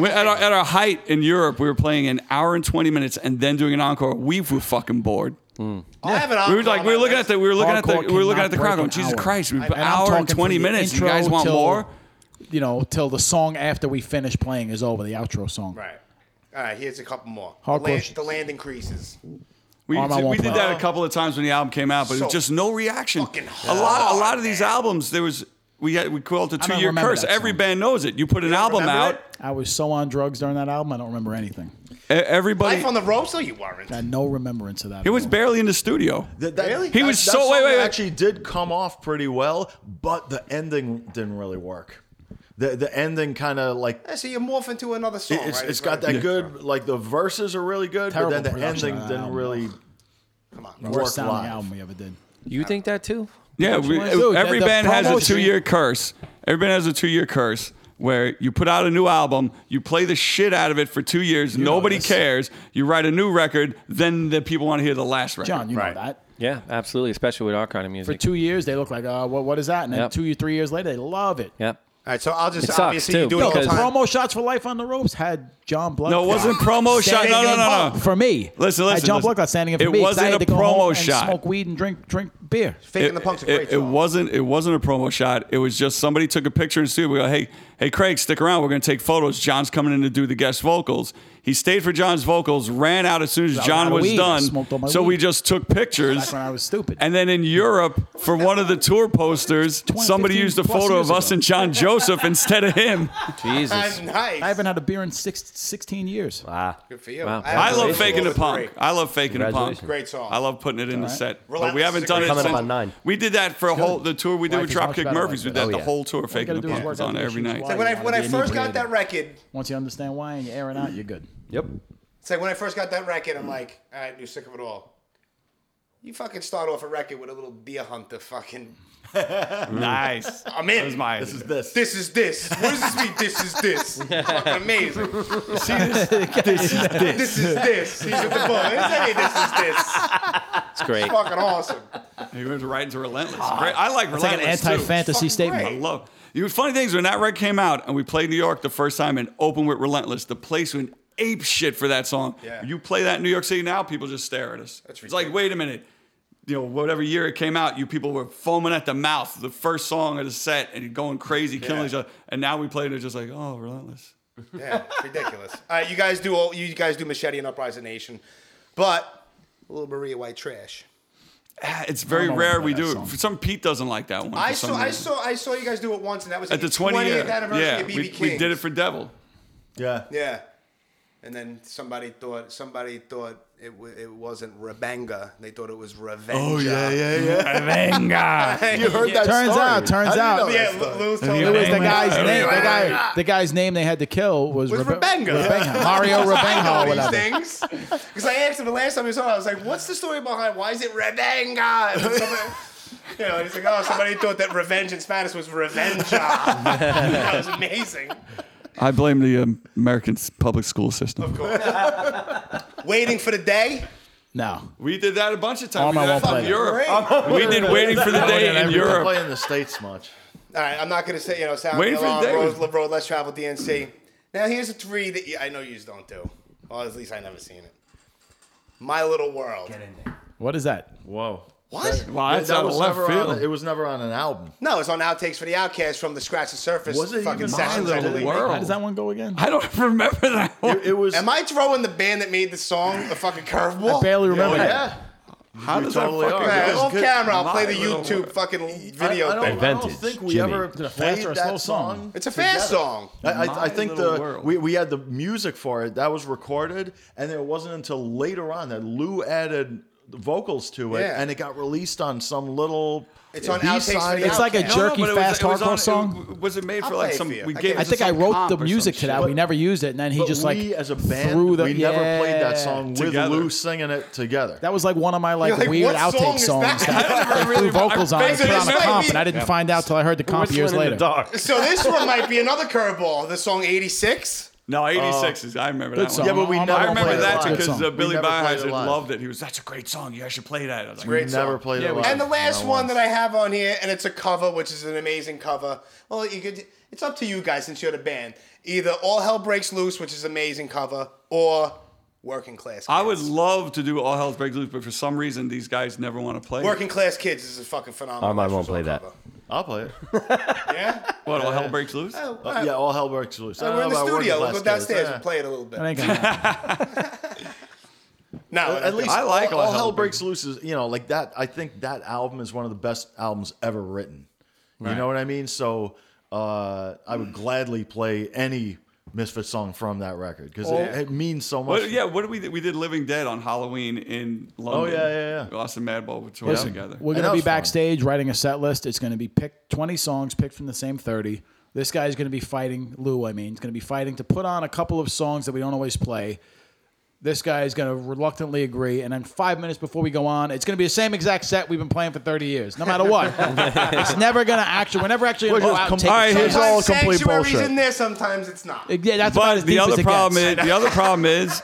[SPEAKER 3] We- at, our, at our height in Europe, we were playing an hour and 20 minutes and then doing an encore. We were fucking bored.
[SPEAKER 2] Oh, I have an
[SPEAKER 3] We were
[SPEAKER 2] encore
[SPEAKER 3] like,
[SPEAKER 2] on
[SPEAKER 3] we were
[SPEAKER 2] my
[SPEAKER 3] looking at
[SPEAKER 2] list.
[SPEAKER 3] the, we were looking at the,
[SPEAKER 4] Hardcore
[SPEAKER 3] we were looking
[SPEAKER 4] cannot
[SPEAKER 3] at the
[SPEAKER 4] break
[SPEAKER 3] crowd going,
[SPEAKER 4] an
[SPEAKER 3] Jesus
[SPEAKER 4] hour.
[SPEAKER 3] Christ, we've
[SPEAKER 4] And
[SPEAKER 3] an
[SPEAKER 4] I'm
[SPEAKER 3] hour
[SPEAKER 4] talking
[SPEAKER 3] and
[SPEAKER 4] from
[SPEAKER 3] 20
[SPEAKER 4] the
[SPEAKER 3] minutes. You
[SPEAKER 4] intro
[SPEAKER 3] guys want
[SPEAKER 4] till,
[SPEAKER 3] more?
[SPEAKER 4] You know, till the song after we finish playing is over, the outro song.
[SPEAKER 2] Right. All right, here's a couple more. The
[SPEAKER 4] Hardcore
[SPEAKER 2] land,
[SPEAKER 4] shit.
[SPEAKER 2] the land increases.
[SPEAKER 3] We,
[SPEAKER 4] Arm, I
[SPEAKER 3] did- we
[SPEAKER 4] won't
[SPEAKER 3] did
[SPEAKER 4] play.
[SPEAKER 3] that a couple of times when the album came out, but it was
[SPEAKER 2] So
[SPEAKER 3] just no reaction.
[SPEAKER 2] fucking
[SPEAKER 3] A lot, a lot of
[SPEAKER 2] hard,
[SPEAKER 3] these
[SPEAKER 2] man.
[SPEAKER 3] albums, there was, we had, we called it a
[SPEAKER 4] I don't
[SPEAKER 3] two year
[SPEAKER 4] remember
[SPEAKER 3] curse.
[SPEAKER 4] that
[SPEAKER 3] Every
[SPEAKER 4] song.
[SPEAKER 3] band knows it. You put an album
[SPEAKER 2] remember
[SPEAKER 3] out,
[SPEAKER 4] I was so on drugs during that album, I don't remember anything.
[SPEAKER 3] e- everybody,
[SPEAKER 2] Life on the ropes? No, you weren't.
[SPEAKER 4] I had no remembrance of that.
[SPEAKER 3] it was
[SPEAKER 4] album.
[SPEAKER 3] barely in the studio.
[SPEAKER 5] That, that,
[SPEAKER 2] Really?
[SPEAKER 5] that-
[SPEAKER 3] He was
[SPEAKER 5] that
[SPEAKER 3] so-
[SPEAKER 5] song
[SPEAKER 3] wait, wait, wait.
[SPEAKER 5] Actually, did come off pretty well, but the ending didn't really work. The the ending kind of like
[SPEAKER 2] Yeah, so you morph into another song.
[SPEAKER 5] it's,
[SPEAKER 2] right?
[SPEAKER 5] it's
[SPEAKER 2] what
[SPEAKER 5] got
[SPEAKER 2] I
[SPEAKER 5] that
[SPEAKER 2] did.
[SPEAKER 5] good like the verses are really good,
[SPEAKER 4] Terrible
[SPEAKER 5] but then the
[SPEAKER 4] production
[SPEAKER 5] ending
[SPEAKER 4] on that
[SPEAKER 5] didn't
[SPEAKER 4] album.
[SPEAKER 5] really.
[SPEAKER 2] Come on,
[SPEAKER 5] work
[SPEAKER 4] worst sounding
[SPEAKER 5] live.
[SPEAKER 4] album we ever did.
[SPEAKER 1] You think that too?
[SPEAKER 3] Yeah, we,
[SPEAKER 4] wanna do?
[SPEAKER 3] every
[SPEAKER 4] The- the
[SPEAKER 3] band has a
[SPEAKER 4] promotion.
[SPEAKER 3] two-year curse. Every band has a two-year curse where you put out a new album, you play the shit out of it for two years, nobody
[SPEAKER 4] this.
[SPEAKER 3] cares. You write a new record, then the people want to hear the last record.
[SPEAKER 4] John, you know that.
[SPEAKER 1] Yeah, absolutely. Especially with our kind of
[SPEAKER 4] For
[SPEAKER 1] music.
[SPEAKER 4] two years, they look like, uh, what, what is that? And then
[SPEAKER 1] Yep.
[SPEAKER 4] two or three years later, they love it.
[SPEAKER 1] yep.
[SPEAKER 2] All right, so I'll just
[SPEAKER 1] It sucks,
[SPEAKER 2] obviously you
[SPEAKER 1] too,
[SPEAKER 2] do it
[SPEAKER 4] Yo,
[SPEAKER 3] Oh,
[SPEAKER 2] all
[SPEAKER 4] the
[SPEAKER 2] the
[SPEAKER 1] because-
[SPEAKER 2] time.
[SPEAKER 4] promo shots for Life on the Ropes had John Blood.
[SPEAKER 3] No, it wasn't promo shot. No, no, no, no.
[SPEAKER 4] For me,
[SPEAKER 3] Listen,
[SPEAKER 4] Had
[SPEAKER 3] listen,
[SPEAKER 4] John
[SPEAKER 3] listen.
[SPEAKER 4] Blood standing in for
[SPEAKER 3] It
[SPEAKER 4] me. 'cause
[SPEAKER 3] wasn't
[SPEAKER 4] I had
[SPEAKER 3] a
[SPEAKER 4] to go
[SPEAKER 3] promo
[SPEAKER 4] home and
[SPEAKER 3] shot.
[SPEAKER 4] Smoke weed and drink drink beer.
[SPEAKER 2] Faking the punk's a great
[SPEAKER 3] it
[SPEAKER 2] song.
[SPEAKER 3] wasn't. It wasn't a promo shot. It was just somebody took a picture in the studio. We go, hey, hey, Craig, stick around. We're gonna take photos. John's coming in to do the guest vocals. He stayed for John's vocals. Ran out as soon as
[SPEAKER 4] I was out
[SPEAKER 3] John
[SPEAKER 4] of
[SPEAKER 3] was
[SPEAKER 4] weed. I
[SPEAKER 3] done.
[SPEAKER 4] smoked all my
[SPEAKER 3] So we
[SPEAKER 4] weed.
[SPEAKER 3] just took pictures.
[SPEAKER 4] Back when I was stupid.
[SPEAKER 3] And then in Europe, for one of the tour posters,
[SPEAKER 4] 20,
[SPEAKER 3] somebody
[SPEAKER 4] 15
[SPEAKER 3] used a
[SPEAKER 4] plus
[SPEAKER 3] photo
[SPEAKER 4] years
[SPEAKER 3] of us
[SPEAKER 4] ago.
[SPEAKER 3] and John Joseph instead of him.
[SPEAKER 1] Jesus.
[SPEAKER 2] nice.
[SPEAKER 4] I haven't had a beer in six, 16 years.
[SPEAKER 6] Ah,
[SPEAKER 2] Good for you.
[SPEAKER 1] Wow.
[SPEAKER 3] I
[SPEAKER 2] haven't
[SPEAKER 3] love
[SPEAKER 2] listened
[SPEAKER 3] faking
[SPEAKER 2] to
[SPEAKER 3] the
[SPEAKER 2] all
[SPEAKER 3] punk.
[SPEAKER 2] three.
[SPEAKER 3] I love faking the punk.
[SPEAKER 6] Congratulations.
[SPEAKER 2] Great song.
[SPEAKER 3] I love putting it in the set. But we
[SPEAKER 2] Relentless
[SPEAKER 3] haven't
[SPEAKER 2] is
[SPEAKER 3] done
[SPEAKER 2] great.
[SPEAKER 3] it
[SPEAKER 6] Coming up
[SPEAKER 3] since.
[SPEAKER 6] on nine.
[SPEAKER 3] We did that for a whole the tour we did
[SPEAKER 4] Life
[SPEAKER 3] with
[SPEAKER 4] is much
[SPEAKER 3] Dropkick
[SPEAKER 4] better
[SPEAKER 3] Murphys.
[SPEAKER 4] like
[SPEAKER 3] We did
[SPEAKER 4] that.
[SPEAKER 3] that the
[SPEAKER 6] Oh, yeah.
[SPEAKER 3] whole tour faking
[SPEAKER 4] gotta do
[SPEAKER 3] the
[SPEAKER 4] is
[SPEAKER 3] punk
[SPEAKER 4] work
[SPEAKER 3] was on
[SPEAKER 4] on the
[SPEAKER 3] every
[SPEAKER 4] issues
[SPEAKER 3] night.
[SPEAKER 4] why-
[SPEAKER 2] It's like when I
[SPEAKER 4] You
[SPEAKER 2] when I
[SPEAKER 4] gotta be
[SPEAKER 2] first got that
[SPEAKER 4] inebriated.
[SPEAKER 2] record,
[SPEAKER 4] Once you understand why and you air it out, you're good.
[SPEAKER 6] yep.
[SPEAKER 2] it's like when I first got that record, I'm like, all right, you're sick of it all. You fucking start off a record with a little deer hunter fucking.
[SPEAKER 3] Nice.
[SPEAKER 2] I'm in.
[SPEAKER 3] That was my
[SPEAKER 5] This is this.
[SPEAKER 2] This is this. What does this mean? This is this. fucking amazing. this is this. He's at the bar. He's like, hey, this is this.
[SPEAKER 1] It's great.
[SPEAKER 2] Fucking awesome.
[SPEAKER 3] He went right into Relentless. Great. I like
[SPEAKER 4] It's like an
[SPEAKER 3] Relentless
[SPEAKER 4] anti
[SPEAKER 3] too.
[SPEAKER 4] fantasy
[SPEAKER 2] fucking
[SPEAKER 4] statement.
[SPEAKER 2] great.
[SPEAKER 3] Love. You know, funny things when that record came out and we played New York the first time and opened with Relentless, the place went ape shit for that song.
[SPEAKER 2] Yeah.
[SPEAKER 3] You play that in New York City now, people just stare at us.
[SPEAKER 2] That's
[SPEAKER 3] it's like, wait a minute. You know, whatever year it came out, you people were foaming at the mouth, the first song of the set, and going crazy, killing
[SPEAKER 2] Yeah.
[SPEAKER 3] each other. And now we play it, and it's just like, oh, Relentless.
[SPEAKER 2] Yeah, ridiculous. All right, you guys do all you guys do machete and uprising nation, but little Maria white trash.
[SPEAKER 3] Ah, It's very
[SPEAKER 4] don't
[SPEAKER 3] rare
[SPEAKER 4] play
[SPEAKER 3] we
[SPEAKER 4] that
[SPEAKER 3] do it.
[SPEAKER 4] song.
[SPEAKER 3] For some Pete doesn't like that one.
[SPEAKER 2] I
[SPEAKER 3] for some
[SPEAKER 2] saw I
[SPEAKER 3] reason.
[SPEAKER 2] saw I saw you guys do it once, and that was
[SPEAKER 3] at the 20th,
[SPEAKER 2] anniversary
[SPEAKER 3] yeah,
[SPEAKER 2] of BB
[SPEAKER 3] we,
[SPEAKER 2] King.
[SPEAKER 3] we did it for Devil.
[SPEAKER 5] Yeah.
[SPEAKER 2] yeah, and then somebody thought somebody thought it w- it wasn't Rabanga. They thought it was Revenge. Oh
[SPEAKER 5] yeah. you heard that?
[SPEAKER 4] Turns
[SPEAKER 5] story.
[SPEAKER 4] out- turns
[SPEAKER 5] How do you
[SPEAKER 4] out-
[SPEAKER 5] know
[SPEAKER 2] Yeah,
[SPEAKER 5] that
[SPEAKER 2] Lu-
[SPEAKER 5] story?
[SPEAKER 2] Lou's
[SPEAKER 4] It
[SPEAKER 2] told
[SPEAKER 4] was the
[SPEAKER 2] me.
[SPEAKER 4] guy's name. The guy, the guy's name they had to kill was,
[SPEAKER 2] Was
[SPEAKER 4] Rebe-
[SPEAKER 2] Rebenga.
[SPEAKER 4] Rebenga. Mario Rebenga or
[SPEAKER 2] I know these
[SPEAKER 4] whatever.
[SPEAKER 2] things because I asked him the last time he saw it. I was like, "What's the story behind? Why is it Rabanga?" And somebody, you know, he's like, "Oh, somebody thought that revenge in Spanish was revenja." that was amazing.
[SPEAKER 3] I blame the um, American s- public school system.
[SPEAKER 2] Waiting for the day.
[SPEAKER 4] No,
[SPEAKER 3] We did that a bunch of
[SPEAKER 4] Arm,
[SPEAKER 3] times. we
[SPEAKER 4] I
[SPEAKER 3] did
[SPEAKER 4] won't
[SPEAKER 3] that
[SPEAKER 4] play
[SPEAKER 3] in
[SPEAKER 4] it.
[SPEAKER 3] Europe.
[SPEAKER 2] Great. All
[SPEAKER 3] We did waiting for the day in
[SPEAKER 5] We don't
[SPEAKER 3] Europe.
[SPEAKER 5] play in the states much.
[SPEAKER 2] right, I'm not gonna say you know sound
[SPEAKER 3] Waiting for the
[SPEAKER 2] alarm,
[SPEAKER 3] day.
[SPEAKER 2] road, road, less travel DNC. Now here's a three that you, I know you don't do. Well, at least I never seen it. My Little World.
[SPEAKER 4] what is that?
[SPEAKER 5] Whoa.
[SPEAKER 2] What?
[SPEAKER 3] Wow, that's
[SPEAKER 5] that
[SPEAKER 3] out of
[SPEAKER 5] was
[SPEAKER 3] left
[SPEAKER 5] never on-
[SPEAKER 3] field.
[SPEAKER 5] it was never on an album.
[SPEAKER 2] No, it's on Outtakes for the Outcast from the Scratch the Surface
[SPEAKER 5] Was it
[SPEAKER 2] fucking
[SPEAKER 5] even My
[SPEAKER 2] sessions, I
[SPEAKER 3] Little
[SPEAKER 2] believe.
[SPEAKER 3] World?
[SPEAKER 4] How does that one go again?
[SPEAKER 3] I don't remember that one.
[SPEAKER 5] It was.
[SPEAKER 2] Am I throwing the band that made the song a fucking curveball?
[SPEAKER 4] I
[SPEAKER 3] Oh,
[SPEAKER 4] barely remember. that.
[SPEAKER 5] Yeah.
[SPEAKER 3] How does
[SPEAKER 5] totally
[SPEAKER 3] that
[SPEAKER 5] are.
[SPEAKER 3] fucking
[SPEAKER 5] Yeah,
[SPEAKER 2] Man,
[SPEAKER 3] go?
[SPEAKER 5] was
[SPEAKER 2] off
[SPEAKER 5] good.
[SPEAKER 2] camera, I'll play the
[SPEAKER 3] My little
[SPEAKER 2] YouTube
[SPEAKER 3] word.
[SPEAKER 2] fucking
[SPEAKER 5] I, I,
[SPEAKER 2] video
[SPEAKER 5] don't,
[SPEAKER 2] thing.
[SPEAKER 5] I
[SPEAKER 6] Vintage,
[SPEAKER 5] don't think we
[SPEAKER 6] Jimmy.
[SPEAKER 5] ever
[SPEAKER 4] it a fast
[SPEAKER 5] played
[SPEAKER 4] or a
[SPEAKER 5] that
[SPEAKER 4] slow song?
[SPEAKER 5] song.
[SPEAKER 2] It's a fast
[SPEAKER 5] together.
[SPEAKER 2] song.
[SPEAKER 5] I, I, I think
[SPEAKER 3] Little
[SPEAKER 5] the
[SPEAKER 3] World.
[SPEAKER 5] we, we had the music for it that was recorded, and it wasn't until later on that Lou added vocals to it,
[SPEAKER 2] Yeah.
[SPEAKER 5] and it got released on some little.
[SPEAKER 2] It's on
[SPEAKER 5] B-side
[SPEAKER 2] Outtakes for the
[SPEAKER 4] It's like a
[SPEAKER 2] Outcast.
[SPEAKER 3] No, no,
[SPEAKER 4] jerky
[SPEAKER 3] but it was-
[SPEAKER 4] fast
[SPEAKER 3] it was
[SPEAKER 4] hardcore
[SPEAKER 3] on- it
[SPEAKER 4] song.
[SPEAKER 3] w- was it made
[SPEAKER 2] I'll
[SPEAKER 3] for like
[SPEAKER 2] play it
[SPEAKER 3] some?
[SPEAKER 2] for you.
[SPEAKER 3] We
[SPEAKER 2] I
[SPEAKER 3] gave
[SPEAKER 4] I
[SPEAKER 3] it to
[SPEAKER 4] think I
[SPEAKER 3] some
[SPEAKER 4] wrote
[SPEAKER 3] comp
[SPEAKER 4] the
[SPEAKER 3] or some
[SPEAKER 4] music to
[SPEAKER 3] shit.
[SPEAKER 4] that. We never used it, and then he
[SPEAKER 5] but
[SPEAKER 4] just
[SPEAKER 5] we
[SPEAKER 4] like
[SPEAKER 5] as a band,
[SPEAKER 4] threw the-
[SPEAKER 5] we never played
[SPEAKER 4] Yeah.
[SPEAKER 5] that song with
[SPEAKER 3] Together.
[SPEAKER 5] Lou singing it together.
[SPEAKER 4] That was like one of my like,
[SPEAKER 2] You're like,
[SPEAKER 4] weird
[SPEAKER 2] "What song
[SPEAKER 4] outtake
[SPEAKER 2] is
[SPEAKER 4] songs
[SPEAKER 2] that?"
[SPEAKER 4] that,
[SPEAKER 3] I never
[SPEAKER 4] I
[SPEAKER 3] really-
[SPEAKER 4] threw vocals
[SPEAKER 3] I
[SPEAKER 4] on and put
[SPEAKER 3] basically
[SPEAKER 4] on a
[SPEAKER 2] just-
[SPEAKER 4] comp, and I didn't find out till I heard the comp years later.
[SPEAKER 2] So this one might be another curveball. The song '86.
[SPEAKER 3] No, 86 is. I remember that
[SPEAKER 4] Oh. song.
[SPEAKER 3] one.
[SPEAKER 5] Yeah, but we
[SPEAKER 4] I
[SPEAKER 5] never
[SPEAKER 3] I
[SPEAKER 4] don't
[SPEAKER 3] remember
[SPEAKER 4] play
[SPEAKER 5] played
[SPEAKER 4] it
[SPEAKER 3] that
[SPEAKER 4] live.
[SPEAKER 3] because
[SPEAKER 4] Good
[SPEAKER 3] uh,
[SPEAKER 4] song.
[SPEAKER 3] Billy
[SPEAKER 5] We never played it
[SPEAKER 3] Byheiser
[SPEAKER 5] live.
[SPEAKER 3] loved it. He was, that's a great song. You guys should play that. I was like,
[SPEAKER 2] Great
[SPEAKER 5] We never
[SPEAKER 2] song.
[SPEAKER 5] played
[SPEAKER 3] Yeah, we
[SPEAKER 5] it live.
[SPEAKER 3] did.
[SPEAKER 2] And the last
[SPEAKER 5] Not
[SPEAKER 2] one
[SPEAKER 5] once.
[SPEAKER 2] that I have on here, and it's a cover, which is an amazing cover. Well, you could. It's up to you guys since you're the band. Either All Hell Breaks Loose, which is an amazing cover, or Working Class. Kids.
[SPEAKER 3] I would love to do All Hell's Break Loose, but for some reason, these guys never want to play.
[SPEAKER 2] Working Class Kids is a fucking phenomenal.
[SPEAKER 6] I might won't
[SPEAKER 2] Nashville
[SPEAKER 6] play that.
[SPEAKER 2] cover.
[SPEAKER 5] I'll play it.
[SPEAKER 2] Yeah.
[SPEAKER 3] What, All Hell Breaks Loose?
[SPEAKER 2] Oh,
[SPEAKER 5] Uh, yeah, all hell breaks loose. I don't
[SPEAKER 2] we're in
[SPEAKER 5] know
[SPEAKER 2] the
[SPEAKER 5] about
[SPEAKER 2] studio.
[SPEAKER 5] working
[SPEAKER 2] We'll go
[SPEAKER 5] class kids.
[SPEAKER 2] downstairs
[SPEAKER 5] Yeah.
[SPEAKER 2] and play it a little bit.
[SPEAKER 4] That ain't gonna happen.
[SPEAKER 2] No,
[SPEAKER 5] At least
[SPEAKER 3] I like
[SPEAKER 5] all,
[SPEAKER 3] All
[SPEAKER 5] all
[SPEAKER 3] Hell
[SPEAKER 5] hell breaks loose is you know like that. I think that album is one of the best albums ever written. You know what I mean? So uh, I would gladly play any Misfit song from that record because it, it means so much.
[SPEAKER 3] What, yeah, what did we We did Living Dead on Halloween in London.
[SPEAKER 5] yeah, yeah, yeah.
[SPEAKER 3] Austin Madball would tour together.
[SPEAKER 4] We're
[SPEAKER 5] And
[SPEAKER 4] gonna
[SPEAKER 5] that
[SPEAKER 4] be
[SPEAKER 5] was fun.
[SPEAKER 4] backstage writing a set list. It's gonna be picked twenty songs picked from the same thirty. This guy's gonna be fighting Lou. I mean, he's gonna be fighting to put on a couple of songs that we don't always play. This guy is gonna reluctantly agree, and then five minutes before we go on, it's gonna be the same exact set we've been playing for thirty years, no matter what. it's never gonna actually. We're never actually gonna
[SPEAKER 5] We're
[SPEAKER 4] go
[SPEAKER 5] just
[SPEAKER 4] out.
[SPEAKER 5] com-
[SPEAKER 4] and take
[SPEAKER 3] All right,
[SPEAKER 4] a
[SPEAKER 3] here's
[SPEAKER 4] song.
[SPEAKER 5] all
[SPEAKER 2] Sometimes
[SPEAKER 5] complete
[SPEAKER 2] Sanctuary's
[SPEAKER 5] bullshit.
[SPEAKER 2] in there. Sometimes it's not.
[SPEAKER 4] Yeah, that's about as
[SPEAKER 3] But the
[SPEAKER 4] deep as
[SPEAKER 3] other
[SPEAKER 4] it
[SPEAKER 3] problem
[SPEAKER 4] gets.
[SPEAKER 3] is the other problem is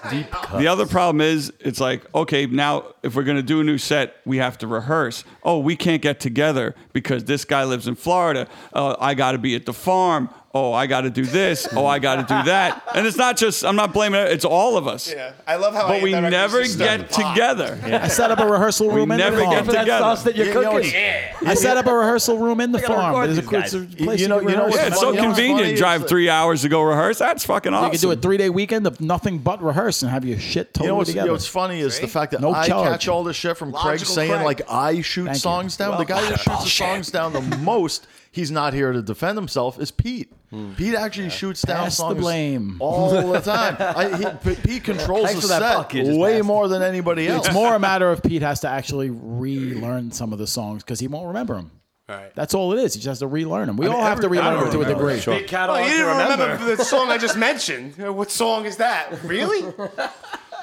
[SPEAKER 3] the other problem is it's like okay now if we're gonna do a new set we have to rehearse oh we can't get together because this guy lives in Florida uh, I got to be at the farm oh I got to do this oh I got to do that and it's not just I'm not blaming it, it's all of us
[SPEAKER 2] Yeah, I love how.
[SPEAKER 3] but
[SPEAKER 2] I
[SPEAKER 3] we
[SPEAKER 2] indirectly
[SPEAKER 3] never
[SPEAKER 2] just
[SPEAKER 3] get
[SPEAKER 2] said, "Ah."
[SPEAKER 3] together
[SPEAKER 4] I set up a rehearsal room in
[SPEAKER 3] never
[SPEAKER 4] the
[SPEAKER 3] get
[SPEAKER 4] farm.
[SPEAKER 6] For that
[SPEAKER 3] Together.
[SPEAKER 6] sauce that you're
[SPEAKER 5] Yeah, you know,
[SPEAKER 6] cooking.
[SPEAKER 4] I set up a rehearsal room in the
[SPEAKER 6] gotta
[SPEAKER 4] farm.
[SPEAKER 6] record
[SPEAKER 4] There's a,
[SPEAKER 6] these
[SPEAKER 4] it's a
[SPEAKER 6] guys.
[SPEAKER 4] place
[SPEAKER 5] You know-
[SPEAKER 4] you
[SPEAKER 5] you know
[SPEAKER 4] rehearse.
[SPEAKER 5] what's
[SPEAKER 3] yeah it's so
[SPEAKER 5] You know what's funny
[SPEAKER 3] convenient
[SPEAKER 5] is
[SPEAKER 3] drive
[SPEAKER 5] that-
[SPEAKER 3] three hours to go rehearse that's fucking
[SPEAKER 4] You could do a
[SPEAKER 3] awesome
[SPEAKER 4] three day weekend of nothing but rehearse and have your shit totally
[SPEAKER 5] You know what's, you
[SPEAKER 4] together.
[SPEAKER 5] know what's funny is the fact that
[SPEAKER 4] No
[SPEAKER 5] I
[SPEAKER 4] charge.
[SPEAKER 5] catch all this shit from Craig
[SPEAKER 2] Logical
[SPEAKER 5] saying
[SPEAKER 2] Craig.
[SPEAKER 5] like I shoot
[SPEAKER 4] Thank you.
[SPEAKER 5] songs down. the guy that shoots the songs down the most, he's not here to defend himself. Is Pete?
[SPEAKER 6] Hmm.
[SPEAKER 5] Pete actually shoots down
[SPEAKER 4] Pass the
[SPEAKER 5] songs
[SPEAKER 4] blame.
[SPEAKER 5] all the time. I, he, P- Pete controls
[SPEAKER 6] Thanks
[SPEAKER 5] the
[SPEAKER 6] for that
[SPEAKER 5] set
[SPEAKER 6] buck you just
[SPEAKER 5] way
[SPEAKER 6] passed.
[SPEAKER 5] more than anybody else.
[SPEAKER 4] it's more a matter of Pete has to actually relearn some of the songs because he won't remember them.
[SPEAKER 2] Right.
[SPEAKER 4] That's all it is. He just has to relearn them. We all have to
[SPEAKER 3] every- I
[SPEAKER 4] relearn them
[SPEAKER 3] don't
[SPEAKER 4] to a
[SPEAKER 3] remember.
[SPEAKER 4] degree.
[SPEAKER 6] Big catalog
[SPEAKER 2] Oh, you didn't
[SPEAKER 6] to
[SPEAKER 2] remember.
[SPEAKER 6] remember.
[SPEAKER 2] the song I just mentioned. Uh, What song is that? Really?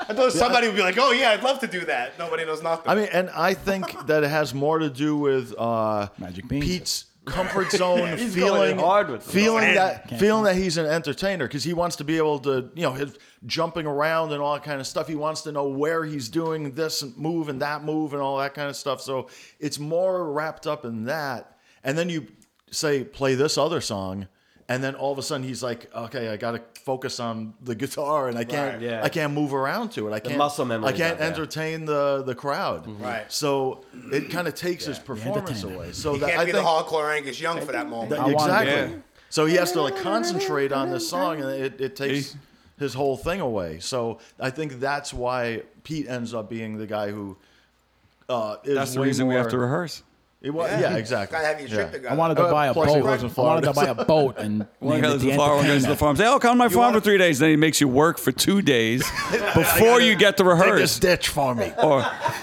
[SPEAKER 2] I thought somebody would be like, "Oh yeah, I'd love to do that." Nobody knows nothing.
[SPEAKER 5] I mean, and I think that it has more to do with uh,
[SPEAKER 4] Magic beans.
[SPEAKER 5] Pete's comfort zone
[SPEAKER 6] He's
[SPEAKER 5] feeling
[SPEAKER 6] going hard with it.
[SPEAKER 5] feeling that
[SPEAKER 4] Can't
[SPEAKER 5] feeling that he's an entertainer because he wants to be able to you know his jumping around and all that kind of stuff. He wants to know where he's doing this move and that move and all that kind of stuff. So it's more wrapped up in that. And then you say play this other song. And then all of a sudden he's like, "Okay, I got to focus on the guitar, and I can't,
[SPEAKER 2] Right,
[SPEAKER 6] yeah.
[SPEAKER 5] I can't move around to it. I can't,
[SPEAKER 6] muscle memory's
[SPEAKER 5] I
[SPEAKER 6] not
[SPEAKER 5] can't
[SPEAKER 6] there.
[SPEAKER 5] entertain the the crowd.
[SPEAKER 3] Mm-hmm.
[SPEAKER 2] Right.
[SPEAKER 5] So it kind of takes his performance
[SPEAKER 4] entertainer.
[SPEAKER 5] away. So
[SPEAKER 2] you
[SPEAKER 5] that
[SPEAKER 2] can't
[SPEAKER 5] I
[SPEAKER 2] be
[SPEAKER 5] think
[SPEAKER 2] the hardcore Angus Young for that moment.
[SPEAKER 5] that-
[SPEAKER 4] I wanna
[SPEAKER 5] exactly.
[SPEAKER 3] Yeah.
[SPEAKER 5] So he has to like concentrate on this song, and it, it takes
[SPEAKER 3] He-
[SPEAKER 5] his whole thing away. So I think that's why Pete ends up being the guy who uh, is.
[SPEAKER 3] that's the
[SPEAKER 5] way
[SPEAKER 3] reason we have
[SPEAKER 5] more-
[SPEAKER 3] to reheadse
[SPEAKER 5] It wa- yeah. exactly.
[SPEAKER 2] Gotta have your
[SPEAKER 5] Yeah.
[SPEAKER 2] shit together.
[SPEAKER 4] I wanted to
[SPEAKER 5] Uh,
[SPEAKER 4] buy a boat.
[SPEAKER 5] plus he lives in
[SPEAKER 4] I wanted to buy a boat and name
[SPEAKER 3] One guy
[SPEAKER 4] it
[SPEAKER 3] lives
[SPEAKER 4] the
[SPEAKER 3] in Florida, one guy lives in the
[SPEAKER 4] Entertainer.
[SPEAKER 3] farm. Say, oh, come to my farm
[SPEAKER 2] wanna-
[SPEAKER 3] for three days. Then he makes you work for two days before you get to
[SPEAKER 5] Take this
[SPEAKER 3] rehearse.
[SPEAKER 5] ditch for me.
[SPEAKER 2] Oh,
[SPEAKER 3] Or,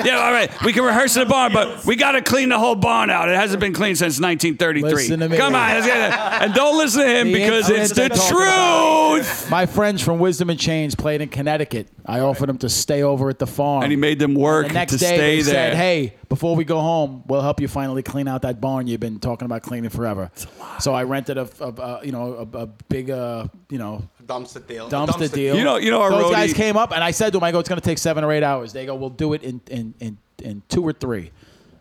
[SPEAKER 3] yeah, all right, we can rehearse in the barn, but we got to clean the whole barn out. It hasn't been cleaned since 1933.
[SPEAKER 4] Listen to me.
[SPEAKER 3] Come on, let's get it. And don't listen to him
[SPEAKER 4] The
[SPEAKER 3] because it's the
[SPEAKER 4] incident they're talking
[SPEAKER 3] truth.
[SPEAKER 4] My friends from Wisdom and Chains played in Connecticut. I offered them to stay over at the farm.
[SPEAKER 3] And he made them work
[SPEAKER 4] The next
[SPEAKER 3] to
[SPEAKER 4] day
[SPEAKER 3] stay
[SPEAKER 4] they
[SPEAKER 3] there.
[SPEAKER 4] said, "Hey, before we go home, we'll help you finally clean out that barn you've been talking about cleaning forever." So I rented a, a, a you know a, a big uh, you know
[SPEAKER 2] dumpster deal.
[SPEAKER 4] dumpster deal.
[SPEAKER 3] You know- you know our
[SPEAKER 4] those
[SPEAKER 3] roadie-
[SPEAKER 4] guys came up and I said to them, "I go, it's going to take seven or eight hours." They go, "We'll do it in in in, in two or three.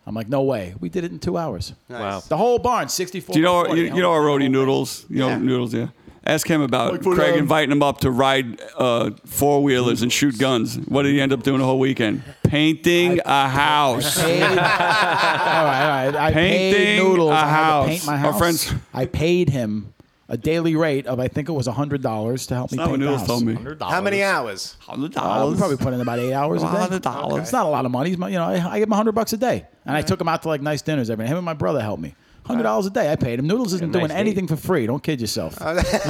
[SPEAKER 4] I'm like, "No way." We did it in two hours.
[SPEAKER 1] Wow.
[SPEAKER 4] The whole barn, 64.
[SPEAKER 3] Do you know,
[SPEAKER 4] 40,
[SPEAKER 3] you, you know our roadie Noodles? You know Noodles, yeah. Ask him about
[SPEAKER 2] um,
[SPEAKER 3] Craig inviting him up to ride uh, four wheelers and shoot guns. What did he end up doing the whole weekend? Painting a house.
[SPEAKER 4] Paid- all right, all right. I paid
[SPEAKER 3] Painting
[SPEAKER 4] noodles.
[SPEAKER 3] a
[SPEAKER 4] I had
[SPEAKER 3] house.
[SPEAKER 4] To paint my
[SPEAKER 3] Our
[SPEAKER 4] house.
[SPEAKER 3] friends-
[SPEAKER 4] I paid him a daily rate of I think it was hundred dollars to help me
[SPEAKER 3] That's
[SPEAKER 4] paint
[SPEAKER 3] what
[SPEAKER 4] the
[SPEAKER 3] Noodles
[SPEAKER 4] house.
[SPEAKER 3] told me.
[SPEAKER 2] How many hours?
[SPEAKER 4] Uh, we probably put in about eight hours a
[SPEAKER 3] A lot
[SPEAKER 4] day.
[SPEAKER 3] of dollars.
[SPEAKER 4] It's not a lot of money. It's my- You know, I, I give him hundred bucks a day, and I took him out to like nice dinners. Every him and my brother helped me. Hundred dollars a day. I paid him. Noodles isn't
[SPEAKER 1] nice
[SPEAKER 4] doing
[SPEAKER 1] date.
[SPEAKER 4] anything for free. Don't kid yourself.
[SPEAKER 2] saying shit.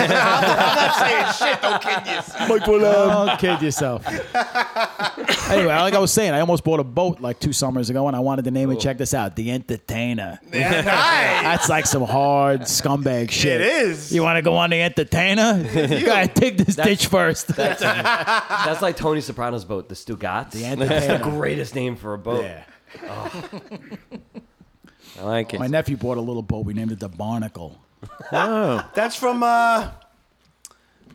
[SPEAKER 2] Don't kid yourself.
[SPEAKER 4] Don't kid yourself. anyway, like I was saying, I almost bought a boat like two summers ago, and I wanted to name it. Check this out, the Entertainer.
[SPEAKER 2] Yeah, nice.
[SPEAKER 4] That's like some hard scumbag shit.
[SPEAKER 2] is.
[SPEAKER 4] You want to go on the Entertainer? you gotta take this ditch first.
[SPEAKER 6] That's like Tony Soprano's boat, the Stugats. The
[SPEAKER 4] Entertainer.
[SPEAKER 6] greatest name for a boat. Oh.
[SPEAKER 4] yeah.
[SPEAKER 1] I like it.
[SPEAKER 4] My nephew bought a little boat. We named it the Barnacle.
[SPEAKER 1] Oh.
[SPEAKER 2] That's from uh,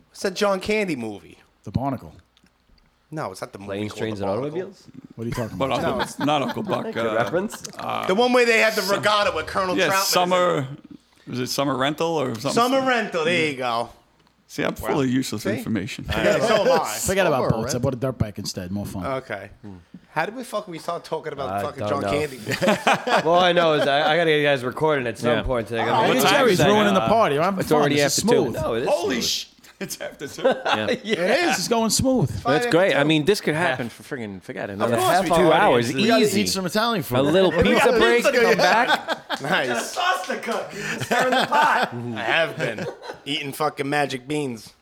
[SPEAKER 2] what's that John Candy movie?
[SPEAKER 4] The Barnacle.
[SPEAKER 2] No, it's not the movie.
[SPEAKER 6] Planes,
[SPEAKER 2] called
[SPEAKER 6] trains,
[SPEAKER 2] The
[SPEAKER 6] and
[SPEAKER 2] Barnacle.
[SPEAKER 6] automobiles.
[SPEAKER 4] What are you talking
[SPEAKER 3] But
[SPEAKER 4] about?
[SPEAKER 3] Uncle, not Uncle Buck.
[SPEAKER 6] Good
[SPEAKER 3] Uh,
[SPEAKER 6] reference.
[SPEAKER 2] The one where they had the regatta with Colonel
[SPEAKER 3] yeah,
[SPEAKER 2] Troutman.
[SPEAKER 3] summer. Was it summer rental or something?
[SPEAKER 2] Summer rental. There you go.
[SPEAKER 3] See, I'm full of useless information.
[SPEAKER 2] Yeah, so am I.
[SPEAKER 4] Forget about
[SPEAKER 5] Summer,
[SPEAKER 4] boats. I
[SPEAKER 5] right?
[SPEAKER 4] bought a dirt bike instead. More fun.
[SPEAKER 2] Okay. How did we fuck? We start talking about
[SPEAKER 6] I
[SPEAKER 2] fucking John
[SPEAKER 6] don't know.
[SPEAKER 2] Candy.
[SPEAKER 6] well, I know is I, I gotta get you guys recording at some
[SPEAKER 1] Yeah.
[SPEAKER 6] point today.
[SPEAKER 4] Hey,
[SPEAKER 6] What time
[SPEAKER 4] Jerry's
[SPEAKER 6] is that
[SPEAKER 4] ruining
[SPEAKER 2] uh,
[SPEAKER 4] the
[SPEAKER 6] now?
[SPEAKER 4] party. I'm
[SPEAKER 1] It's
[SPEAKER 4] fun.
[SPEAKER 1] already
[SPEAKER 4] this is
[SPEAKER 1] after two.
[SPEAKER 4] smooth.
[SPEAKER 6] No, it is.
[SPEAKER 3] Holy
[SPEAKER 6] smooth.
[SPEAKER 3] sh! It's after two.
[SPEAKER 4] This is going smooth.
[SPEAKER 1] That's great. I mean, this could happen for friggin' forget another
[SPEAKER 2] course
[SPEAKER 1] half
[SPEAKER 2] we
[SPEAKER 1] two
[SPEAKER 2] do.
[SPEAKER 1] hours.
[SPEAKER 5] You gotta
[SPEAKER 1] Easy.
[SPEAKER 5] eat some Italian food.
[SPEAKER 1] a little pizza
[SPEAKER 2] gotta
[SPEAKER 1] break.
[SPEAKER 2] pizza go-
[SPEAKER 1] Come back.
[SPEAKER 2] nice.
[SPEAKER 6] Sauce to cook. You're stirring the pot.
[SPEAKER 2] I have been eating fucking magic beans.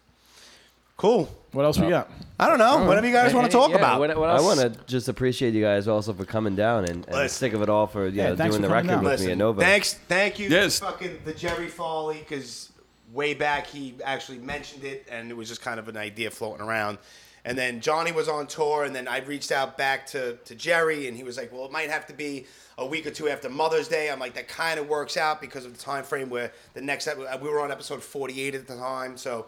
[SPEAKER 2] Cool.
[SPEAKER 4] What else we got?
[SPEAKER 2] I don't know. Whatever you guys want
[SPEAKER 1] Hey,
[SPEAKER 2] to talk
[SPEAKER 1] yeah,
[SPEAKER 2] about.
[SPEAKER 1] What, what
[SPEAKER 6] I
[SPEAKER 1] else?
[SPEAKER 6] want to just appreciate you guys also for coming down and, and
[SPEAKER 2] Listen.
[SPEAKER 6] sick of it all for you
[SPEAKER 4] Yeah,
[SPEAKER 6] know,
[SPEAKER 4] thanks
[SPEAKER 6] doing
[SPEAKER 4] for
[SPEAKER 6] the
[SPEAKER 4] coming
[SPEAKER 6] record
[SPEAKER 4] down.
[SPEAKER 6] with
[SPEAKER 2] Listen,
[SPEAKER 6] me at Nova.
[SPEAKER 2] Thanks, thank you.
[SPEAKER 3] Yes.
[SPEAKER 2] To fucking the Jerry Foley, because way back he actually mentioned it, and it was just kind of an idea floating around. And then Johnny was on tour, and then I reached out back to, to Jerry, and he was like, "Well, it might have to be a week or two after Mother's Day." I'm like, "That kind of works out because of the time frame where the next ep- uh, we were on episode 48 at the time, so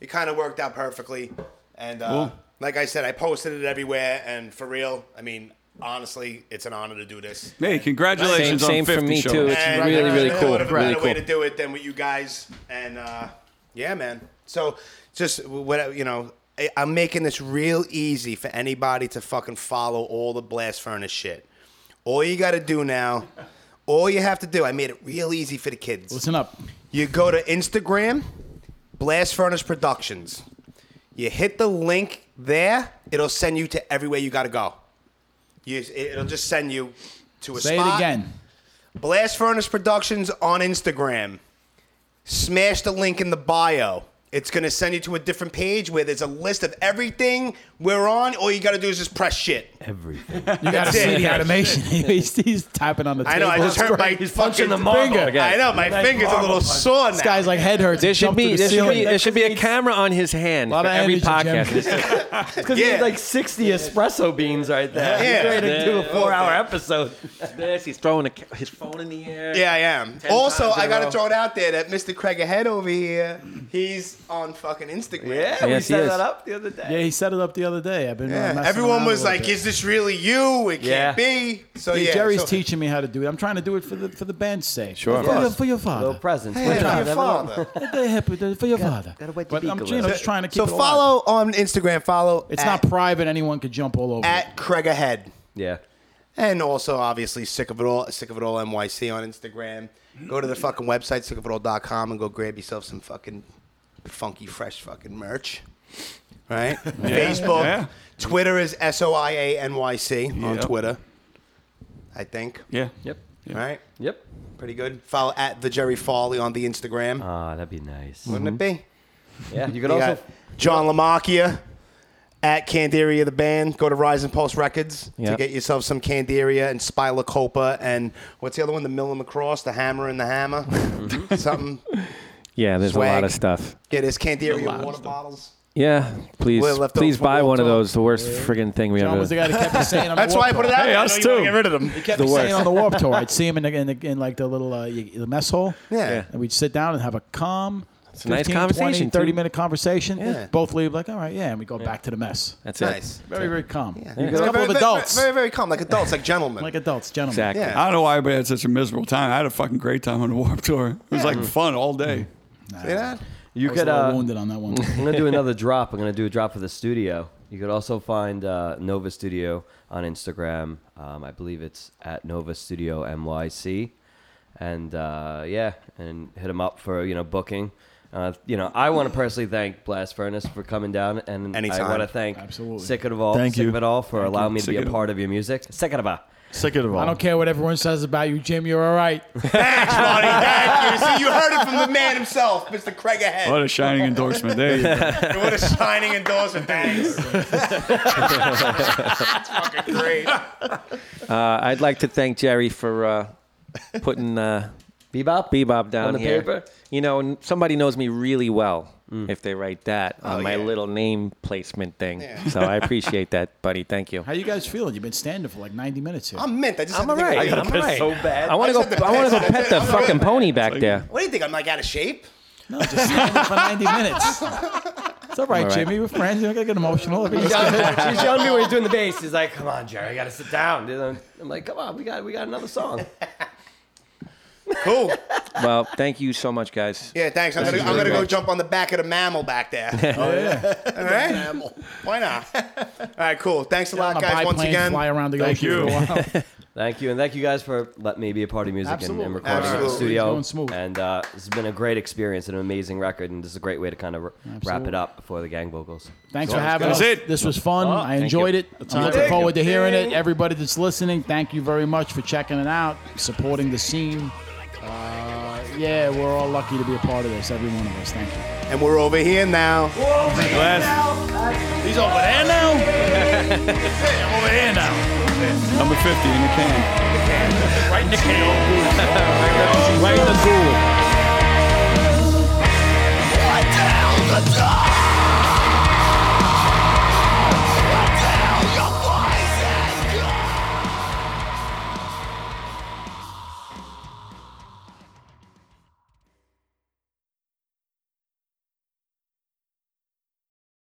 [SPEAKER 2] it kind of worked out perfectly." And uh,
[SPEAKER 3] Cool.
[SPEAKER 2] like I said, I posted it everywhere, and for real, I mean, honestly, it's an honor to do this.
[SPEAKER 3] Hey,
[SPEAKER 1] Same,
[SPEAKER 3] congratulations
[SPEAKER 1] same
[SPEAKER 3] on
[SPEAKER 1] for
[SPEAKER 3] 50
[SPEAKER 1] me
[SPEAKER 3] shows.
[SPEAKER 1] too. It's
[SPEAKER 2] And uh,
[SPEAKER 1] really,
[SPEAKER 2] there's
[SPEAKER 1] really
[SPEAKER 2] no
[SPEAKER 1] cool.
[SPEAKER 2] better
[SPEAKER 1] Really
[SPEAKER 2] way to
[SPEAKER 1] cool.
[SPEAKER 2] do it than with you guys. And uh, yeah, man. So just what you know, I, I'm making this real easy for anybody to fucking follow all the blast furnace shit. All you got to do now, all you have to do, I made it real easy for the kids.
[SPEAKER 4] Listen up.
[SPEAKER 2] You go to Instagram, Blast Furnace Productions. You hit the link there, it'll send you to everywhere you got to go. You, it'll just send you to a
[SPEAKER 4] Say
[SPEAKER 2] spot.
[SPEAKER 4] it again.
[SPEAKER 2] Blast Furnace Productions on Instagram. Smash the link in the bio. It's going to send you to a different page where there's a list of everything we're on. All you got to do is just press shit.
[SPEAKER 6] Everything.
[SPEAKER 4] You got to
[SPEAKER 2] That's it.
[SPEAKER 4] see the animation. he's, he's tapping on the
[SPEAKER 2] I
[SPEAKER 4] table.
[SPEAKER 2] know, I just
[SPEAKER 4] It's
[SPEAKER 2] hurt
[SPEAKER 4] great.
[SPEAKER 2] my
[SPEAKER 4] This
[SPEAKER 2] fucking
[SPEAKER 6] the marble.
[SPEAKER 4] finger.
[SPEAKER 1] Again.
[SPEAKER 2] I know, my finger's a little sore now.
[SPEAKER 4] guy's like head hurts.
[SPEAKER 1] There
[SPEAKER 4] He
[SPEAKER 1] should
[SPEAKER 4] jumped
[SPEAKER 1] be
[SPEAKER 4] through the
[SPEAKER 1] there should be
[SPEAKER 4] ceiling.
[SPEAKER 1] there should be a camera on his hand
[SPEAKER 4] Lot
[SPEAKER 1] for
[SPEAKER 4] of
[SPEAKER 1] every
[SPEAKER 4] energy, Jim.
[SPEAKER 1] podcast.
[SPEAKER 6] Because
[SPEAKER 2] Yeah.
[SPEAKER 6] there's like 60 espresso beans right there.
[SPEAKER 2] Yeah.
[SPEAKER 6] He's ready to do a
[SPEAKER 2] Yeah.
[SPEAKER 6] four-hour episode.
[SPEAKER 1] this he's throwing a, ca- his phone in the air.
[SPEAKER 2] Yeah, I am.
[SPEAKER 1] Ten
[SPEAKER 2] Also,
[SPEAKER 1] times in
[SPEAKER 2] I
[SPEAKER 1] a
[SPEAKER 2] gotta
[SPEAKER 1] row.
[SPEAKER 2] throw it out there that Mr. Craig Ahead over here, he's on fucking Instagram.
[SPEAKER 6] Yeah, we
[SPEAKER 1] Yes, he
[SPEAKER 6] set
[SPEAKER 1] is.
[SPEAKER 6] that up the other day.
[SPEAKER 4] Yeah, he set it up the other day. I've been. uh,
[SPEAKER 2] Yeah.
[SPEAKER 4] messing
[SPEAKER 2] Everyone
[SPEAKER 4] around a
[SPEAKER 2] was
[SPEAKER 4] little
[SPEAKER 2] like,
[SPEAKER 4] bit.
[SPEAKER 2] "Is this really you? It
[SPEAKER 6] Yeah.
[SPEAKER 2] can't be." So
[SPEAKER 4] Yeah,
[SPEAKER 2] yeah,
[SPEAKER 4] Jerry's
[SPEAKER 2] so-
[SPEAKER 4] teaching me how to do it. I'm trying to do it for the for the band's sake.
[SPEAKER 1] Sure.
[SPEAKER 4] For,
[SPEAKER 1] Yeah.
[SPEAKER 4] your, for your
[SPEAKER 6] Little
[SPEAKER 4] father.
[SPEAKER 6] presents.
[SPEAKER 2] Hey,
[SPEAKER 6] What's up,
[SPEAKER 2] your
[SPEAKER 6] everyone?
[SPEAKER 2] father.
[SPEAKER 4] What the heck with the- for your father.
[SPEAKER 6] gotta wet your
[SPEAKER 4] but I'm
[SPEAKER 6] beak
[SPEAKER 4] you
[SPEAKER 6] a
[SPEAKER 4] know,
[SPEAKER 6] little.
[SPEAKER 4] just trying to keep
[SPEAKER 2] So
[SPEAKER 4] it alive.
[SPEAKER 2] follow on Instagram. Follow.
[SPEAKER 4] It's
[SPEAKER 2] at-
[SPEAKER 4] not private. Anyone could jump all over. it.
[SPEAKER 2] at Craig Ahead.
[SPEAKER 6] Yeah.
[SPEAKER 2] And also, obviously, Sick of It All, Sick of It All NYC on Instagram. Go to the fucking website, sickofitall.com, and go grab yourself some fucking funky, fresh fucking merch. Right? Facebook.
[SPEAKER 3] Yeah.
[SPEAKER 2] Twitter is S O I A N Y C on
[SPEAKER 3] Yep.
[SPEAKER 2] Twitter, I think.
[SPEAKER 3] Yeah.
[SPEAKER 6] Yep.
[SPEAKER 2] Right?
[SPEAKER 6] Yep.
[SPEAKER 2] Pretty good. Follow at The Jerry Foley on the Instagram.
[SPEAKER 3] Uh,
[SPEAKER 6] Ah, that'd be nice.
[SPEAKER 2] Wouldn't
[SPEAKER 3] mm-hmm.
[SPEAKER 2] it be?
[SPEAKER 6] Yeah. You could
[SPEAKER 2] You
[SPEAKER 6] also.
[SPEAKER 2] got John Lamacchia at Canderia the band. Go to Rise and Pulse Records to
[SPEAKER 1] Yep.
[SPEAKER 2] get yourself some Canderia and Spila Copa and what's the other one? The Mill and Macross, the Hammer and the Hammer,
[SPEAKER 1] Mm-hmm.
[SPEAKER 2] something.
[SPEAKER 1] Yeah, there's
[SPEAKER 2] Swag.
[SPEAKER 1] a lot of stuff.
[SPEAKER 2] Get his Canderia
[SPEAKER 3] lot
[SPEAKER 2] water
[SPEAKER 3] of
[SPEAKER 2] bottles.
[SPEAKER 1] Yeah, please
[SPEAKER 2] Well, left
[SPEAKER 1] please
[SPEAKER 2] over
[SPEAKER 1] buy
[SPEAKER 2] for
[SPEAKER 1] one of
[SPEAKER 2] Walter.
[SPEAKER 1] those. The worst friggin' thing we
[SPEAKER 4] John
[SPEAKER 1] ever.
[SPEAKER 4] was the guy that kept saying. On
[SPEAKER 2] That's
[SPEAKER 4] the
[SPEAKER 2] why I
[SPEAKER 4] warp
[SPEAKER 2] put it
[SPEAKER 4] tour.
[SPEAKER 2] out.
[SPEAKER 3] Hey,
[SPEAKER 2] there. I
[SPEAKER 3] us
[SPEAKER 2] know you wanna
[SPEAKER 3] too.
[SPEAKER 2] Get rid of them.
[SPEAKER 4] He kept saying on the warp tour. I'd see him in, the, in, the, in like the little uh, y- the mess hall.
[SPEAKER 2] Yeah.
[SPEAKER 4] and we'd sit down and have a calm. It's
[SPEAKER 1] a nice conversation,
[SPEAKER 4] 30
[SPEAKER 1] too.
[SPEAKER 4] minute conversation.
[SPEAKER 2] Yeah.
[SPEAKER 4] Both leave like, all right, yeah, and we go back to the mess.
[SPEAKER 1] That's
[SPEAKER 2] Nice.
[SPEAKER 1] it.
[SPEAKER 4] Very, very calm.
[SPEAKER 2] Yeah.
[SPEAKER 4] You got a couple
[SPEAKER 2] Very,
[SPEAKER 4] of
[SPEAKER 2] very-
[SPEAKER 4] adults.
[SPEAKER 2] Very, very, calm, like adults, like gentlemen.
[SPEAKER 4] like adults, gentlemen.
[SPEAKER 1] Exactly.
[SPEAKER 2] Yeah.
[SPEAKER 3] I don't know why everybody had such a miserable time. I had a fucking great time on the Warp Tour. It was like fun all day.
[SPEAKER 2] See that?
[SPEAKER 6] You
[SPEAKER 4] I was a
[SPEAKER 6] could.
[SPEAKER 4] little
[SPEAKER 6] Uh,
[SPEAKER 4] wounded on that one.
[SPEAKER 6] I'm gonna do another drop. I'm gonna do a drop for the studio. You could also find uh, Nova Studio on Instagram. Um, I believe it's at Nova Studio NYC, and uh, yeah, and hit them up for you know booking. Uh, you know, I want to personally thank Blast Furnace for coming down, and
[SPEAKER 2] Anytime.
[SPEAKER 6] I want to thank
[SPEAKER 4] Absolutely.
[SPEAKER 6] Sick of all,
[SPEAKER 5] Thank
[SPEAKER 6] Sick
[SPEAKER 5] you.
[SPEAKER 6] of it all, for allowing me to
[SPEAKER 3] Sick
[SPEAKER 6] be
[SPEAKER 3] of
[SPEAKER 6] a
[SPEAKER 3] it.
[SPEAKER 6] part of your music. Sick of all.
[SPEAKER 5] Sick of it all.
[SPEAKER 4] I don't care what everyone says about you, Jim. You're all right.
[SPEAKER 2] Thanks, Marty. Thank you. See, you heard it from the man himself, Mr. Craig Ahead.
[SPEAKER 3] What a shining endorsement. There you go.
[SPEAKER 2] What a shining endorsement. Thanks. That's fucking great.
[SPEAKER 1] Uh, I'd like to thank Jerry for uh, putting uh,
[SPEAKER 6] Bebop.
[SPEAKER 1] Bebop down
[SPEAKER 6] On the
[SPEAKER 1] here.
[SPEAKER 6] paper?
[SPEAKER 1] You know, n- somebody knows me really well if they write that on
[SPEAKER 2] Mm. Oh,
[SPEAKER 1] my
[SPEAKER 2] yeah.
[SPEAKER 1] little name placement thing. So I appreciate that, buddy. Thank you.
[SPEAKER 4] How you guys feeling? You've been standing for like 90 minutes here.
[SPEAKER 2] I'm mint. I just
[SPEAKER 1] I'm
[SPEAKER 2] had
[SPEAKER 1] all
[SPEAKER 2] to think
[SPEAKER 1] right.
[SPEAKER 2] about
[SPEAKER 1] I'm
[SPEAKER 2] it.
[SPEAKER 1] all right.
[SPEAKER 6] so bad.
[SPEAKER 1] I want to
[SPEAKER 2] I said
[SPEAKER 1] go.
[SPEAKER 2] the
[SPEAKER 1] I want to
[SPEAKER 2] best.
[SPEAKER 1] go
[SPEAKER 2] I
[SPEAKER 1] pet
[SPEAKER 2] said
[SPEAKER 1] the
[SPEAKER 2] I'm
[SPEAKER 1] fucking
[SPEAKER 2] good.
[SPEAKER 1] pony back there.
[SPEAKER 2] What do you think? I'm like out of shape?
[SPEAKER 4] No, just standing for 90 minutes. It's all right,
[SPEAKER 1] right.
[SPEAKER 4] Jimmy. We're friends. You're not gonna get emotional.
[SPEAKER 6] She's showing me what he's doing the bass. He's like, "Come on, Jerry, I gotta sit down." And I'm- I'm like, "Come on, we got we got another song."
[SPEAKER 2] Cool.
[SPEAKER 1] Well, thank you so much, guys.
[SPEAKER 2] Yeah, thanks. I'm
[SPEAKER 1] This
[SPEAKER 2] gonna,
[SPEAKER 1] is
[SPEAKER 2] I'm
[SPEAKER 1] really
[SPEAKER 2] gonna go
[SPEAKER 1] good.
[SPEAKER 2] jump on the back of the mammal back there. All right. Eh? Why not? All right. Cool. Thanks a lot,
[SPEAKER 4] On a
[SPEAKER 2] guys. Once
[SPEAKER 4] biplane,
[SPEAKER 2] again.
[SPEAKER 4] fly around the
[SPEAKER 3] Thank
[SPEAKER 4] ocean
[SPEAKER 3] you.
[SPEAKER 4] for a while.
[SPEAKER 6] Thank you, and thank you guys for letting me be a part of music and,
[SPEAKER 4] Absolutely.
[SPEAKER 6] and recording in the
[SPEAKER 2] Absolutely.
[SPEAKER 6] studio.
[SPEAKER 4] It's going smooth.
[SPEAKER 6] And uh, it's been a great experience and an amazing record, and this is a great way to kind of wrap it up before the gang vocals.
[SPEAKER 4] Thanks for having
[SPEAKER 3] That's
[SPEAKER 4] us.
[SPEAKER 3] it. Oh,
[SPEAKER 4] This was fun. I enjoyed it. I'm looking forward to hearing it. Everybody that's listening, thank you very much for checking it out, supporting the scene. Uh, yeah, we're all lucky to be a part of this. Every one of us. Thank you.
[SPEAKER 2] And we're over here now.
[SPEAKER 3] He's over there now. I'm over here now. Number 50 in the can. Right in the can.
[SPEAKER 7] What the hell's a dog?